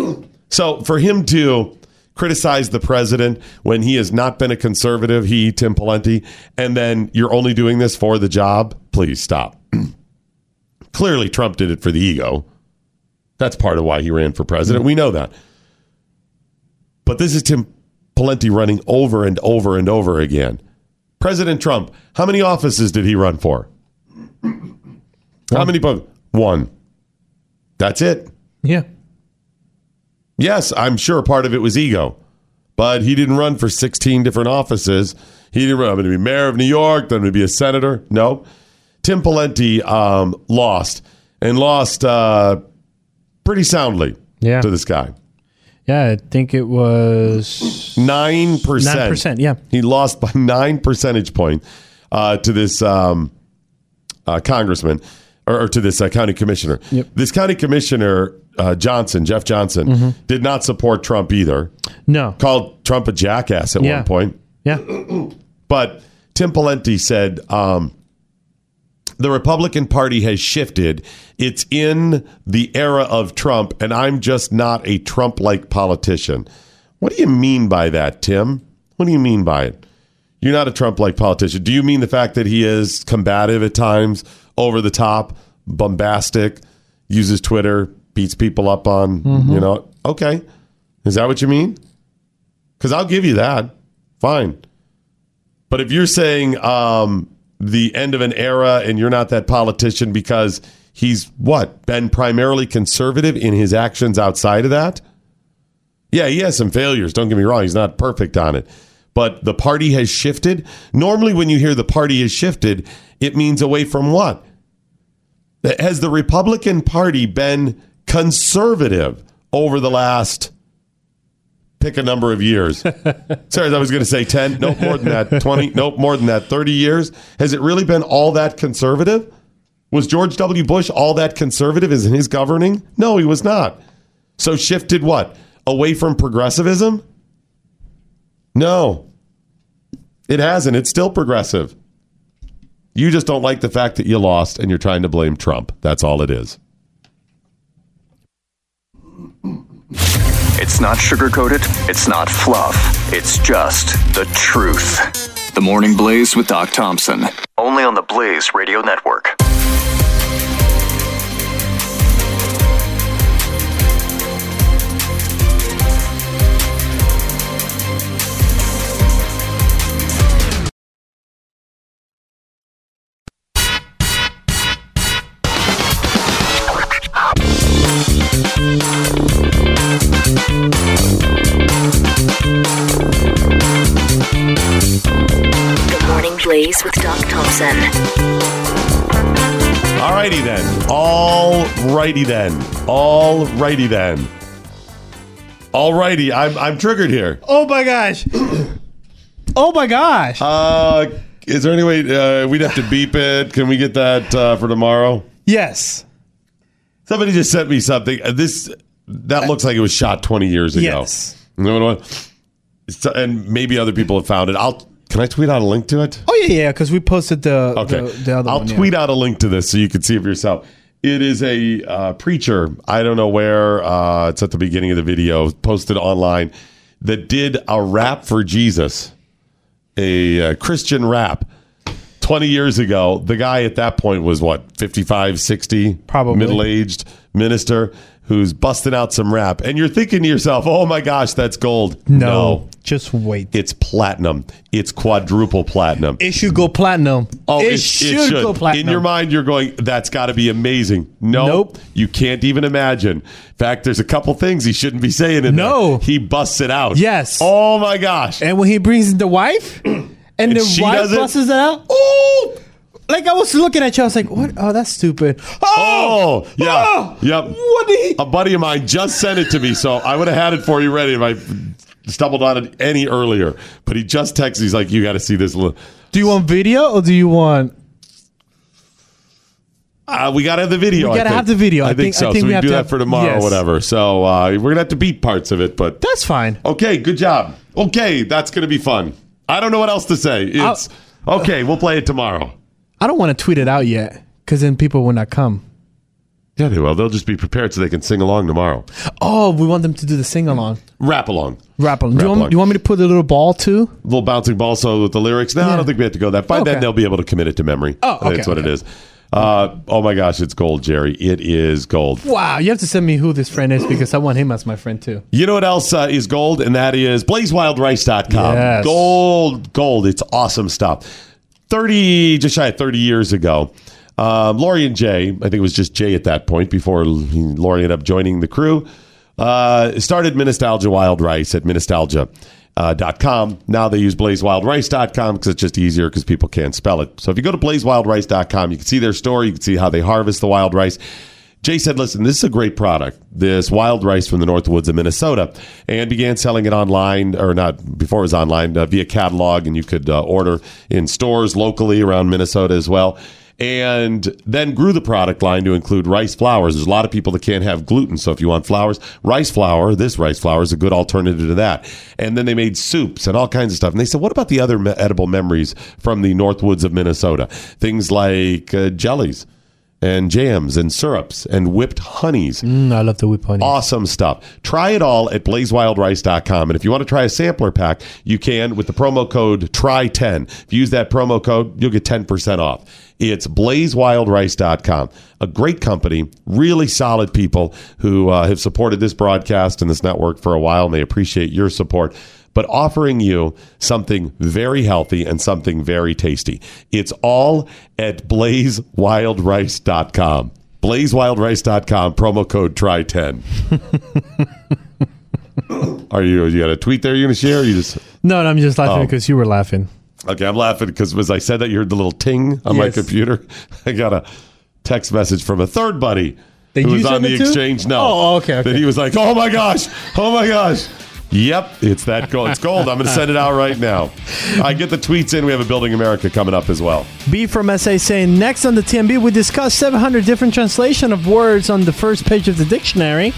So for him to criticize the president when he has not been a conservative, he, Tim Pawlenty, and then you're only doing this for the job, please stop. Clearly, Trump did it for the ego. That's part of why he ran for president. We know that. But this is Tim Pawlenty running over and over and over again. President Trump, how many offices did he run for? How many? pub- One. That's it. Yeah. Yes, I'm sure part of it was ego, but he didn't run for 16 different offices. He didn't run. I'm going to be mayor of New York. Then I'm going to be a senator. No, Tim Pawlenty um, lost and lost uh, pretty soundly. Yeah. to this guy, Yeah, I think it was nine percent. 9%, yeah. he lost by nine percentage point uh, to this um, uh, congressman or, or to this uh, county commissioner. This county commissioner uh, Johnson, Jeff Johnson, Mhm. did not support Trump either. No. called Trump a jackass at Yeah. one point. Yeah. But Tim Pawlenty said um, the Republican Party has shifted. It's in the era of Trump, and I'm just not a Trump like politician. What do you mean by that, Tim? What do you mean by it? You're not a Trump like politician. Do you mean the fact that he is combative at times, over the top, bombastic, uses Twitter, beats people up on, you know? Okay. Is that what you mean? Because I'll give you that. Fine. But if you're saying um, the end of an era and you're not that politician because he's what been primarily conservative in his actions outside of that, yeah, he has some failures. Don't get me wrong; he's not perfect on it. But the party has shifted. Normally, when you hear the party has shifted, it means away from what? Has the Republican Party been conservative over the last pick a number of years. Sorry, I was going to say 10. Nope, more than that. 20. Nope, more than that. 30 years. Has it really been all that conservative? Was George W. Bush all that conservative as in his governing? No, he was not. So shifted what? Away from progressivism? No. It hasn't. It's still progressive. You just don't like the fact that you lost and you're trying to blame Trump. That's all it is. It's not sugarcoated. It's not fluff. It's just the truth. The Morning Blaze with Doc Thompson. Only on the Blaze Radio Network. The Morning Blaze with Doc Thompson. Alrighty then. All righty then. All righty then. Alrighty, I'm I'm triggered here. Oh my gosh. oh my gosh. Uh, is there any way uh, we'd have to beep it? Can we get that uh, for tomorrow? Yes. Somebody just sent me something. Uh, This that looks like it was shot 20 years ago. Yes. And maybe other people have found it. I'll can I tweet out a link to it? Oh yeah, yeah, because we posted the Okay. the, the other I'll one. yeah. tweet out a link to this so you can see it for yourself. It is a uh, preacher, I don't know where, uh, it's at the beginning of the video, posted online, that did a rap for Jesus, a uh, Christian rap. 20 years ago, the guy at that point was what, 55, 60? Probably. Middle aged minister who's busting out some rap. And you're thinking to yourself, oh my gosh, that's gold. No, Just wait. It's platinum. It's quadruple platinum. It should go platinum. Oh, it, should, go platinum. In your mind, you're going, that's got to be amazing. No, you can't even imagine. In fact, there's a couple things he shouldn't be saying in no. He busts it out. Yes. Oh my gosh. And when he brings the wife, and, And the she wife doesn't- busts it out. Oh, like I was looking at you, I was like, "What? Oh, that's stupid." Oh, yeah, yep. A buddy of mine just sent it to me, so I would have had it for you ready if I stumbled on it any earlier. But he just texted. He's like, "You got to see this." li- Do you want video or do you want? Uh, we got to have the video. We gotta I think. have the video. I, I think, think- so. I think so we we, have do to that have- for tomorrow, yes. or whatever. So uh, we're gonna have to beat parts of it, but that's fine. Okay, good job. Okay, that's gonna be fun. I don't know what else to say. It's okay. We'll play it tomorrow. I don't want to tweet it out yet, because then people will not come. Yeah, they will. They'll just be prepared so they can sing along tomorrow. Oh, we want them to do the sing along. Rap along. Rap along. Do you, Rap want, along. do you want me to put a little ball too? little bouncing ball so with the lyrics. No, I don't think we have to go that. By Okay. then, they'll be able to commit it to memory. Oh, okay, that's what it is. Uh, oh my gosh, it's gold, Jerry. It is gold. Wow, you have to send me who this friend is because I want him as my friend too. You know what else uh, is gold, and that is blazewildrice.com. Yes. Gold, gold. It's awesome stuff. 30, just shy of 30 years ago, um, Lori and Jay, I think it was just Jay at that point before Lori ended up joining the crew, uh, started Minostalgia Wild Rice at minostalgia.com. Uh, dot com. now they use blazewildrice.com because it's just easier because people can't spell it. So if you go to blazewildrice.com, you can see their store, you can see how they harvest the wild rice. Jay said, listen, this is a great product, this wild rice from the North Woods of Minnesota, and began selling it online, or not before it was online, uh, via catalog, and you could uh, order in stores locally around Minnesota as well. And then grew the product line to include rice flours. There's a lot of people that can't have gluten, so if you want flours, rice flour, this rice flour is a good alternative to that. And then they made soups and all kinds of stuff. And they said, what about the other me- edible memories from the North Woods of Minnesota? Things like uh, jellies and jams and syrups and whipped honeys. Mm, I love the whip honey. Awesome stuff. Try it all at blazewildrice.com. And if you want to try a sampler pack, you can with the promo code TRY10. If you use that promo code, you'll get 10% off. It's blazewildrice.com. A great company, really solid people who uh, have supported this broadcast and this network for a while, and they appreciate your support but offering you something very healthy and something very tasty. It's all at blazewildrice.com. Blazewildrice.com, promo code TRY10. are you, you got a tweet there you're going to share? or you just. No, no, I'm just laughing Oh. because you were laughing. Okay, I'm laughing because as I said that, you heard the little ting on my Yes. computer. I got a text message from a third buddy That who you was sent on it the to? exchange. No. Oh, okay, okay. That he was like, oh my gosh, oh my gosh. Yep, it's that gold. It's gold. I'm going to send it out right now. I get the tweets in. We have a Building America coming up as well. B from SA saying next on the TMB we discuss 700 different translation of words on the first page of the dictionary.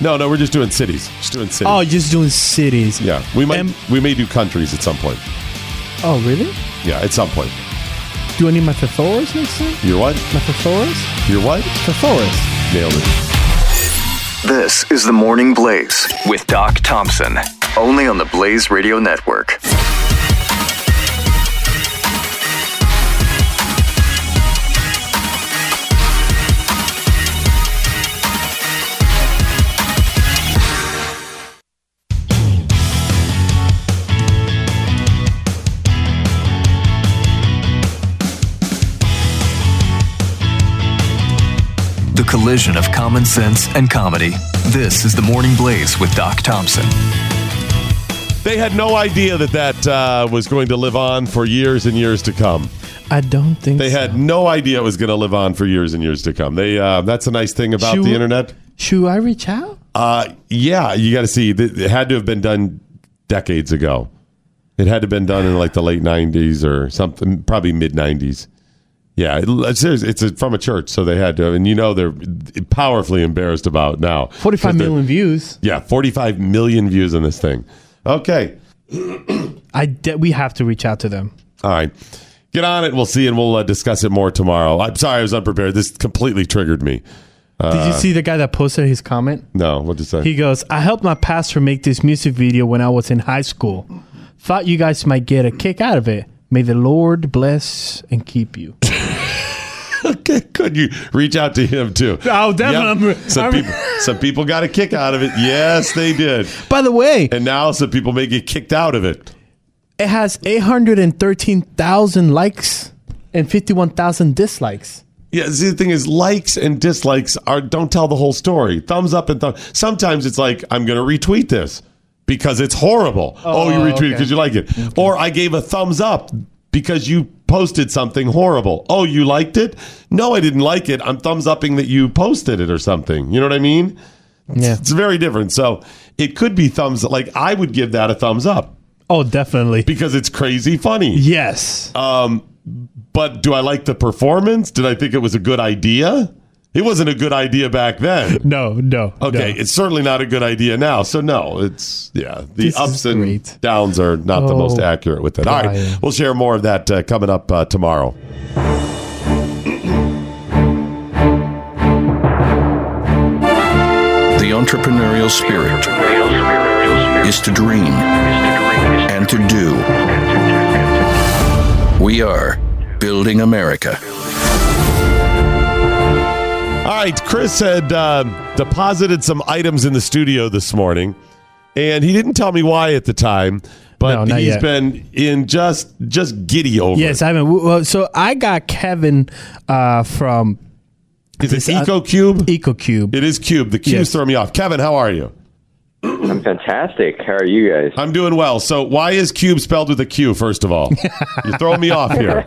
No, no, we're just doing cities. Just doing cities. Oh, just doing cities. yeah. We might we may do countries at some point. Oh, really? Yeah, at some point. Do I need my thesaurus next time? You're what? My thesaurus? You're what? Thesaurus. Nailed it. This is The Morning Blaze with Doc Thompson, only on the Blaze Radio Network. The collision of common sense and comedy. This is The Morning Blaze with Doc Thompson. They had no idea that that uh, was going to live on for years and years to come. I don't think They had no idea it was going to live on for years and years to come. They uh, that's a nice thing about Should the we- internet. Should I reach out? Uh, yeah, you got to see th- it had to have been done decades ago. It had to have been done in like the late '90s or something, probably mid '90s. Yeah, it, it's, it's a- from a church, so they had to. And you know, they're powerfully embarrassed about now. 45 million views. Yeah, 45 million views on this thing. Okay. I de- we have to reach out to them. All right. Get on it. We'll see, and we'll uh, discuss it more tomorrow. I'm sorry I was unprepared. This completely triggered me. Did you see the guy that posted his comment? No, what did you say? He goes, I helped my pastor make this music video when I was in high school. Thought you guys might get a kick out of it. May the Lord bless and keep you. okay, good. You reach out to him too. Oh, definitely. Yep. Some people, some people got a kick out of it. Yes, they did. By the way, and now some people may get kicked out of it. It has 813,000 likes and 51,000 dislikes. Yeah, see, the thing is, likes and dislikes are don't tell the whole story. Thumbs up and thumb. Sometimes it's like I'm going to retweet this because it's horrible. Oh, Oh, you retweeted okay. because you like it, or I gave a thumbs up because you posted something horrible. Oh, you liked it? No, I didn't like it. I'm thumbs upping that you posted it or something. You know what I mean? Yeah, it's very different. So it could be thumbs. Like I would give that a thumbs up. Oh, definitely because it's crazy funny. Yes. Um, but do I like the performance? Did I think it was a good idea? It wasn't a good idea back then. No, no. Okay, it's certainly not a good idea now. So no, it's yeah, the ups and downs are not the most Oh, accurate with it. All right, Brian. we'll share more of that uh, coming up uh, tomorrow. The entrepreneurial spirit is to dream and to do. We are building America. All right, Chris had uh, deposited some items in the studio this morning, and he didn't tell me why at the time, but not he's yet. been in just just giddy over. Yes, I mean, well, so I got Kevin uh, from. Is this, it Eco Cube? Eco Cube. It is Cube. The Q's Yes. throw me off. Kevin, how are you? I'm fantastic. How are you guys? I'm doing well. So why is Cube spelled with a Q? First of all, you throw me off here.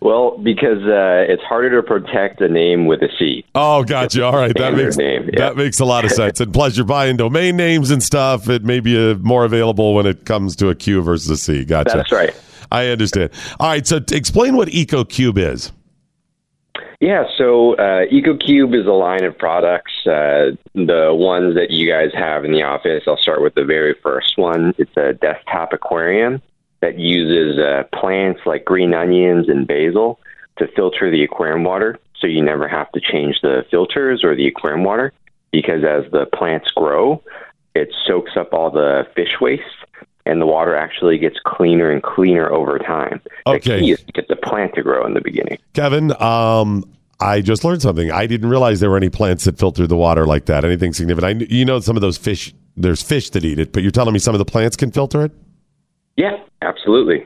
Well, because uh, it's harder to protect a name with a C. Oh, gotcha. All right, that Standard makes name, yeah. that makes a lot of sense. And plus, you're buying domain names and stuff. It may be uh, more available when it comes to a Q versus a C. Gotcha. That's right. I understand. All right. So t- explain what EcoCube is. Yeah, so uh, EcoCube is a line of products. Uh, the ones that you guys have in the office, I'll start with the very first one. It's a desktop aquarium that uses uh, plants like green onions and basil to filter the aquarium water. So you never have to change the filters or the aquarium water because as the plants grow, it soaks up all the fish waste and the water actually gets cleaner and cleaner over time. Okay. The key is to get the plant to grow in the beginning. Kevin, um, I just learned something. I didn't realize there were any plants that filter the water like that. Anything significant? I, kn- you know, some of those fish. There's fish that eat it, but you're telling me some of the plants can filter it. Yeah, absolutely.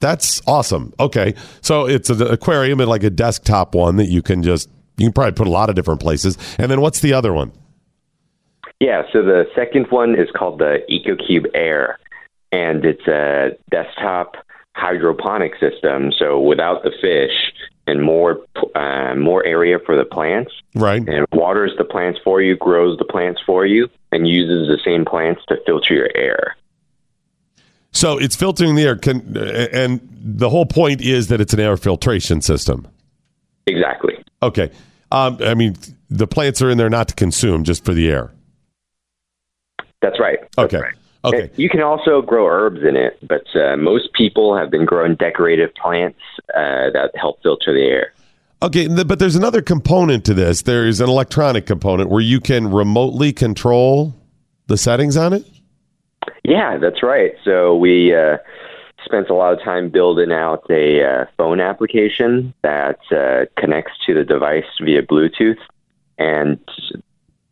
That's awesome. Okay, so it's an aquarium and like a desktop one that you can just you can probably put a lot of different places. And then what's the other one? Yeah, so the second one is called the EcoCube Air, and it's a desktop hydroponic system. So without the fish and more uh, more area for the plants, Right. and it waters the plants for you, grows the plants for you, and uses the same plants to filter your air. So it's filtering the air. Can and the whole point is that it's an air filtration system. Exactly. Okay. Um, I mean, the plants are in there not to consume, just for the air. That's right. Okay. Okay. You can also grow herbs in it, but uh, most people have been growing decorative plants uh, that help filter the air. Okay, th- but there's another component to this. There is an electronic component where you can remotely control the settings on it. Yeah, that's right. So we uh, spent a lot of time building out a uh, phone application that uh, connects to the device via Bluetooth, and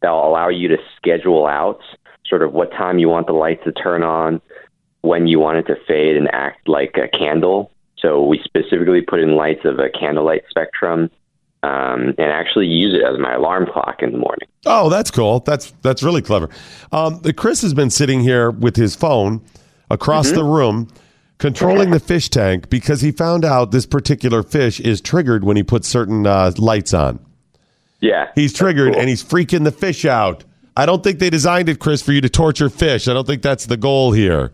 that'll allow you to schedule out sort of what time you want the lights to turn on, when you want it to fade and act like a candle. So we specifically put in lights of a candlelight spectrum, um, and actually use it as my alarm clock in the morning. Oh, that's cool. That's that's really clever. Um, Chris has been sitting here with his phone across the room, controlling the fish tank because he found out this particular fish is triggered when he puts certain uh, lights on. Yeah. He's triggered and he's freaking the fish out. I don't think they designed it, Chris, for you to torture fish. I don't think that's the goal here.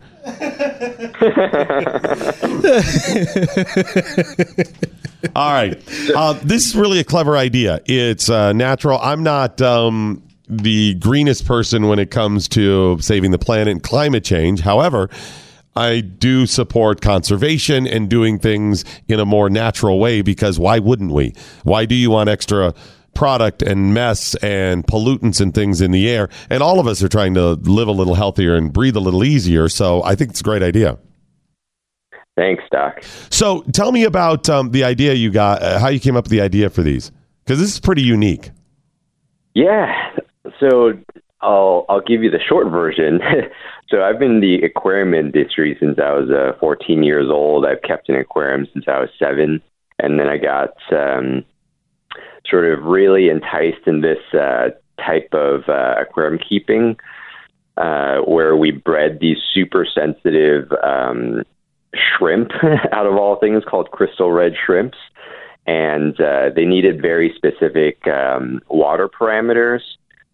All right. Uh, this is really a clever idea. It's uh, natural. I'm not um, the greenest person when it comes to saving the planet and climate change. However, I do support conservation and doing things in a more natural way because why wouldn't we? Why do you want extra product and mess and pollutants and things in the air? And all of us are trying to live a little healthier and breathe a little easier. So I think it's a great idea. Thanks, Doc. So tell me about um, the idea you got, uh, how you came up with the idea for these, because this is pretty unique. Yeah. So I'll I'll give you the short version. so I've been in the aquarium industry since I was uh, 14 years old. I've kept an aquarium since I was seven, and then I got um, sort of really enticed in this uh, type of uh, aquarium keeping, uh, where we bred these super sensitive um, shrimp out of all things called crystal red shrimps, and uh, they needed very specific um, water parameters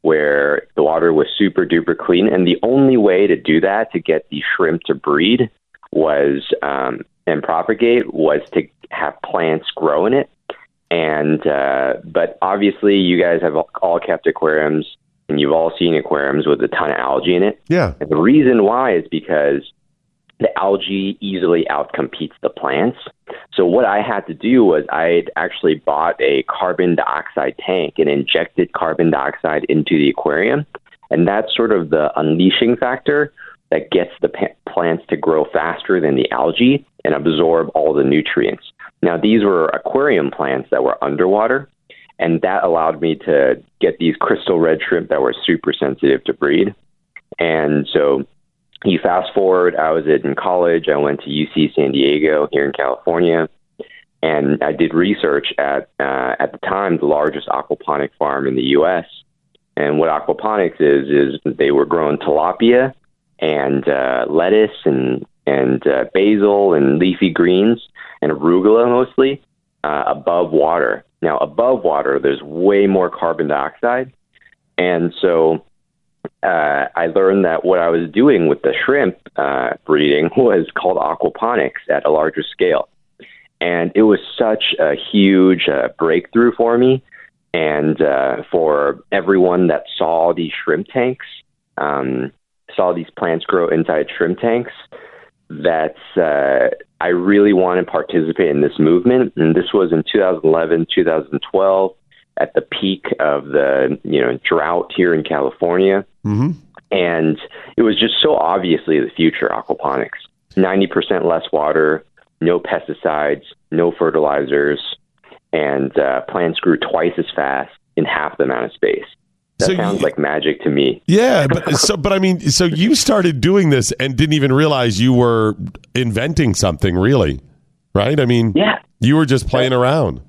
where the water was super duper clean. And the only way to do that, to get the shrimp to breed was um, and propagate, was to have plants grow in it. And uh, but obviously, you guys have all kept aquariums, and you've all seen aquariums with a ton of algae in it. Yeah. And the reason why is because the algae easily outcompetes the plants. So what I had to do was I actually bought a carbon dioxide tank and injected carbon dioxide into the aquarium, and that's sort of the unleashing factor that gets the pa- plants to grow faster than the algae and absorb all the nutrients. Now these were aquarium plants that were underwater, and that allowed me to get these crystal red shrimp that were super sensitive to breed. And so you fast forward, I was in college. I went to UC San Diego here in California, and I did research at uh, at the time the largest aquaponic farm in the U.S. And what aquaponics is is they were growing tilapia and uh, lettuce and and uh, basil and leafy greens and arugula mostly uh, above water. Now above water, there's way more carbon dioxide, and so uh, I learned that what I was doing with the shrimp uh, breeding was called aquaponics at a larger scale. And it was such a huge uh, breakthrough for me and uh, for everyone that saw these shrimp tanks, um, saw these plants grow inside shrimp tanks, that uh, I really want to participate in this movement. And this was in 2011, 2012 at the peak of the you know drought here in California, mm-hmm. and it was just so obviously the future aquaponics. Ninety percent less water, no pesticides, no fertilizers, and uh, plants grew twice as fast in half the amount of space. That So sounds like magic to me. Yeah, but so but I mean, so you started doing this and didn't even realize you were inventing something, really, right? I mean, yeah, you were just playing around.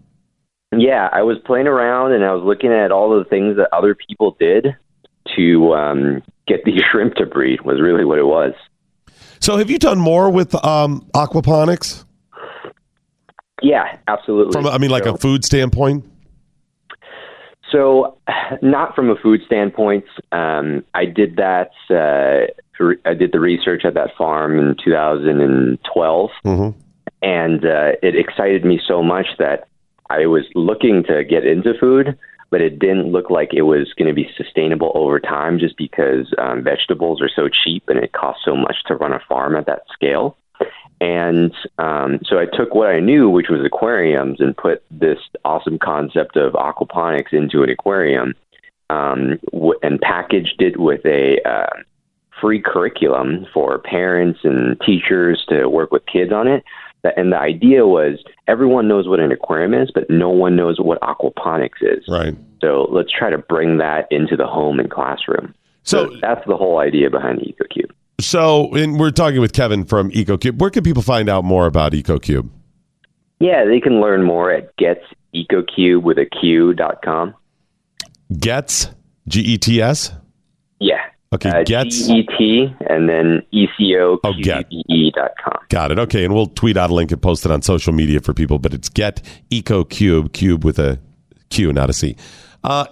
Yeah, I was playing around and I was looking at all the things that other people did to um, get these shrimp to breed. Was really what it was. So have you done more with um, aquaponics Yeah, absolutely. from I mean, like So- a food standpoint? So, not from a food standpoint. Um, I did that. Uh, re- I did the research at that farm in 2012, Mm-hmm. and uh, it excited me so much that I was looking to get into food, but it didn't look like it was going to be sustainable over time, just because um, vegetables are so cheap and it costs so much to run a farm at that scale. And um, so I took what I knew, which was aquariums, and put this awesome concept of aquaponics into an aquarium um, w- and packaged it with a uh, free curriculum for parents and teachers to work with kids on it. That- And the idea was everyone knows what an aquarium is, but no one knows what aquaponics is. Right. So let's try to bring that into the home and classroom. So, that's the whole idea behind EcoCube. So, and we're talking with Kevin from EcoCube. Where can people find out more about EcoCube? Yeah, they can learn more at getsecocube with a Q dot com. Gets G E T S. Yeah. Okay, gets E T and then E C O Q B E dot com. Got it. Okay, and we'll tweet out a link and post it on social media for people. But it's get EcoCube cube with a Q, not a C. Uh,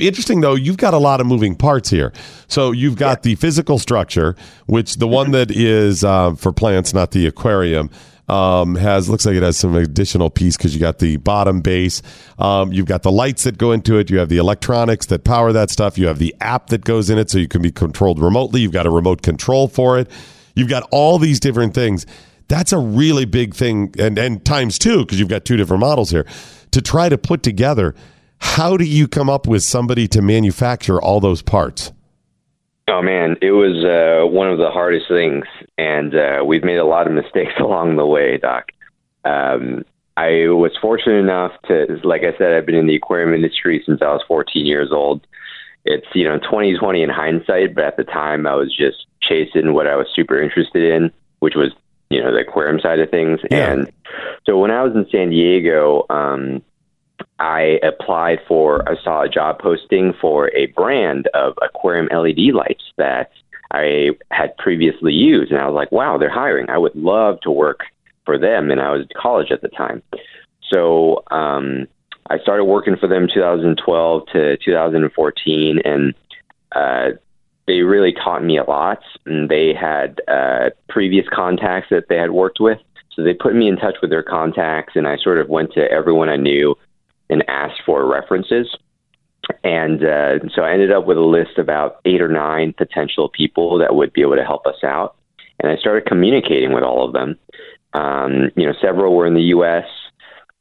interesting though, you've got a lot of moving parts here. So you've got the physical structure, which the one that is uh, for plants, not the aquarium. Um, has looks like it has some additional piece because you got the bottom base. Um, you've got the lights that go into it. You have the electronics that power that stuff. You have the app that goes in it so you can be controlled remotely. You've got a remote control for it. You've got all these different things. That's a really big thing, and and times two because you've got two different models here to try to put together. How do you come up with somebody to manufacture all those parts? Oh man, it was uh, one of the hardest things, and uh, we've made a lot of mistakes along the way, Doc. Um, I was fortunate enough to, like I said, I've been in the aquarium industry since I was 14 years old. It's you know 2020 in hindsight, but at the time I was just chasing what I was super interested in, which was you know the aquarium side of things. And so when I was in San Diego, um, I applied for, I saw a job posting for a brand of aquarium LED lights that I had previously used. And I was like, wow, they're hiring. I would love to work for them. And I was at college at the time. So um, I started working for them 2012 to 2014. And uh, they really taught me a lot. And they had uh, previous contacts that they had worked with. So they put me in touch with their contacts. And I sort of went to everyone I knew and asked for references. And uh, so I ended up with a list of about eight or nine potential people that would be able to help us out. And I started communicating with all of them. Um, you know, several were in the U.S.,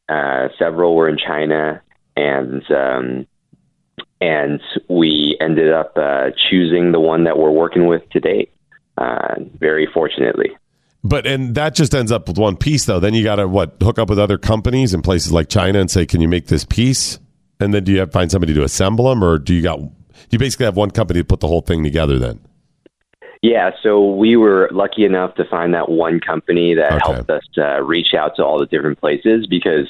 uh, several were in China, and um, and we ended up uh, choosing the one that we're working with today. Uh, very fortunately. But and that just ends up with one piece though. Then you got to what hook up with other companies in places like China and say, "Can you make this piece?" And then do you have, find somebody to assemble them, or do you got you basically have one company to put the whole thing together? Then Yeah, so we were lucky enough to find that one company that helped us uh, reach out to all the different places because,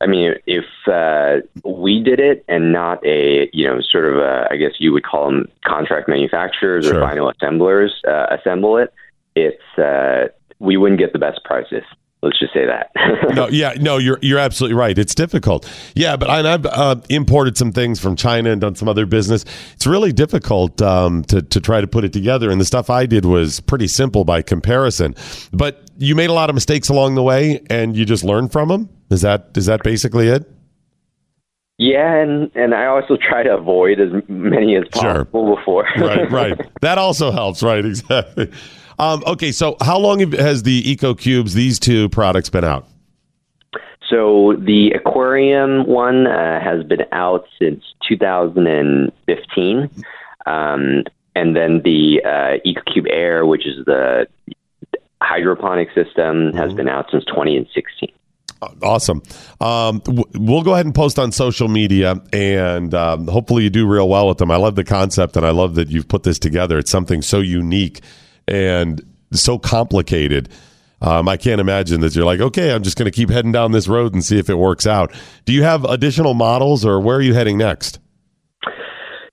I mean, if uh, we did it and not a, you know, sort of, a, I guess you would call them contract manufacturers or final assemblers uh, assemble it, it's uh, we wouldn't get the best prices. Let's just say that. no, yeah, no, you're you're absolutely right. It's difficult. Yeah, but I, I've uh, imported some things from China and done some other business. It's really difficult um, to to try to put it together. And the stuff I did was pretty simple by comparison. But you made a lot of mistakes along the way, and you just learn from them. Is that is that basically it? Yeah, and and I also try to avoid as many as possible before. right, right. That also helps. Right, exactly. Um, okay, so how long have- has the Eco Cubes, these two products, been out? So the aquarium one uh, has been out since 2015, um, and then the uh, EcoCube Air, which is the hydroponic system, has been out since 2016. Awesome. Um, w- we'll go ahead and post on social media, and um, hopefully you do real well with them. I love the concept, and I love that you've put this together. It's something so unique and so complicated. Um, I can't imagine that you're like, okay, I'm just going to keep heading down this road and see if it works out. Do you have additional models, or where are you heading next?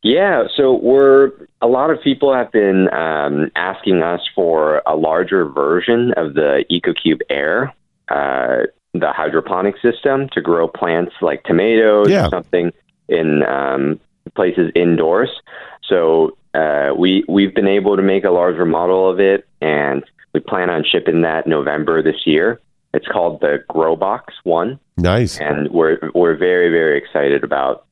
Yeah, so we're a lot of people have been um, asking us for a larger version of the EcoCube Air, uh, the hydroponic system to grow plants like tomatoes or something in um, places indoors. So uh, we we've been able to make a larger model of it, and we plan on shipping that November this year. It's called the GrowBox One. Nice. And we're we're very very excited about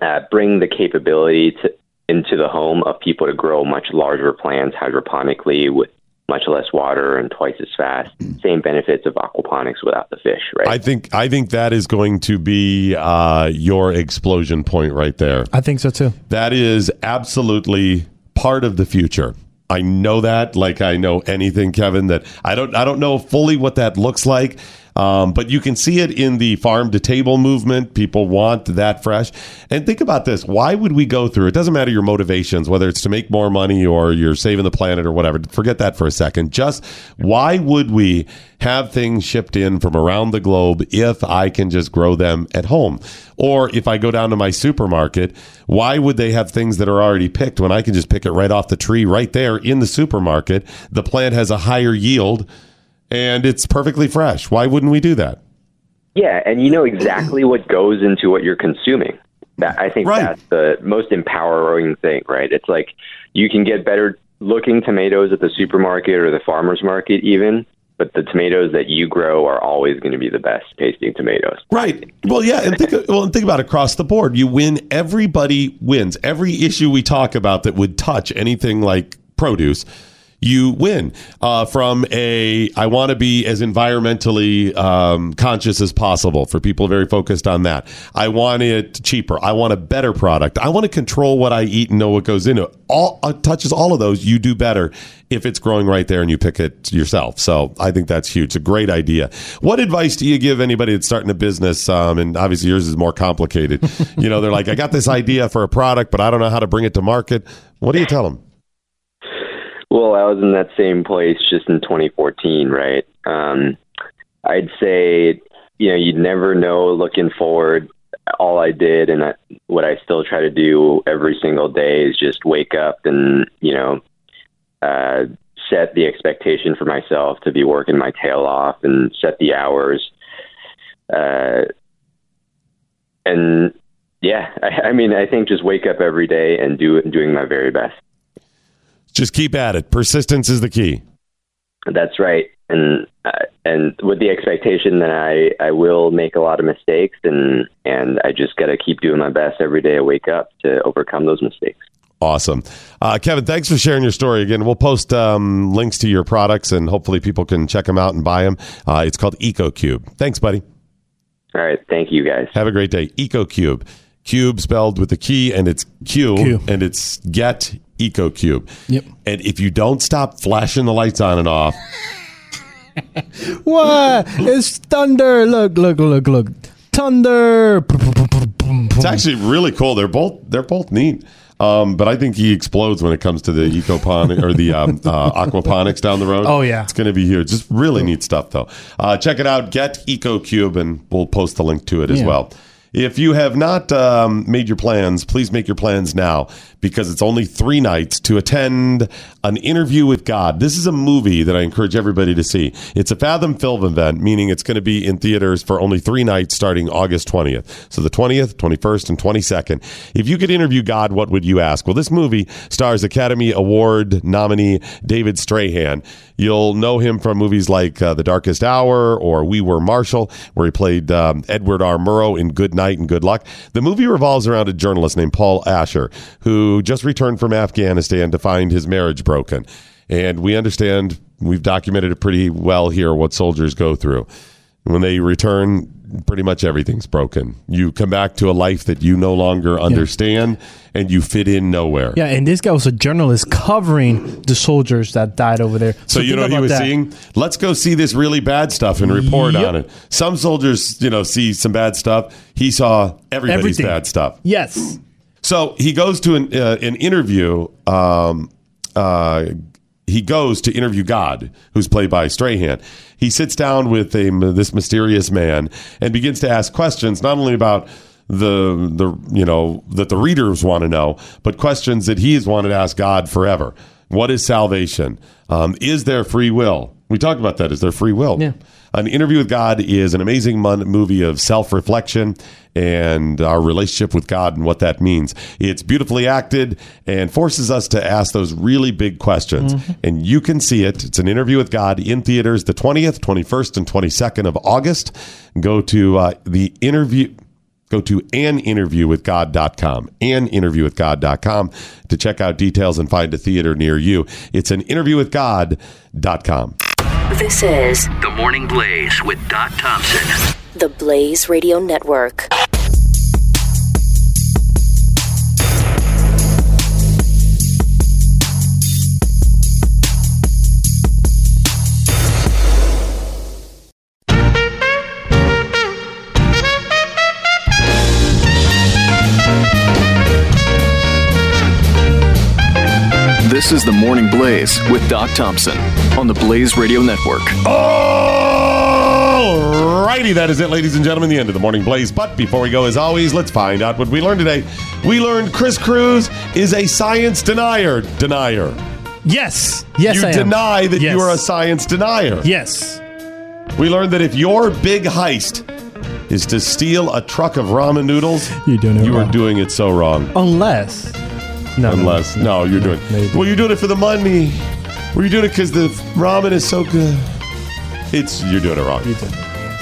uh, bringing the capability to, into the home of people to grow much larger plants hydroponically with much less water and twice as fast. Same benefits of aquaponics without the fish, right? I think I think that is going to be uh, your explosion point right there. I think so too. That is absolutely part of the future. I know that, like I know anything, Kevin. That I don't, I don't know fully what that looks like, um, but you can see it in the farm to table movement. People want that fresh. And think about this: Why would we go through? It doesn't matter your motivations, whether it's to make more money or you're saving the planet or whatever. Forget that for a second. Just why would we have things shipped in from around the globe if I can just grow them at home? Or if I go down to my supermarket, why would they have things that are already picked when I can just pick it right off the tree right there in the supermarket? The plant has a higher yield and it's perfectly fresh. Why wouldn't we do that? Yeah, and you know exactly what goes into what you're consuming. That I think that's the most empowering thing, right? It's like you can get better looking tomatoes at the supermarket or the farmers market even, but the tomatoes that you grow are always going to be the best tasting tomatoes. Right. Well, yeah, and think well, and think about it across the board. You win. Everybody wins. Every issue we talk about that would touch anything like produce, you win uh, from a I want to be as environmentally um, conscious as possible for people very focused on that. I want it cheaper. I want a better product. I want to control what I eat and know what goes into it. All uh, touches all of those. You do better if it's growing right there and you pick it yourself. So I think that's huge. It's a great idea. What advice do you give anybody that's starting a business? Um, and obviously yours is more complicated. you know, they're like, I got this idea for a product, but I don't know how to bring it to market. What do you tell them? Well, I was in that same place just in 2014, right? Um, I'd say, you know, you'd never know looking forward. All I did and I, what I still try to do every single day is just wake up and, you know, uh, set the expectation for myself to be working my tail off and set the hours. Uh, and yeah, I, I mean, I think just wake up every day and do it, doing my very best. Just keep at it. Persistence is the key. That's right, and uh, and with the expectation that I I will make a lot of mistakes, and and I just got to keep doing my best every day I wake up to overcome those mistakes. Awesome. Uh, Kevin, thanks for sharing your story again. We'll post um, links to your products and hopefully people can check them out and buy them. Uh, it's called EcoCube. Thanks, buddy. All right, thank you guys. Have a great day. EcoCube. Cube spelled with the key and it's Q, and it's get EcoCube. Yep. And if you don't stop flashing the lights on and off, What? It's thunder. Look, look, look, look. Thunder. it's actually really cool. They're both they're both neat. Um, but I think he explodes when it comes to the ecoponic or the um, uh, aquaponics down the road. Oh, yeah. it's going to be huge. Just really neat stuff though. Uh, check it out. Get EcoCube, and we'll post the link to it as Yeah. well. If you have not um, made your plans, please make your plans now because it's only three nights to attend an interview with God. This is a movie that I encourage everybody to see. It's a Fathom Film event, meaning it's going to be in theaters for only three nights starting August 20th. So the 20th, 21st, and 22nd. If you could interview God, what would you ask? Well, this movie stars Academy Award nominee David Strahan. You'll know him from movies like uh, The Darkest Hour or We Were Marshall, where he played um, Edward R. Murrow in Good Night and Good Luck. The movie revolves around a journalist named Paul Asher, who just returned from Afghanistan to find his marriage broken. And we understand, we've documented it pretty well here, what soldiers go through. When they return, pretty much everything's broken. You come back to a life that you no longer understand and you fit in nowhere. Yeah, and this guy was a journalist covering the soldiers that died over there. So, you think know what he about was that. seeing? Let's go see this really bad stuff and report on it. Some soldiers, you know, see some bad stuff. He saw everybody's Everything. bad stuff. Yes. So he goes to an uh, an interview. Um, uh, he goes to interview God, who's played by Strahan. He sits down with a, this mysterious man and begins to ask questions, not only about the the you know that the readers want to know, but questions that he's wanted to ask God forever. What is salvation? Um, is there free will? We talked about that. Is there free will? Yeah. An Interview with God is an amazing mon- movie of self reflection and our relationship with God and what that means. It's beautifully acted and forces us to ask those really big questions. And you can see it. It's an interview with God in theaters the 20th, 21st, and 22nd of August. Go to uh, the interview. Go to aninterviewwithgod.com, aninterviewwithgod.com to check out details and find a theater near you. It's an interviewwithgod.com. This is The Morning Blaze with Doc Thompson. the Blaze Radio Network. This is the Morning Blaze with Doc Thompson on the Blaze Radio Network. Alrighty, that is it, ladies and gentlemen, the end of the morning blaze. But before we go, as always, let's find out what we learned today. We learned Chris Cruz is a science denier. Denier. Yes. Yes, You I am. deny that Yes. you are a science denier. Yes. We learned that if your big heist is to steal a truck of ramen noodles, You're doing it you are wrong. doing it so wrong. Unless. No. Unless, no, you're doing Well, you're doing it for the money. Well, you're doing it because the ramen is so good. It's you're doing it wrong.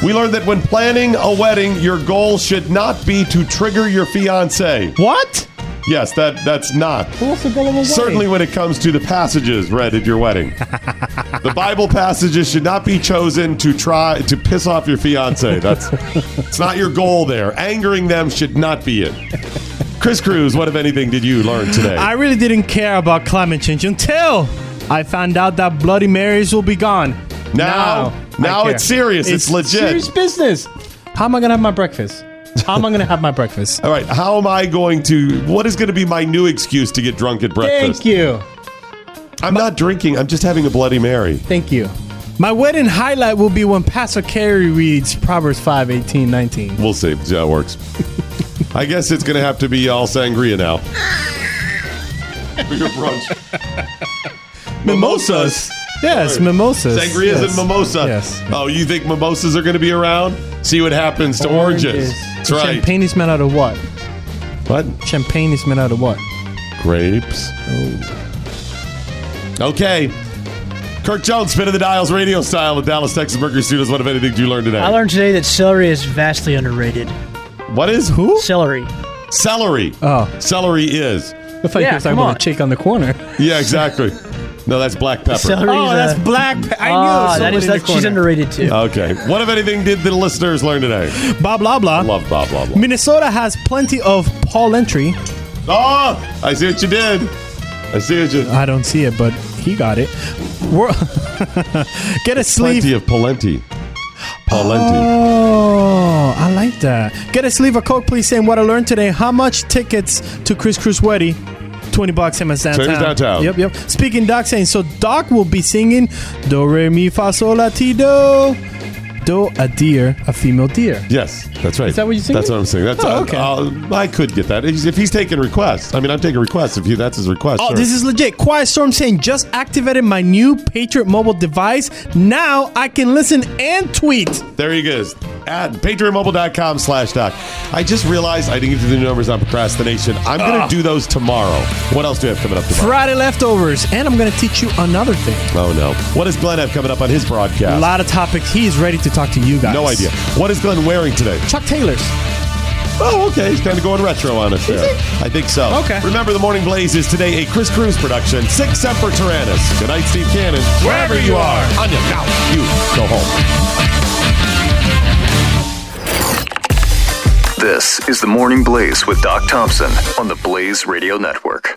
We learned that when planning a wedding, your goal should not be to trigger your fiance. What? Yes, that that's not. Certainly when it comes to the passages read at your wedding. the Bible passages should not be chosen to try to piss off your fiance. That's it's not your goal there. Angering them should not be it. Chris Cruz, what if anything did you learn today? I really didn't care about climate change until I found out that Bloody Marys will be gone. Now- now I care. it's serious. It's legit. Serious business. How am I gonna have my breakfast? How am I gonna have my breakfast? All right, how am I going to what is going to be my new excuse to get drunk at breakfast? Thank you. I'm not drinking. I'm just having a Bloody Mary. Thank you. My wedding highlight will be when Pastor Carey reads Proverbs 5, 18, 19. We'll see. See how it works. I guess it's going to have to be all sangria now. For your brunch. Mimosas. Yes, mimosas. Sangrias Yes. and mimosa. Yes. Oh, you think mimosas are going to be around? See what happens to oranges. That's right. Champagne is made out of what? What? Champagne is made out of what? Grapes. Okay. Kirk Jones, spin of the dials, radio style with Dallas, Texas Mercury Studios. What, if anything, did you learn today? I learned today that celery is vastly underrated. What is who? Celery. Celery. Oh. Celery is. I thought you were talking about a chick on the corner. Oh, Yeah, exactly. No, that's black pepper. Celery is a- Ah, that is that she's underrated too. Okay. What, if anything, did the listeners learn today? Blah, blah, blah. Love blah, blah, blah. Minnesota has plenty of Paul Entry. Oh, I see what you did. I see what you I don't see it, but he got it. Wor- Get a sleeve. Plenty of polenti. Polenti. Oh, I like that. Get a sleeve of Coke, please. Saying what I learned today. How much tickets to Chris Cruz Weddy? 20 bucks, him as downtown. Same as downtown. Yep, yep. Speaking Doc saying, so Doc will be singing Do Re Mi Fa Sol La Ti Do. Do a deer, a female deer. Yes, that's right. Is that what you're singing? That's what I'm saying. That's Oh, okay. okay. I could get that if he's taking requests. I mean, I'm taking requests. If you that's his request. Oh, sure. this is legit. Quiet Storm saying, just activated my new Patriot mobile device. Now I can listen and tweet. There he goes. At patreonmobile.com slash doc. I just realized I didn't get to the new numbers on procrastination. I'm going to Ugh. do those tomorrow. What else do we have coming up tomorrow? Friday leftovers. And I'm going to teach you another thing. Oh, no. What does Glenn have coming up on his A broadcast? lot of topics. He's ready to talk to you guys. No idea. What is Glenn wearing today? Chuck Taylor's. Oh, okay. He's kind of going retro on us there. I think so. Okay. Remember, The Morning Blaze is today a Chris Cruz production. Six Semper Tyrannis. Good night, Steve Cannon. Wherever you are, on your couch, you go home. This is the Morning Blaze with Doc Thompson on the Blaze Radio Network.